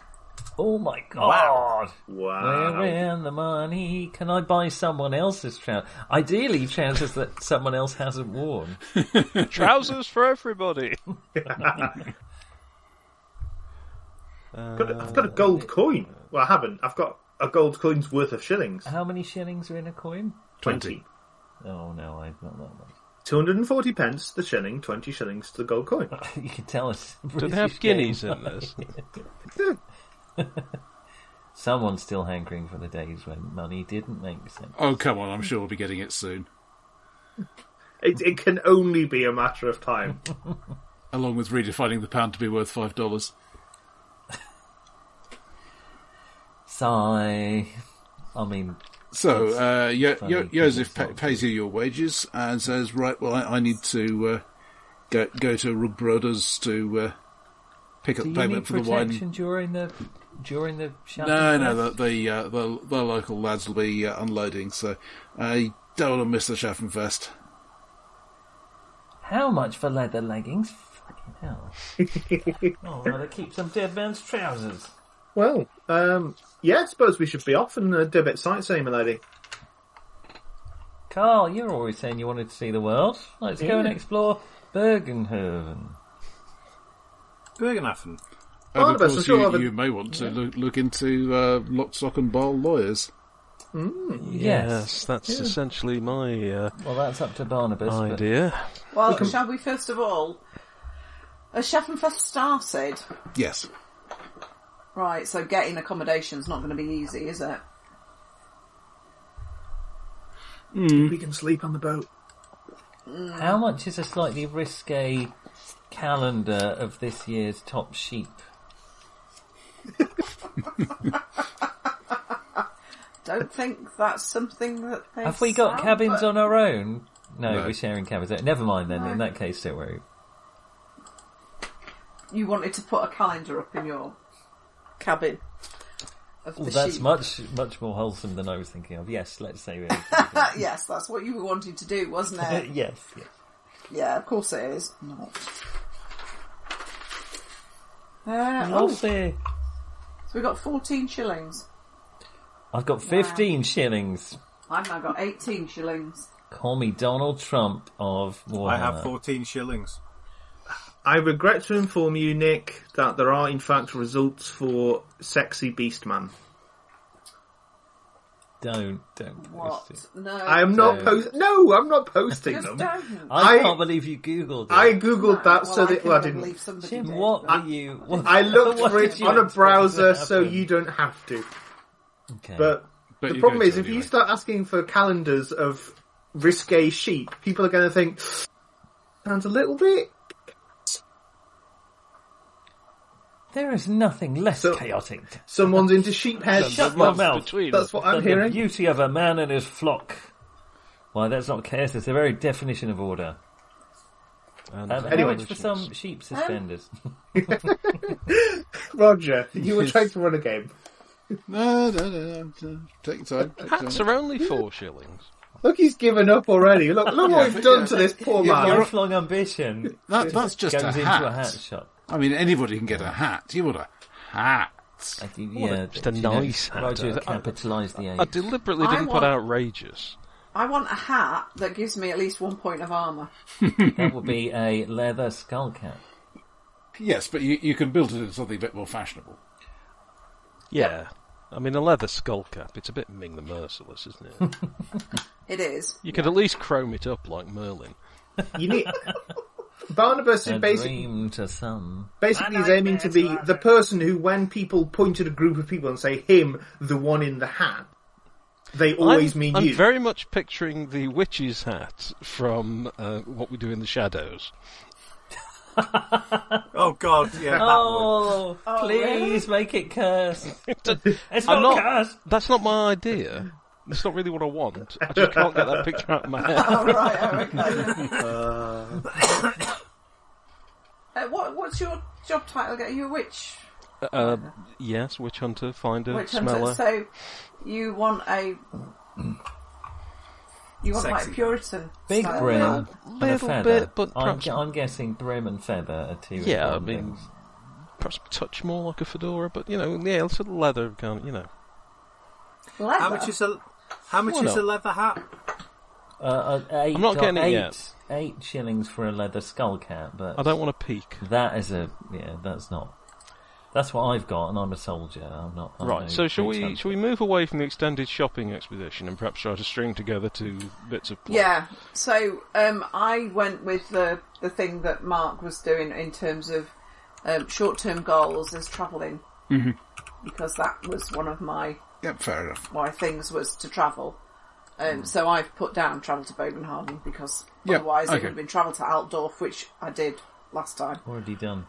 S2: Oh my god.
S5: Wow.
S2: Where in the money? Can I buy someone else's trousers? Ideally, trousers that someone else hasn't worn.
S3: Trousers for everybody.
S5: Got a- I've got a gold coin. Well, I haven't. I've got a gold coin's worth of shillings.
S2: How many shillings are in a coin?
S1: Twenty.
S2: Oh no, I've not that much.
S5: 240 pence the shilling, 20 shillings to the gold coin.
S2: You can tell us.
S3: Do they have guineas in this?
S2: Someone's still hankering for the days when money didn't make sense.
S1: Oh come on! I'm sure we'll be getting it soon,
S5: It, it can only be a matter of time.
S1: along with redefining the pound to be worth five dollars.
S2: Sigh. I mean,
S1: So uh, Yo- Yo-
S2: funny,
S1: Joseph
S2: but
S1: pa-
S2: it's
S1: pays you your wages and says, "Right, well, I, I need to uh, go go to Rug Brothers to uh, pick up
S2: do you need
S1: payment for the wine."
S2: protection during the during the shut?
S1: No, no, the the, uh, the the local lads will be uh, unloading, so uh, you don't want to miss the Schaffenfest.
S2: How much for leather leggings? Fucking hell! oh, well, they keep some dead man's trousers.
S5: well, um, yeah, I suppose we should be off and uh, do a bit of sightseeing, my lady.
S2: Carl, you're always saying you wanted to see the world. Let's go and explore Bergenhoven.
S6: Bergenhafen.
S1: And
S5: Oh,
S1: of
S5: that's
S1: course,
S5: for sure,
S1: you,
S5: but-
S1: you may want to look, look into uh, lock, stock, and barrel lawyers.
S3: Yes, that's essentially my uh,
S2: Well, that's up to Barnabas. but-
S3: idea.
S4: Well, shall we first of all? Has Schaffenfest started?
S1: Yes,
S4: Right, so getting accommodation's not going to be easy, is it?
S5: We can sleep on the boat.
S2: How much is a slightly risque calendar of this year's top sheep?
S4: Don't think that's something that they
S2: Have we got
S4: sell,
S2: cabins
S4: but-
S2: on our own? No,
S1: No.
S2: we're sharing cabins. Never mind then. In that case, don't worry.
S4: You wanted to put a calendar up in your cabin. Of the
S2: Well, that's
S4: sheep.
S2: much much more wholesome than I was thinking of. Yes, let's say it.
S4: That- yes, that's what you were wanting to do, wasn't it?
S2: yes. yes.
S4: yeah, of course it is. Not. Uh,
S2: I'll
S4: oh, so
S2: say
S4: we got 14 shillings.
S2: I've got fifteen shillings.
S4: I've now got 18 shillings.
S2: Call me Donald Trump of Warhammer.
S6: I have 14 shillings.
S5: I regret to inform you, Nick, that there are in fact results for Sexy Beastman.
S2: Don't don't post
S4: What?
S2: it.
S4: No.
S5: I am not
S2: So-
S5: post. No, I'm not posting
S4: Just
S5: them.
S4: don't.
S2: I,
S5: I-
S2: can't believe you googled it.
S5: I googled that
S4: well,
S5: so
S4: I
S5: that
S4: can
S5: well, I
S4: never
S5: didn't.
S4: believe somebody
S2: Jim,
S4: did,
S2: what
S4: but-
S2: are you?
S5: I looked
S2: what
S5: for
S2: did
S5: it
S2: you
S5: on a
S2: expect to
S5: browser, so
S2: happen?
S5: you don't have to.
S2: Okay.
S5: But
S1: But
S5: the
S1: you
S5: problem
S1: go to
S5: is, if you
S1: anyway.
S5: start asking for calendars of risque chic, people are going to think sounds a little bit.
S2: there is nothing less
S5: So-
S2: chaotic.
S5: Someone's into sheep head.
S2: Shut your
S5: That's-
S2: mouth.
S3: Between
S5: That's what I'm
S2: than The
S5: hearing.
S2: beauty of a man and his flock. Why, that's not chaos. It's the very definition of order.
S3: and
S2: Um,
S5: Anyway.
S2: How much for some
S4: Um,
S2: sheep suspenders?
S5: Roger, you were trying to run a game.
S1: No, no, no, no. Take your time. Take your
S3: Hats
S1: time.
S3: are only four shillings.
S5: Look, he's given up already. Look, look what we've done to this poor man.
S2: Lifelong ambition
S1: That, that's just
S2: goes
S1: a
S2: into
S1: hat.
S2: a hat shop.
S1: I mean, anybody can get a hat. You want a hat?
S2: I do- yeah,
S3: just a
S2: do you know,
S3: nice hat.
S2: Roger
S3: I-
S2: capitalised the
S3: I
S2: A.
S3: deliberately
S4: I
S3: didn't put
S4: want-
S3: outrageous.
S4: I want a hat that gives me at least one point of armour.
S2: That would be a leather skull cap.
S1: Yes, but you, you can build it into something a bit more fashionable.
S3: Yeah. I mean, a leather skull cap, it's a bit Ming the Merciless, isn't it?
S4: It is.
S3: You could at least chrome it up like Merlin.
S5: You need. Barnabas
S2: A
S5: is basically
S2: dream to some.
S5: basically is aiming to be the person who, when people point at a group of people and say him, the one in the hat, they always
S3: I'm,
S5: mean
S3: I'm
S5: you.
S3: very much picturing the witch's hat from uh, What We Do in the Shadows.
S6: Oh God, yeah. that one.
S2: Oh, please make it curse. It's not
S3: I'm not-
S2: curse.
S3: That's not my idea. That's not really what I want. I just can't get that picture out of my head.
S4: Oh, right, oh, okay. uh, what, what's your job title? Get you a witch,
S3: Uh, yes, witch hunter, finder,
S4: witch hunter.
S3: smeller.
S4: So you want a you want like
S6: Sexy.
S4: Puritan
S2: Big
S4: style
S2: brim
S4: hat.
S2: and a
S3: Little
S2: feather.
S3: bit, but
S2: I'm,
S3: perhaps-
S2: I'm guessing brim and feather are two.
S3: Yeah, I
S2: important
S3: mean-
S2: things.
S3: Perhaps a touch more like a fedora, but you know, yeah, it's a leather kind of, you know.
S4: Leather.
S6: How much is a How much
S3: Why
S6: is
S3: not?
S6: a leather hat?
S2: Uh, uh, eight,
S3: I'm not getting it
S2: eight,
S3: yet.
S2: Eight shillings for a leather skull cap, but
S3: I don't want to peek.
S2: that is a yeah. That's not. That's what I've got, and I'm a soldier. I'm not. I'm no
S3: Right, so shall
S2: witch
S3: we
S2: hunter.
S3: shall we move away from the extended shopping expedition and perhaps try to string together two bits of plot?
S4: Yeah. So um, I went with the the thing that Mark was doing in terms of um, short term goals as traveling
S1: Mm-hmm.
S4: because that was one of my
S1: Yep, fair enough.
S4: my things was to travel. Um, So I've put down travel to Bodenhagen because
S1: Yeah,
S4: otherwise it
S1: okay.
S4: would have been travel to Altdorf, which I did last time.
S2: Already done.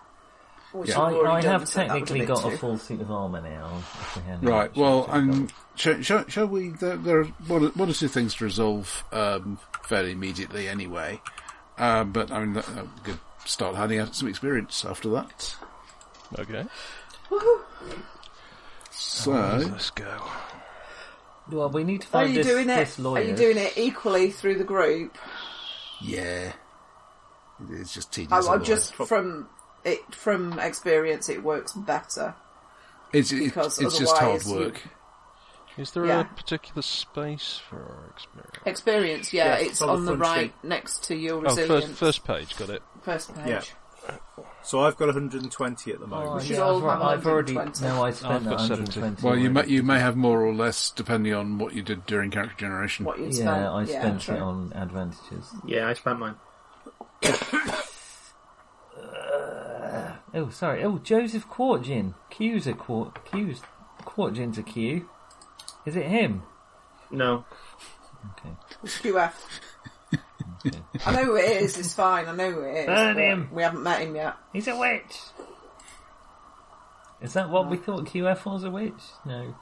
S4: Which
S1: Yeah.
S4: I've
S2: I,
S4: already
S2: I
S4: done,
S2: have
S4: so that would
S2: technically
S4: have
S2: got
S4: been
S2: a
S4: two.
S2: full suit of armour now. if we hadn't
S1: Right.
S2: actually
S1: Well,
S2: done
S1: um,
S2: that.
S1: shall, shall, shall we? There, there are one, one or two things to resolve um, fairly immediately, anyway. Um, but I mean, that, that could start handing out some experience after that.
S3: Okay.
S2: Oh,
S1: So,
S3: Let's go.
S2: well, we need to
S4: Are
S2: find
S4: you
S2: this,
S4: doing
S2: this
S4: it?
S2: lawyer.
S4: Are you doing it equally through the group?
S1: yeah, it's just tedious.
S4: I, I
S1: otherwise.
S4: just from it from experience, it works better.
S1: it's, it's,
S4: because
S1: it's just hard
S4: otherwise you-
S1: work.
S3: Is there
S4: Yeah.
S3: a particular space for our experience?
S4: Experience, yeah,
S6: Yeah,
S4: it's
S6: follow
S4: on the
S6: front sheet.
S4: right next to your
S3: Oh,
S4: resilience.
S3: first, first page, got it.
S4: First page.
S6: Yeah. So I've got 120 at the
S2: Oh,
S6: moment.
S4: should
S2: yeah,
S4: all
S2: I've,
S4: have
S2: I've already.
S4: 120.
S2: No, I spent
S3: I've got
S2: 120.
S1: Well, you may,
S2: already.
S1: you may have more or less depending on what you did during character generation.
S4: What you spent?
S2: Yeah, I spent
S4: true.
S2: it on advantages.
S5: Yeah, I spent mine.
S2: Oh, sorry. Oh, Joseph Quartgin. Q's a Quart. Q's Quartgin's a Q. Is it him?
S5: No,
S2: Okay.
S4: QF. I know who it is. It's fine. I know who it is.
S2: Burn
S4: but
S2: him.
S4: We haven't met him yet.
S2: He's a witch. Is that what we thought QF was a witch? No.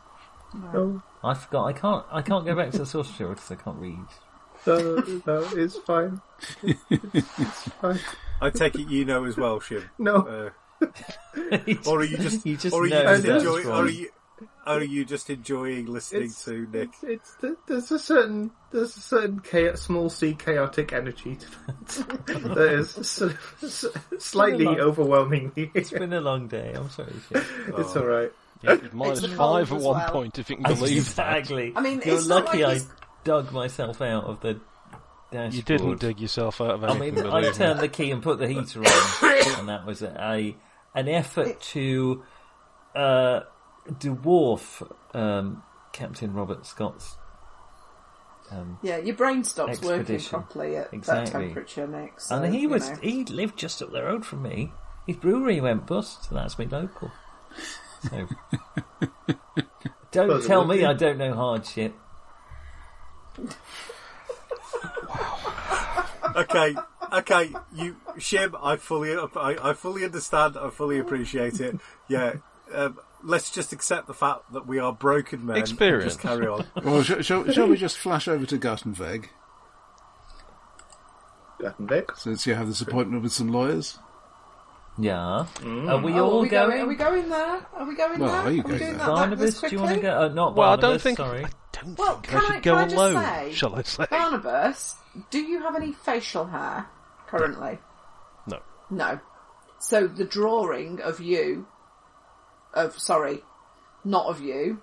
S5: no,
S2: I forgot. I can't. I can't go back to the source material because I can't read.
S5: no, no, it's fine. It's fine.
S6: I take it you know as well, Shim.
S5: No,
S6: Uh,
S2: You
S6: or are you just,
S2: you just
S6: or are you
S2: know
S6: just
S2: that's
S6: enjoying,
S2: wrong.
S6: or are you, or are you just enjoying listening
S5: It's-
S6: to Nick?
S5: it's there's a certain there's a certain cha- small c chaotic energy to it that is sort of s- slightly
S2: It's been a lot.
S5: overwhelming. It's,
S2: It's been a long day. I'm sorry. Shane.
S3: Oh.
S5: all right.
S3: Yeah, it was minus
S4: the cold
S3: five at
S4: as
S3: one
S4: well.
S3: point, if you can believe that.
S2: exactly.
S4: I mean,
S2: you're
S4: it's not
S2: lucky
S4: like
S2: I
S4: he's-
S2: dug myself out of the dashboard.
S8: You didn't dig yourself out of
S2: I
S8: anything.
S2: mean,
S8: believe
S2: I
S8: me.
S2: turned the key and put the heater on, and that was a an effort to uh, dwarf um, Captain Robert Scott's.
S4: Yeah, your brain stops working
S2: Expedition.
S4: properly at
S2: Exactly.
S4: that temperature next. so,
S2: and he
S4: you
S2: was
S4: know.
S2: he lived just up the road from me. His brewery went bust. and That's me local. So. Don't
S5: Doesn't
S2: tell
S5: work,
S2: me
S5: yeah.
S2: I don't know hard shit.
S6: Okay, okay, you Shim, I fully, I, I fully understand. I fully appreciate it. Yeah, um, let's just accept the fact that we are broken men. and
S3: Experience.
S6: Just carry on.
S1: Well, sh- shall, shall we just flash over to Gartenweg
S5: Gattenbeck.
S1: since you have this appointment with some lawyers?
S2: Yeah. Are we
S4: Oh,
S2: all
S4: are we
S2: going?
S4: Are we going there? Are we going
S1: Well,
S4: there?
S1: are you
S4: we
S1: going
S4: doing
S1: there?
S4: that back
S2: Barnabas,
S4: this
S2: do
S4: quickly?
S2: you want to go? Uh, not
S3: Well, I
S2: Barnabas.
S3: don't think
S2: Sorry.
S3: I don't
S4: Well,
S3: think
S4: can
S3: I should
S4: I-
S3: go
S4: can I just
S3: alone.
S4: say-
S3: shall I say?
S4: Barnabas, do you have any facial hair currently?
S3: No.
S4: No. So the drawing of you, of sorry, not of you,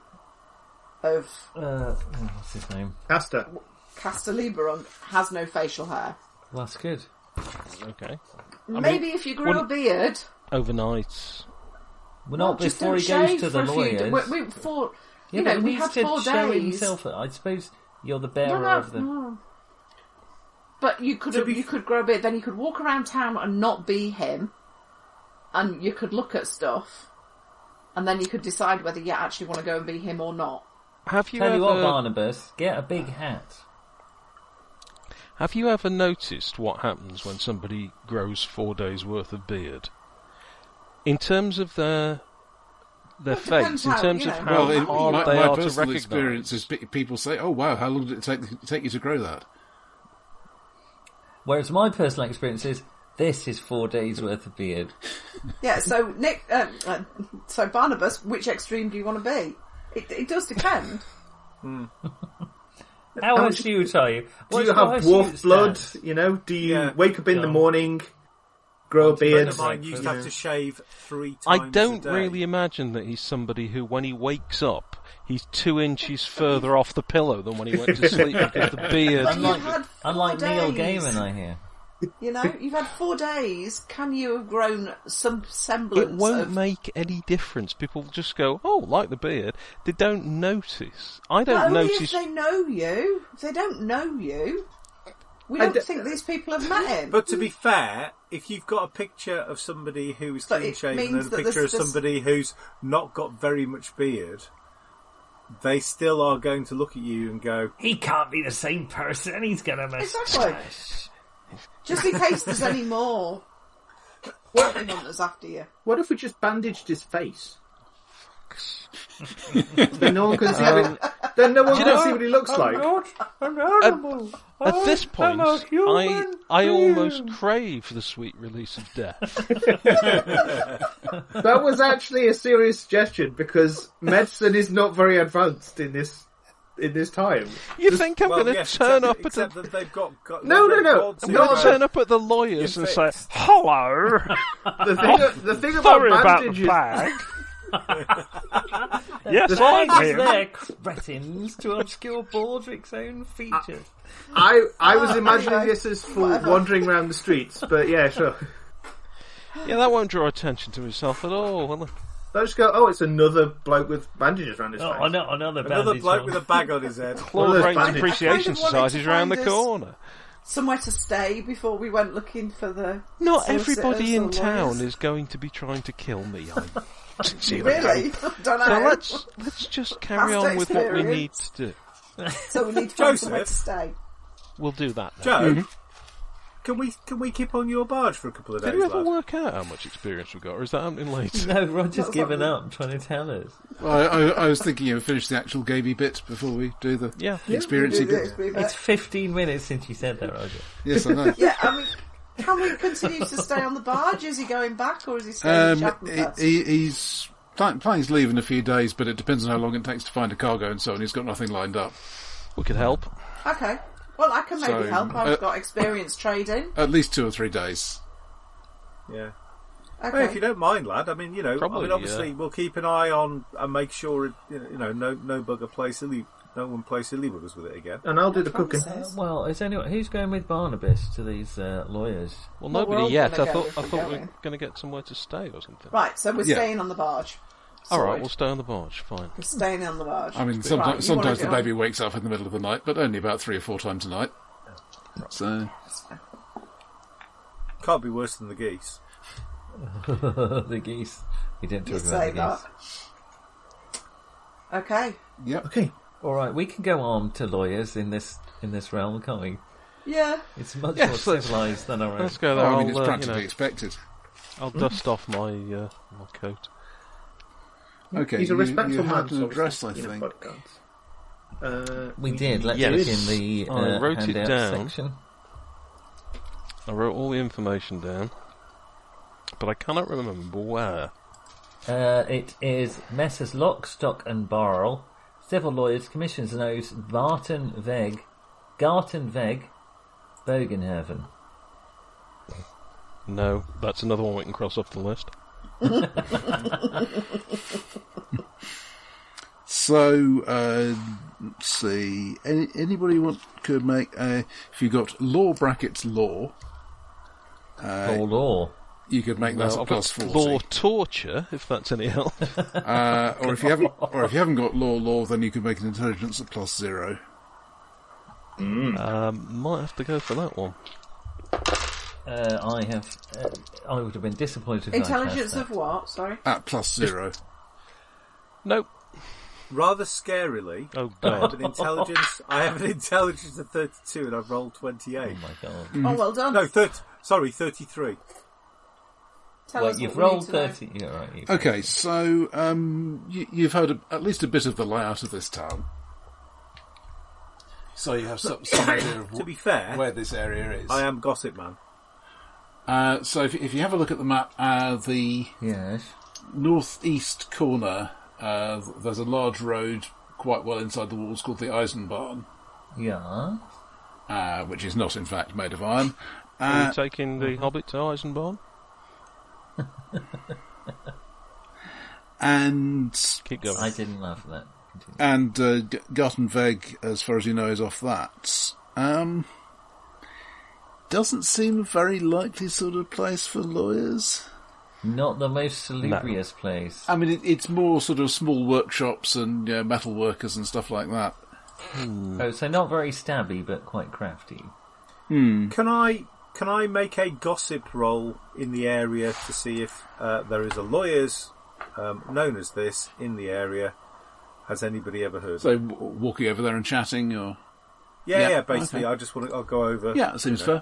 S4: of
S2: Uh, oh, what's his name?
S5: Caster.
S4: Castelliberon has no facial hair.
S2: Well, that's good.
S3: Okay.
S4: Maybe if you grew a
S3: wouldn't-
S4: beard,
S3: Overnight.
S2: Well,
S4: well,
S2: not
S4: just
S2: before
S4: don't
S2: he goes
S4: shave
S2: to the
S4: for a few d-
S2: lawyers.
S4: We, we, for,
S2: Yeah,
S4: you
S2: but
S4: know,
S2: he
S4: we
S2: needs
S4: had
S2: to
S4: four
S2: show
S4: days.
S2: himself. I suppose you're the bearer
S4: No, no,
S2: of the.
S4: no. But you could you could grow a beard, then you could walk around town and not be him, and you could look at stuff, and then you could decide whether you actually want to go and be him or not.
S3: Have you
S2: Tell you what,
S3: ever
S2: Barnabas, get a big hat.
S3: have you ever noticed what happens when somebody grows four days worth of beard? In terms of their their
S4: Well, it
S3: face,
S4: depends
S3: in
S4: how,
S3: terms
S4: you
S3: of
S4: know.
S3: how
S4: Well, it-
S3: hard
S1: my,
S3: they
S1: my
S3: are to
S1: personal
S3: recognise.
S1: experience is pe- people say, "Oh wow, how long did it take take you to grow that?"
S2: Whereas my personal experience is this is four days worth of beard.
S4: Yeah. So Nick, uh, uh, so Barnabas, which extreme do you want to be? It, it does depend.
S2: How astute are you?
S5: Do
S2: What's your
S5: you have
S2: astute
S5: dwarf blood?
S2: stand?
S5: You know, do you
S6: Yeah.
S5: wake up in the
S2: Yeah.
S5: morning, grow a
S6: Friend
S5: beard?
S6: of mine used to have
S5: Yeah.
S6: to shave three times.
S3: I
S6: a
S3: don't
S6: day.
S3: really imagine that he's somebody who, when he wakes up, he's two inches further off the pillow than when he went to sleep because the beard.
S4: You've
S2: Unlike,
S4: had four
S2: unlike Neil
S4: days.
S2: Gaiman, I hear.
S4: You know, you've had four days. Can you have grown some semblance?
S3: It won't
S4: of,
S3: make any difference. People just go, "Oh, like the beard." They don't notice. I
S4: But
S3: don't
S4: only
S3: notice.
S4: if they know you. If they don't know you, we
S5: I
S4: don't
S5: d-
S4: think these people have met him.
S6: But to be fair, if you've got a picture of somebody who's
S4: But
S6: clean
S4: it
S6: shaven
S4: means
S6: and a
S4: that
S6: picture
S4: this-
S6: of
S4: this-
S6: somebody who's not got very much beard, they still are going to look at you and go,
S2: He can't be the same person. He's gonna mess.
S4: Exactly. Just in case there's any more working hunters after you.
S5: What if we just bandaged his face? then no one can see. what, then no one
S3: Do you
S5: can
S3: know-
S5: see what he looks like.
S3: At
S6: Oh,
S3: this point, I I almost crave the sweet release of death.
S5: That was actually a serious suggestion because medicine is not very advanced in this in this time.
S3: You think I'm
S6: well,
S3: going to
S6: yes,
S3: turn
S6: except,
S3: up at
S6: except
S3: the
S6: that they've got, got
S5: No,
S6: they've
S5: no, no.
S6: got
S5: I'm
S6: to
S5: not
S6: go-
S3: turn up at the lawyers and say,
S6: fixed.
S3: "Hello,
S5: The thing, the thing about
S8: Sorry about the
S5: bandages,
S8: bag. yes, I'm
S2: Hands
S8: here.
S2: their cretins to obscure Baldric's own features.
S5: I Oh, I was imagining this as for wandering around the streets, but yeah, sure.
S3: yeah, that won't draw attention to himself at all." will it?"
S5: They'll just go, oh, it's another bloke with bandages around his
S2: Oh,
S5: face.
S2: ano- another
S6: Another
S2: bandage
S6: bloke
S2: on.
S6: with a bag on his head.
S5: Well,
S3: Claw
S5: there's
S3: Rates
S5: bandage.
S3: Appreciation
S4: I kind of wanted
S3: Society's
S4: to
S3: round the
S4: find us-
S3: corner.
S4: Somewhere to stay before we went looking for the.
S3: Not
S4: solicitors
S3: everybody
S4: or
S3: in
S4: lawyers.
S3: town is going to be trying to kill me. I'm sincerely
S4: Really?
S3: hoping.
S4: Don't know.
S3: So let's let's just carry
S4: Past
S3: on with what we need
S4: experience.
S3: to do.
S4: So we need to find
S6: Joseph?
S4: somewhere to stay.
S3: We'll do that. Then.
S6: Joe, can we can we keep on your barge for a couple of
S3: Did
S6: days?
S3: you ever
S6: lad?
S3: work out how much experience we got, or is that happening later?
S2: No, Roger's
S4: That's
S2: given
S4: what-
S2: up trying to tell us.
S1: Well, I, I, I was thinking you would finish the actual gamey bit before we do the
S3: Yeah.
S1: experiencey
S4: Do
S1: bit.
S4: this, we
S2: It's
S4: bet.
S2: 15 minutes since you said that, Roger.
S1: Yes, I know.
S4: Yeah, I mean, can we continue to stay on the barge? Is he going back or is he staying
S1: Um,
S4: in
S1: he,
S4: Chapmanhurst?
S1: he- he's pl- plans leave in a few days, but it depends on how long it takes to find a cargo and so on. He's got nothing lined up.
S3: We could help.
S4: Okay. Well, I can maybe
S1: So,
S4: help. I've
S1: uh,
S4: got experience trading.
S1: At least two or three days.
S6: Yeah. Well,
S4: Okay.
S6: if you don't mind, lad, I mean, you know, I
S3: Probably,
S6: mean, obviously,
S3: yeah.
S6: we'll keep an eye on and make sure, it, you know, no no bugger plays silly No one plays silly buggers with it again.
S5: And I'll do the cooking.
S2: Well, is anyone who's going with Barnabas to these uh, lawyers?
S3: Well,
S4: Well, we're
S3: nobody
S4: all
S3: yet. I
S4: gonna go
S3: thought
S4: if
S3: I
S4: we're
S3: thought we
S4: going.
S3: were going to get somewhere to stay or something.
S4: Right, so we're
S1: Yeah.
S4: staying on the barge.
S3: All right,
S4: Sorted.
S3: we'll stay on the barge. Fine.
S4: We're staying on the barge.
S1: I mean,
S4: Right, you
S1: sometimes,
S4: wanna
S1: sometimes the
S4: get on.
S1: baby wakes up in the middle of the night, but only about three or four times a night. So,
S6: Can't be worse than the geese.
S2: the geese. We didn't
S4: You
S2: talk
S4: say
S2: about the
S4: that.
S2: geese.
S4: Okay.
S5: Okay.
S2: All right, we can go armed to lawyers in this in this realm, can't we?
S4: Yeah.
S2: It's much
S3: Yes,
S2: more
S3: let's-
S2: civilized than our own.
S3: Let's go there.
S1: I
S3: I'll,
S1: mean, it's
S3: uh, you
S1: practically
S3: know,
S1: expected.
S3: I'll
S2: Hmm.
S3: dust off my uh, my coat.
S1: Okay,
S5: He's a
S1: you-
S5: respectful
S1: you,
S5: man.
S1: had an address, I
S5: obviously, in a
S1: think.
S5: podcast. Uh,
S2: We did. Let's
S3: Yes.
S2: look in the
S3: I
S2: uh,
S3: wrote it
S2: handout
S3: down.
S2: section.
S3: I wrote all the information down, but I cannot remember where.
S2: Uh, it is Messrs. Lock, Stock and Barrel, Civil Lawyers, Commissions and Oaths, Barton Veg, Garten Veg, Bogenhaven.
S3: No, that's another one we can cross off the list.
S1: So, uh, let's see. Any, anybody want could make a, if you got law brackets law,
S2: Or law.
S1: you could
S2: Oh,
S1: make that
S3: Well,
S1: a
S3: I've got
S1: plus forty.
S3: Law torture, if that's any help.
S1: Uh, or if you haven't, or if you haven't got law law, then you could make an intelligence at plus zero.
S3: um, might have to go for that one.
S2: Uh, I have. Uh, I would have been disappointed. if I had
S4: Intelligence
S2: that.
S4: of what? Sorry.
S1: At plus zero.
S3: Nope.
S6: Rather scarily,
S3: Oh
S6: I have
S3: god.
S6: an intelligence. I have an intelligence of thirty-two, and I've rolled
S2: Oh
S6: twenty-eight.
S2: my god!
S1: Mm-hmm.
S4: Oh, well done.
S6: No, 30, sorry, thirty-three.
S4: Tell
S2: well,
S4: us
S2: you've
S4: what we need
S2: rolled
S4: to know.
S2: thirty. You're right. You've
S1: Okay, so um, you, you've heard a, at least a bit of the layout of this town.
S7: So you have some, some idea of
S6: To
S7: wh-
S6: be fair,
S7: where this area is.
S6: I am gossip man.
S1: Uh, so if, if you have a look at the map, uh, the
S2: Yes.
S1: northeast corner, uh, there's a large road quite well inside the walls called the Eisenbahn,
S2: Yeah.
S1: uh, which is not in fact made of iron.
S3: Are
S1: Uh,
S3: we taking the Hobbit to Eisenbahn?
S1: and
S3: Keep going.
S2: I didn't laugh at that. Continue.
S1: and uh, G- Gartenweg, as far as you know, is off that. Um, doesn't seem a very likely sort of place for lawyers.
S2: Not the most salubrious place.
S1: I mean, it, it's more sort of small workshops and you know, metal workers and stuff like that.
S2: Oh, so not very stabby, but quite crafty.
S6: Can I can I make a gossip roll in the area to see if uh, there is a lawyer's um, known as this in the area? Has anybody ever heard?
S1: So w- walking over there and chatting, or
S6: yeah,
S1: yeah,
S6: yeah, Basically, I just want to. I'll go over.
S1: yeah, it seems fair.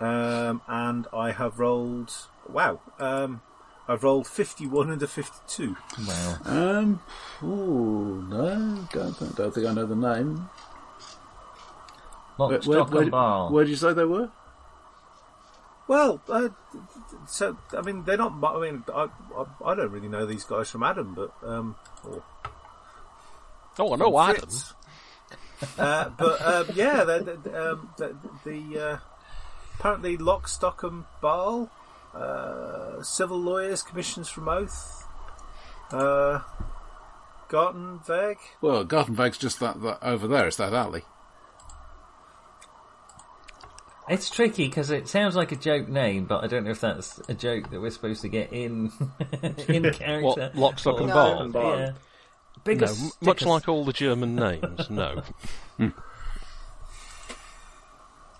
S6: Um, and I have rolled. Wow. Um, I've rolled fifty-one and a fifty-two.
S2: Wow.
S1: Um, ooh, no, don't, think- don't think I know the name.
S2: Lock, stock and barrel.
S1: where did you say they were?
S6: Well, uh, so I mean, they're not. I mean, I, I, I don't really know these guys from Adam, but um, or
S3: Oh, I know Adam.
S6: Fritz. Uh, but um, yeah, the, the, um, the, the uh, apparently Lock, Stock and Barl, uh, civil lawyers, commissions from oath, uh, Gartenweg.
S1: Well, Gartenweg's just that, that over there. It's that alley.
S2: It's tricky because it sounds like a joke name, but I don't know if that's a joke that we're supposed to get in in character.
S3: What, lock, stock and
S2: Or-
S3: barrel?
S5: barrel.
S2: Yeah.
S3: No,
S2: Bigger,
S3: m- much
S2: stickers.
S3: like all the German names, no.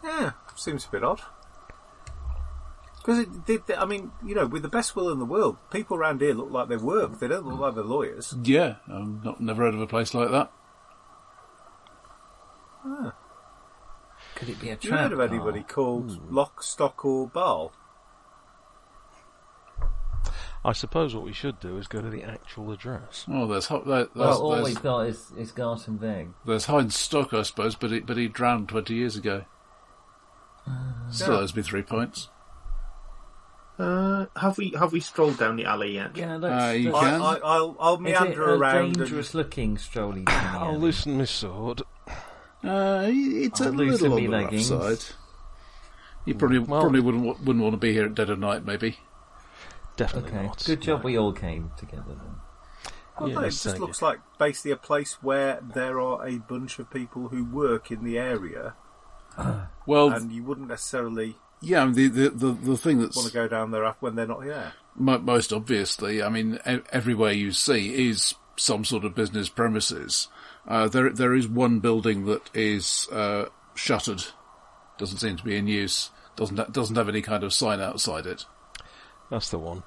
S6: Yeah, seems a bit odd. Because it did. I mean, you know, with the best will in the world, people around here look like they work. They don't look like they're lawyers.
S1: Yeah, I've not never heard of a place like that.
S2: Could it be a
S6: Have you
S2: trap?
S6: heard of anybody called Lock, Stock, or Barl?
S3: I suppose what we should do is go to the actual address.
S1: Oh, there's Ho- there, there's,
S2: Oh. Well, all
S1: there's,
S2: we've got is, is Garten Veg.
S1: there's Heinz Stock, I suppose, but he, but he drowned twenty years ago. Still owes me three points.
S5: Uh, have we have we strolled down the alley yet?
S2: Yeah,
S1: Uh,
S2: that's.
S1: you
S2: that's-
S6: I,
S1: can.
S6: I, I'll, I'll
S2: is it
S6: meander
S2: a
S6: around. And,
S2: dangerous looking strolley?
S3: I'll
S2: down?
S3: loosen my Oh, sword.
S1: Uh, it's a
S2: I'll loosen
S1: little on
S2: me
S1: the rough
S2: leggings.
S1: side. You probably
S3: Well-
S1: probably wouldn't wa- wouldn't want to be here at dead of night, maybe.
S3: Definitely
S2: Okay.
S3: not.
S2: Good job
S3: No.
S2: we all came together then.
S6: Well,
S3: Yeah,
S6: no, it
S3: that's
S6: just
S3: like
S6: looks like basically a place where there are a bunch of people who work in the area,
S1: Well,
S6: and you wouldn't necessarily
S1: yeah, I mean, the, the, the, the thing that's
S6: want to go down there af- when they're not there.
S1: mo- most obviously, I mean, e- everywhere you see is some sort of business premises. Uh, there, there is one building that is uh, shuttered, doesn't seem to be in use, doesn't ha- doesn't have any kind of sign outside it.
S3: That's the one.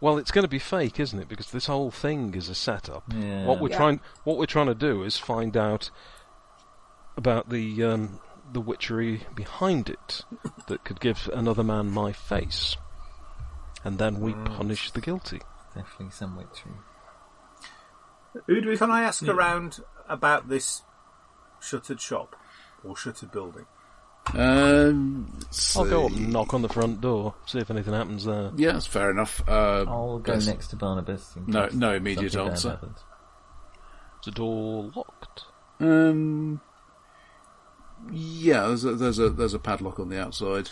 S3: well, it's going to be fake, isn't it? Because this whole thing is a setup.
S2: Yeah.
S3: What we're
S4: Yeah.
S3: trying, what we're trying to do is find out about the um, the witchery behind it that could give another man my face, and then we
S4: Mm.
S3: punish the guilty.
S2: Definitely some witchery.
S6: Who do we, Can I
S3: Hmm.
S6: ask around about this shuttered shop or shuttered building?
S1: Um,
S3: I'll Oh, go up
S1: see.
S3: and knock on the front door, see if anything happens there.
S1: Yeah, that's fair enough. Uh,
S2: I'll go
S1: yes.
S2: next to Barnabas. in
S1: No-
S2: case
S1: no immediate
S2: Oh, something bad
S1: answer.
S2: happens.
S3: Is the door locked?
S1: Um, yeah, there's a, there's a there's a padlock on the outside.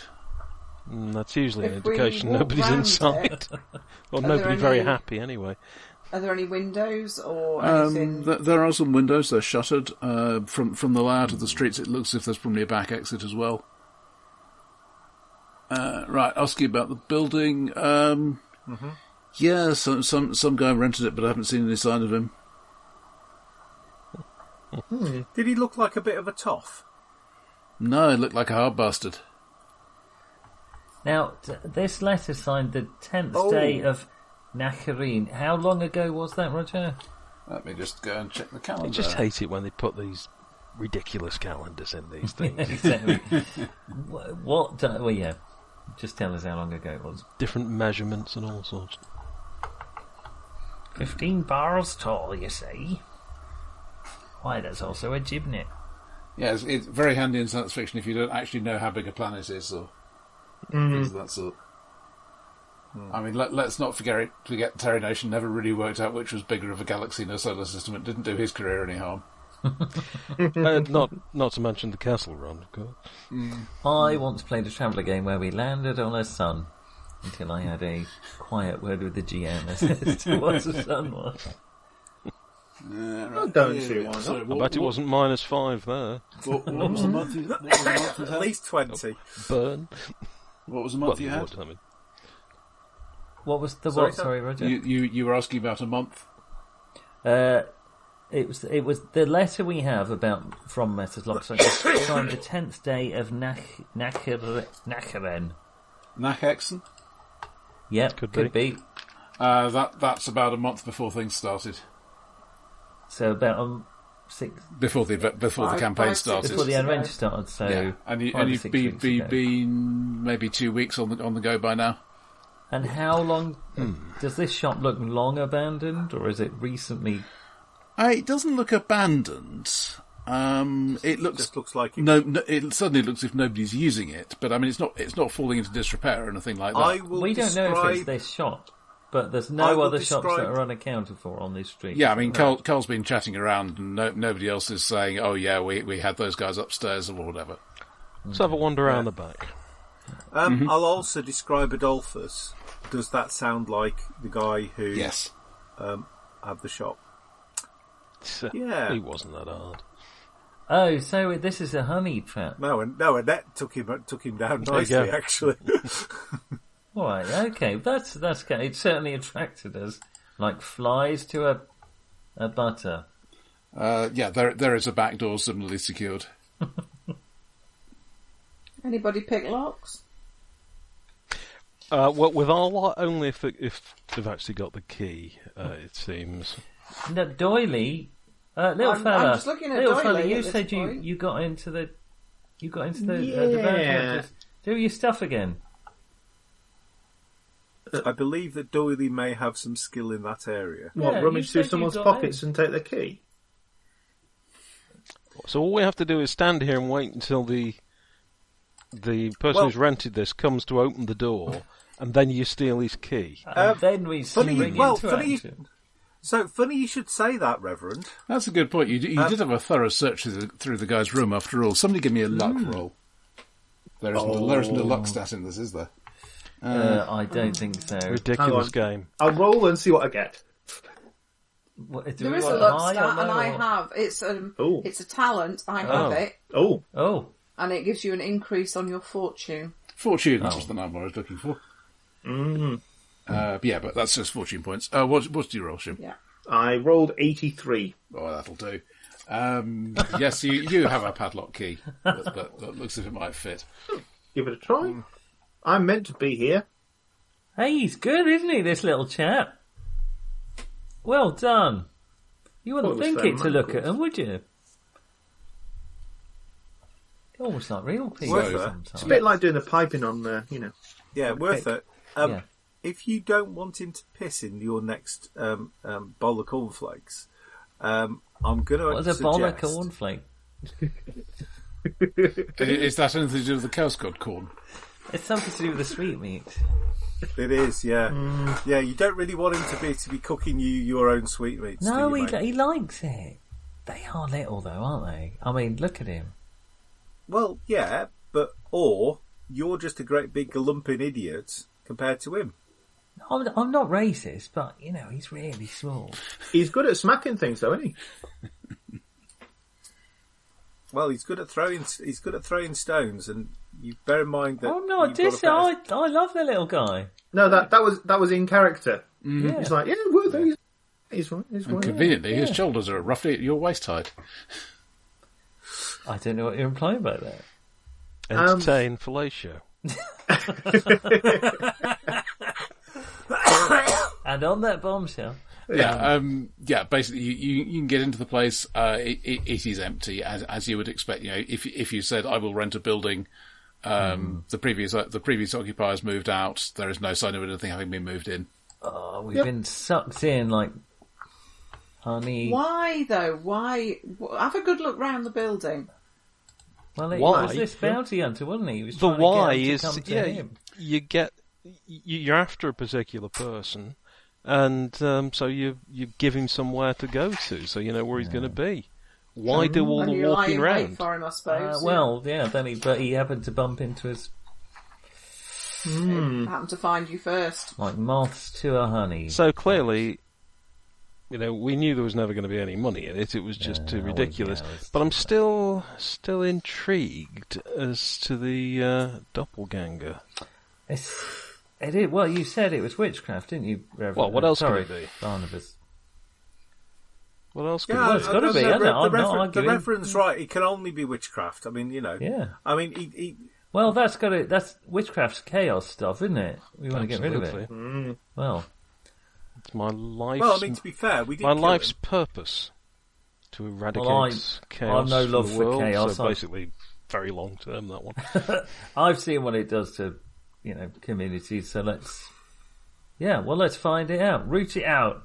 S3: Mm, that's usually an
S4: If we
S3: indication
S4: walk
S3: nobody's
S4: round
S3: inside, or
S4: there
S3: nobody very
S4: any-
S3: happy anyway.
S4: Are there any windows or
S1: Um,
S4: anything?
S1: th- there are some windows. They're shuttered. Uh, from from the layout of the streets, it looks as if there's probably a back exit as well. Uh, right, ask you about the building. Um,
S3: Mm-hmm.
S1: Yeah, some some some guy rented it, but I haven't seen any sign of him.
S6: Did he look like a bit of a toff?
S1: No, it looked like a hard bastard.
S2: Now, t- this letter signed the 10th
S6: Oh.
S2: day of Nacharin. How long ago was that, Roger?
S1: Let me just go and check the
S3: I
S1: calendar.
S3: just hate it when they put these ridiculous calendars in these things.
S2: exactly. Wh- what? di- well, yeah. Just tell us how long ago it was.
S3: Different measurements and all sorts.
S2: 15 bars tall, you see. Why, that's also a gibnet.
S1: Yeah, it's, it's very handy in science fiction if you don't actually know how big a planet is or
S5: Mm-hmm.
S1: things of that sort.
S7: Hmm.
S1: I mean, let, let's not forget it, forget Terry Nation never really worked out which was bigger of a galaxy in a solar system. It didn't do his career any harm.
S3: Uh, not, not to mention the castle run, of course.
S2: I
S6: Mm.
S2: once played a traveller game where we landed on a sun until I had a quiet word with the GM as to what a sun was.
S5: I'm going to. Why not?
S7: Sorry,
S3: I
S7: what,
S3: bet it
S7: what-
S3: wasn't minus five there.
S7: What, what was the month? You, what was the month, you
S6: At
S7: had?
S6: least twenty.
S3: Burn.
S7: What was the
S3: Well,
S7: month you had?
S3: would, I mean.
S2: What was the
S6: Sorry,
S2: what?
S6: sir?
S2: Sorry, Roger.
S1: You, you you were asking about a month.
S2: Uh, it was it was the letter we have about from Metaslock signed the tenth day of Nach Nachar, Nacharen.
S1: Nach Hexen.
S2: Yep,
S3: Could
S2: could,
S3: be.
S2: be.
S1: Uh, that that's about a month before things started,
S2: So about um, six
S1: before the before
S4: Five-
S1: the campaign
S4: five, six
S1: started.
S2: before the
S4: Six
S2: adventure
S4: ago.
S2: started. So
S1: yeah, and you,
S2: five
S1: and
S2: or
S1: you've
S2: six
S1: be,
S2: weeks
S1: be,
S2: ago.
S1: been maybe two weeks on the on the go by now.
S2: And how long
S1: Hmm.
S2: does this shop look long abandoned, or is it recently?
S1: Uh, it doesn't look abandoned. Um, it looks
S6: Just looks like it.
S1: No, no, it suddenly looks as if nobody's using it, but I mean, it's not, it's not falling into disrepair or anything like that.
S6: I will
S2: we don't
S6: describe...
S2: know if it's this shop, but there's
S6: I
S2: no
S6: will
S2: other shops that
S6: describe-
S2: are unaccounted for on this street.
S1: yeah, I mean, Carl, Carl's been chatting around and no, nobody else is saying, oh yeah, we, we had those guys upstairs or whatever.
S3: Let's have a wander around the back.
S6: Um,
S3: Mm-hmm.
S6: I'll also describe Adolphus. Does that sound like the guy who
S1: Yes.
S6: had the shop? Yeah.
S3: yeah. He uh, wasn't that hard.
S2: Oh, so this is a honey trap.
S6: No, and no, and that took him took him down
S3: There you
S6: nicely.
S3: go.
S6: Actually,
S2: All right, okay, that's that's good. It certainly attracted us like flies to a a butter.
S1: Uh, yeah, there, there is a back door similarly secured.
S4: Anybody pick locks?
S3: Uh, well, with our lot, only if, if they've actually got the key, uh, it seems.
S2: No, doily, uh, little
S4: I'm- I'm
S2: fella,
S4: just looking at
S2: little
S4: doily
S2: fella.
S4: at
S2: You
S4: this
S2: said you,
S4: point.
S2: you got into the you got into the, uh, the
S5: Yeah.
S2: bathroom. Do your stuff again.
S6: I believe that Doyley may have some skill in that area.
S5: What,
S2: Yeah, you
S5: rummage
S2: said
S5: through
S2: you
S5: someone's
S2: got
S5: pockets and take their key?
S3: So all we have to do is stand here and wait until the the person
S6: Well-
S3: who's rented this comes to open the door, and then you steal his key.
S2: And
S6: Um,
S2: then we
S6: funny you-
S2: spring
S6: well,
S2: into
S6: funny you-
S2: action.
S6: So funny you should say that, Reverend.
S1: That's a good point. You, d- you
S6: Um,
S1: did have a thorough search through the, through the guy's room after all. Somebody give me a luck roll. There isn't, a, there isn't a luck stat in this, is there?
S2: Uh, I don't think so.
S8: Ridiculous
S5: on.
S8: game.
S5: I'll roll and see what I get.
S2: What, do
S4: There
S2: we
S4: is a
S2: want
S4: luck
S2: high or
S4: stat, and
S2: low
S4: I
S2: or-
S4: have it's um
S5: Ooh.
S4: it's a talent. I have
S2: Oh.
S4: it,
S5: Oh,
S2: Oh,
S4: and it gives you an increase on your fortune.
S1: Fortune that
S2: Oh.
S1: was the number I was looking for. Uh, but yeah, but that's just fortune points. Uh, what, what's your roll, Shim?
S4: Yeah,
S5: I rolled 83.
S1: Oh, that'll do. Um, yes, you, you do have a padlock key. That, that, that looks as if it might fit.
S5: Give it a try.
S1: Hmm.
S5: I'm meant to be here.
S2: hey, he's good, isn't he? This little chap. Well done. You wouldn't
S5: What was
S2: think
S5: their
S2: it to look at
S5: manacles?
S2: them, would you? Almost like real people
S6: Worth it.
S5: It's
S2: sometimes.
S5: a bit like doing the piping on the, you know.
S6: Yeah, worth it. Um,
S2: Yeah.
S6: If you don't want him to piss in your next um, um, bowl of cornflakes, um, I'm going to
S2: What's a
S6: suggest...
S2: bowl of cornflake?
S1: I- Is that anything to do with the cow's got corn?
S2: It's something to do with the sweetmeat.
S6: It is, yeah.
S2: Mm.
S6: Yeah, you don't really want him to be to be cooking you your own sweetmeats.
S2: No,
S6: do you,
S2: he,
S6: mate?
S2: he likes it. They are little though, aren't they? I mean, look at him.
S6: Well, yeah, but or you're just a great big galumping idiot compared to him.
S2: I'm, I'm not racist, but you know, he's really small.
S5: He's good at smacking things, though, isn't he?
S6: Well, he's good at throwing. He's good at throwing stones, and you bear in mind that
S2: I'm not
S6: you've
S2: dis.
S6: got a
S2: Oh, I,
S6: better-
S2: I love the little guy.
S5: No, that, that was that was in character.
S1: Mm-hmm.
S2: Yeah.
S5: He's like, yeah, well, he's, he's right. He's right.
S1: Conveniently, his shoulders are roughly at your waist height.
S2: I don't know what you're implying by that.
S3: Um, Entertain fellatio.
S2: And on that bombshell,
S1: Yeah, um, yeah. Basically, you, you, you can get into the place. Uh, it, it, it is empty, as as you would expect. You know, if if you said I will rent a building, um, the previous the previous occupiers moved out. There is no sign of anything having been moved in.
S2: oh, we've been sucked in like honey.
S4: Why though? Why? wh- Have a good look round the building.
S2: Well, it
S3: Why?
S2: was this bounty hunter, wasn't he? he was trying
S3: The
S2: to get
S3: why
S2: him to
S3: is
S2: come to
S3: yeah,
S2: him.
S3: you get y- you're after a particular person, and um, so you you give him somewhere to go to, so you know where he's going to be. Why do
S2: Mm-hmm.
S3: all
S4: and
S3: the
S4: you lie
S3: walking
S4: in wait
S3: round?
S4: for him, I
S2: Uh,
S4: suppose.
S2: well, yeah, then he but he happened to bump into his hmm.
S4: yeah. happen to find you first.
S2: like moths to a honey.
S3: So clearly, you know, we knew there was never going to be any money in it. It was just
S2: Yeah,
S3: too
S2: well,
S3: ridiculous.
S2: yeah, it's-
S3: but I'm still still intrigued as to the uh, doppelganger.
S2: It's, it is, well, you said it was witchcraft, didn't you? Reverend? Uh,
S3: Well, what else could
S2: Sorry,
S3: it be?
S2: Barnabas.
S3: What else could
S6: Yeah,
S3: it
S2: Well,
S3: be?
S2: it's gotta
S6: I- I-
S2: be,
S6: the
S2: hasn't it?
S6: re-
S2: I'm
S6: the
S2: not
S6: refer- The
S2: arguing.
S6: reference, right? It can only be witchcraft. I mean, you know.
S2: Yeah.
S6: I mean, he, he,
S2: Well, that's got to, that's witchcraft's chaos stuff, isn't it? We want to get rid of it.
S3: Absolutely.
S2: Well,
S3: It's my life's
S6: well, I mean, to be fair, we did.
S3: my
S6: kill
S3: life's
S6: him.
S3: purpose to eradicate
S2: Well, I-
S3: chaos.
S2: I've no
S3: from
S2: love
S3: the
S2: for
S3: world,
S2: chaos.
S3: So
S2: I've-
S3: basically, very long term that one.
S2: I've seen what it does to, you know, communities. So let's, yeah, well, let's find it out, root it out.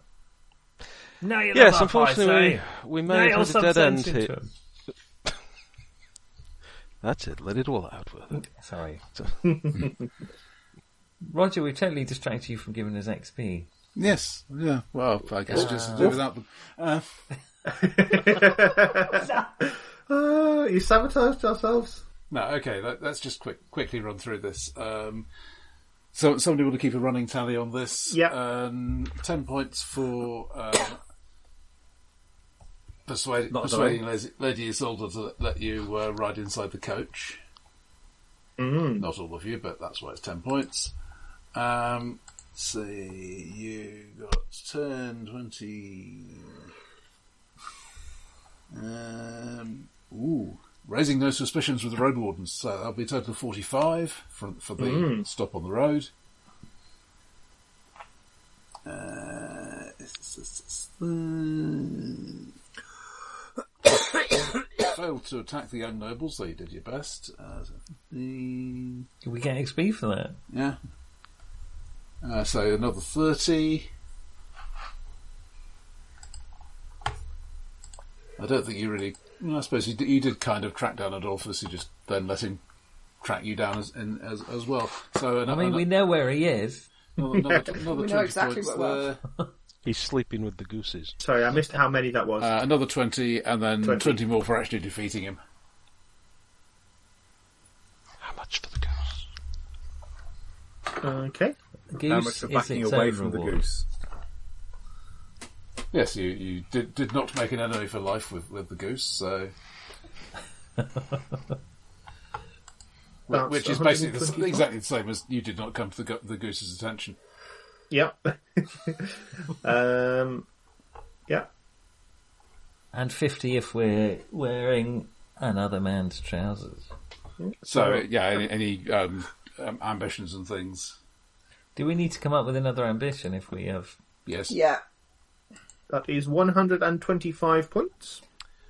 S2: Nail 'em
S3: yes,
S2: up, I
S3: unfortunately,
S2: say.
S3: we may
S2: nail
S3: have hit
S2: some
S3: a dead end
S2: sense into
S3: here.
S2: 'em.
S3: That's it. Let it all out with it.
S2: Sorry, Roger, we've totally distracted you from giving us XP.
S1: Yes. Yeah. Well, I guess just do without them. Uh,
S5: Ah, you sabotaged ourselves.
S1: no. Okay. Let, let's just quick quickly run through this. Um, so somebody will keep a running tally on this.
S5: Yeah.
S1: Um, Ten points for. Um, Persuade,
S6: Not
S1: persuading Lady, Lady Isolde to let you uh, ride inside the coach.
S5: Mm.
S1: Not all of you, but that's why it's 10 points. Um, let's see, you got 10, 20. Um, ooh, raising no suspicions with the road wardens. So that'll be a total of 45 for, for the stop on the road. Uh, it's- it's- it's- failed to attack the young nobles, so you did your best. Uh, so 15.
S2: Do we get XP for that?
S1: Yeah. Uh, so another 30. I don't think you really. well, I suppose you did, you did kind of track down Adolphus, you just then let him track you down as in, as, as well. So
S2: I
S1: another,
S2: mean, we know where he is.
S1: another, another, another
S4: We
S1: 20
S4: know exactly
S1: points
S4: what we're
S1: there.
S3: He's sleeping with the gooses.
S5: Sorry, I missed how many that was.
S1: Uh, another 20, and then 20.
S5: 20.
S1: more for actually defeating him.
S3: How much for the goose?
S5: Okay.
S2: Goose
S9: How much for
S2: is
S9: backing
S2: its
S9: away
S2: own
S9: from the
S2: reward.
S9: goose?
S1: Yes, you, you did, did not make an enemy for life with, with the goose, so.
S5: That's
S1: Which is basically the, s-
S5: 125.
S1: exactly the same as you did not come to the, go- the goose's attention.
S5: Yep. um, yeah.
S2: And 50 if we're wearing another man's trousers.
S1: So, yeah, any, any um, um, ambitions and things.
S2: Do we need to come up with another ambition if we have
S1: Yes.
S4: Yeah.
S5: That is 125 points.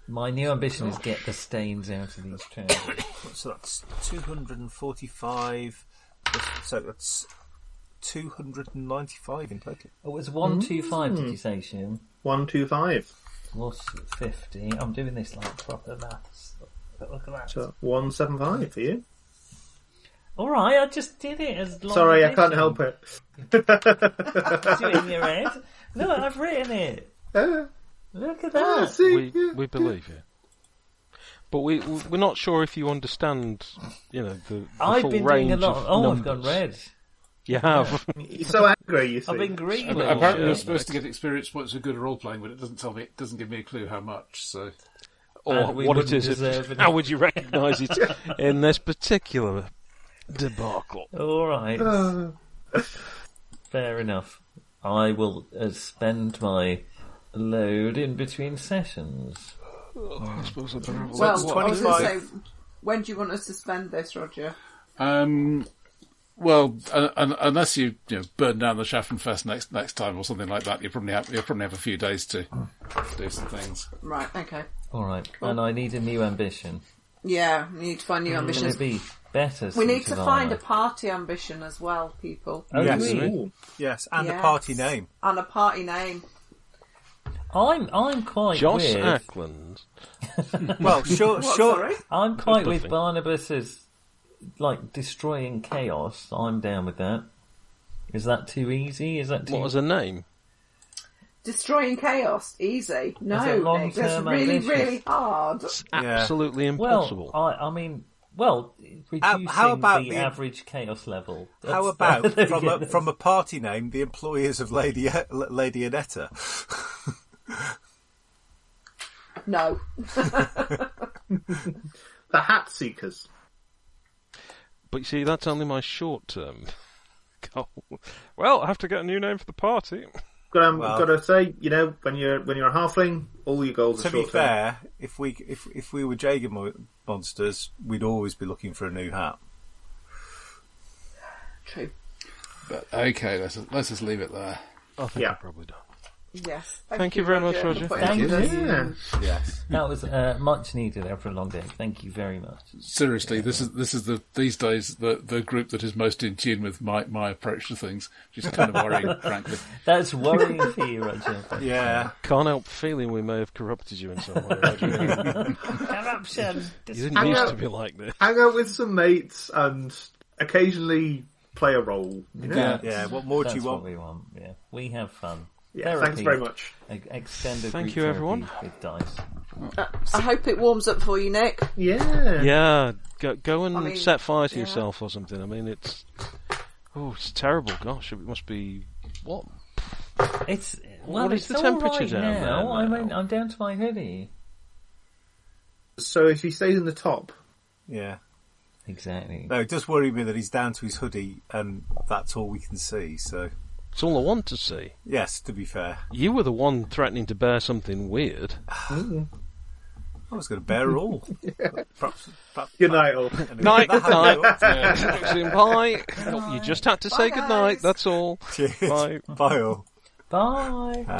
S2: My new ambition is get the stains out of these trousers.
S6: So that's 245. plus- So that's 295 in total.
S2: It was one two five.
S4: Hmm.
S2: Did you say, Shin?
S5: 125.
S2: Plus fifty. I'm doing this like proper maths. But look at that.
S5: So 175 for you.
S2: All right, I just did it. As long
S5: Sorry,
S2: as
S5: I can't help it.
S2: It's in your head. Look, I've written it.
S5: Uh,
S2: Look at
S5: ah,
S2: that.
S5: see,
S3: We
S5: yeah.
S3: we believe you, but we we- we're not sure if you understand. You know the, the
S2: I've
S3: full
S2: been
S3: range
S2: doing a lot.
S3: of
S2: oh,
S3: numbers.
S2: I've gone red.
S3: You have.
S5: He's so angry, you see.
S2: I've been green. all
S1: Apparently,
S2: day.
S1: you're supposed to get experience points of good role playing, but it doesn't tell me. It doesn't give me a clue how much. So,
S3: or
S2: And Uh, we
S3: what it
S2: wouldn't
S3: is.
S2: deserve it.
S3: How would you recognise it in this particular debacle?
S2: All right.
S5: Uh,
S2: Fair enough. I will uh, spend my load in between sessions.
S3: I suppose I better have a
S4: Well,
S3: look.
S4: I was going to say, when do you want us to spend this, Roger?
S1: um, well, un- un- unless you, you know, burn down the Schaffenfest next next time or something like that, you probably have you probably have a few days to do some things.
S4: Right. Okay.
S2: All right, and I need a new ambition.
S4: Yeah. We need to find new
S2: Should
S4: ambitions.
S2: it be better?
S4: We
S2: since
S4: need to
S2: July?
S4: find a party ambition as well, people,
S2: Oh,
S6: Yes.
S2: really?
S5: ooh.
S6: Yes, and
S4: Yes.
S6: a party name.
S4: and a party name.
S2: I'm I'm quite
S3: Josh uh,
S2: with
S3: Ackland.
S6: Well, sure,
S4: What,
S6: sure.
S4: Sorry.
S2: I'm quite with
S3: nothing.
S2: Barnabas's like destroying chaos. I'm down with that. Is that too easy? Is that too
S3: What was the name?
S4: Destroying chaos. Easy. No,
S2: it
S4: Nick, that's
S2: long-term
S4: really,
S2: ambition?
S4: really hard.
S3: It's
S6: Yeah.
S3: absolutely impossible.
S2: well? I, I mean, well, reducing
S6: about
S2: the,
S6: the-
S2: average chaos level.
S6: How
S2: That's-
S6: about
S2: there you
S6: from
S2: go.
S6: a, from a party name, the employers of Lady E-, Lady Anetta?
S4: No.
S5: The Hat Seekers.
S3: But you see, that's only my short term goal. Well, I have to get a new name for the party.
S5: Got to,
S6: Well-
S5: got to um, say, you know, when you're when you're a halfling, all your goals
S6: to
S5: are
S6: be
S5: short term.
S6: fair, if we if if we were Jager mo- monsters, we'd always be looking for a new hat.
S4: True.
S1: But okay, let's let's just leave it there.
S3: I think
S5: Yeah.
S3: I'm probably done.
S4: Yes.
S3: Thank you very much, Roger.
S4: for
S2: Thank
S4: putting
S2: you.
S4: us-
S5: Yeah.
S2: That was uh, much needed after a long day. Thank you very much.
S1: Seriously, this is this is the these days the the group that is most in tune with my my approach to things, which is kind of worrying, frankly.
S2: That's worrying for you, Roger.
S6: Yeah,
S3: Can't help feeling we may have corrupted you in some way. Roger.
S2: Corruption.
S3: you didn't
S5: Hang
S3: used
S5: on.
S3: to be like this.
S5: Hang out with some mates and occasionally play a role. You know?
S1: Yeah.
S6: yeah. What more
S2: That's
S6: do you
S2: what
S6: want?
S2: we want. Yeah, we have fun.
S5: Yeah,
S2: Therapy.
S5: thanks very much.
S2: E- Extended.
S3: Thank
S2: group
S3: you, everyone.
S2: therapy With dice.
S4: I hope it warms up for you, Nick.
S5: Yeah.
S3: Yeah, go, go and
S4: I mean,
S3: set fire to
S4: yeah.
S3: yourself or something. I mean, it's oh, it's terrible. Gosh, it must be what?
S2: It's well,
S3: What is
S2: it's
S3: the
S2: all
S3: temperature
S2: right
S3: down
S2: now.
S3: there
S2: I
S3: now?
S2: mean, I'm down to my hoodie.
S5: So if he stays in the top,
S6: Yeah.
S2: Exactly.
S6: No, it does worry me that he's down to his hoodie, and that's all we can see. So,
S3: It's all I want to see.
S6: yes, to be fair,
S3: You were the one threatening to bear something weird.
S6: I was going to bear it all. perhaps, perhaps,
S5: good night all.
S6: anyway,
S3: Night,
S6: that happened.
S3: Bye. Oh, you just had to say
S4: Bye,
S3: good night.
S4: guys.
S3: That's all.
S6: Cheers.
S3: Bye.
S6: Bye all.
S2: Bye.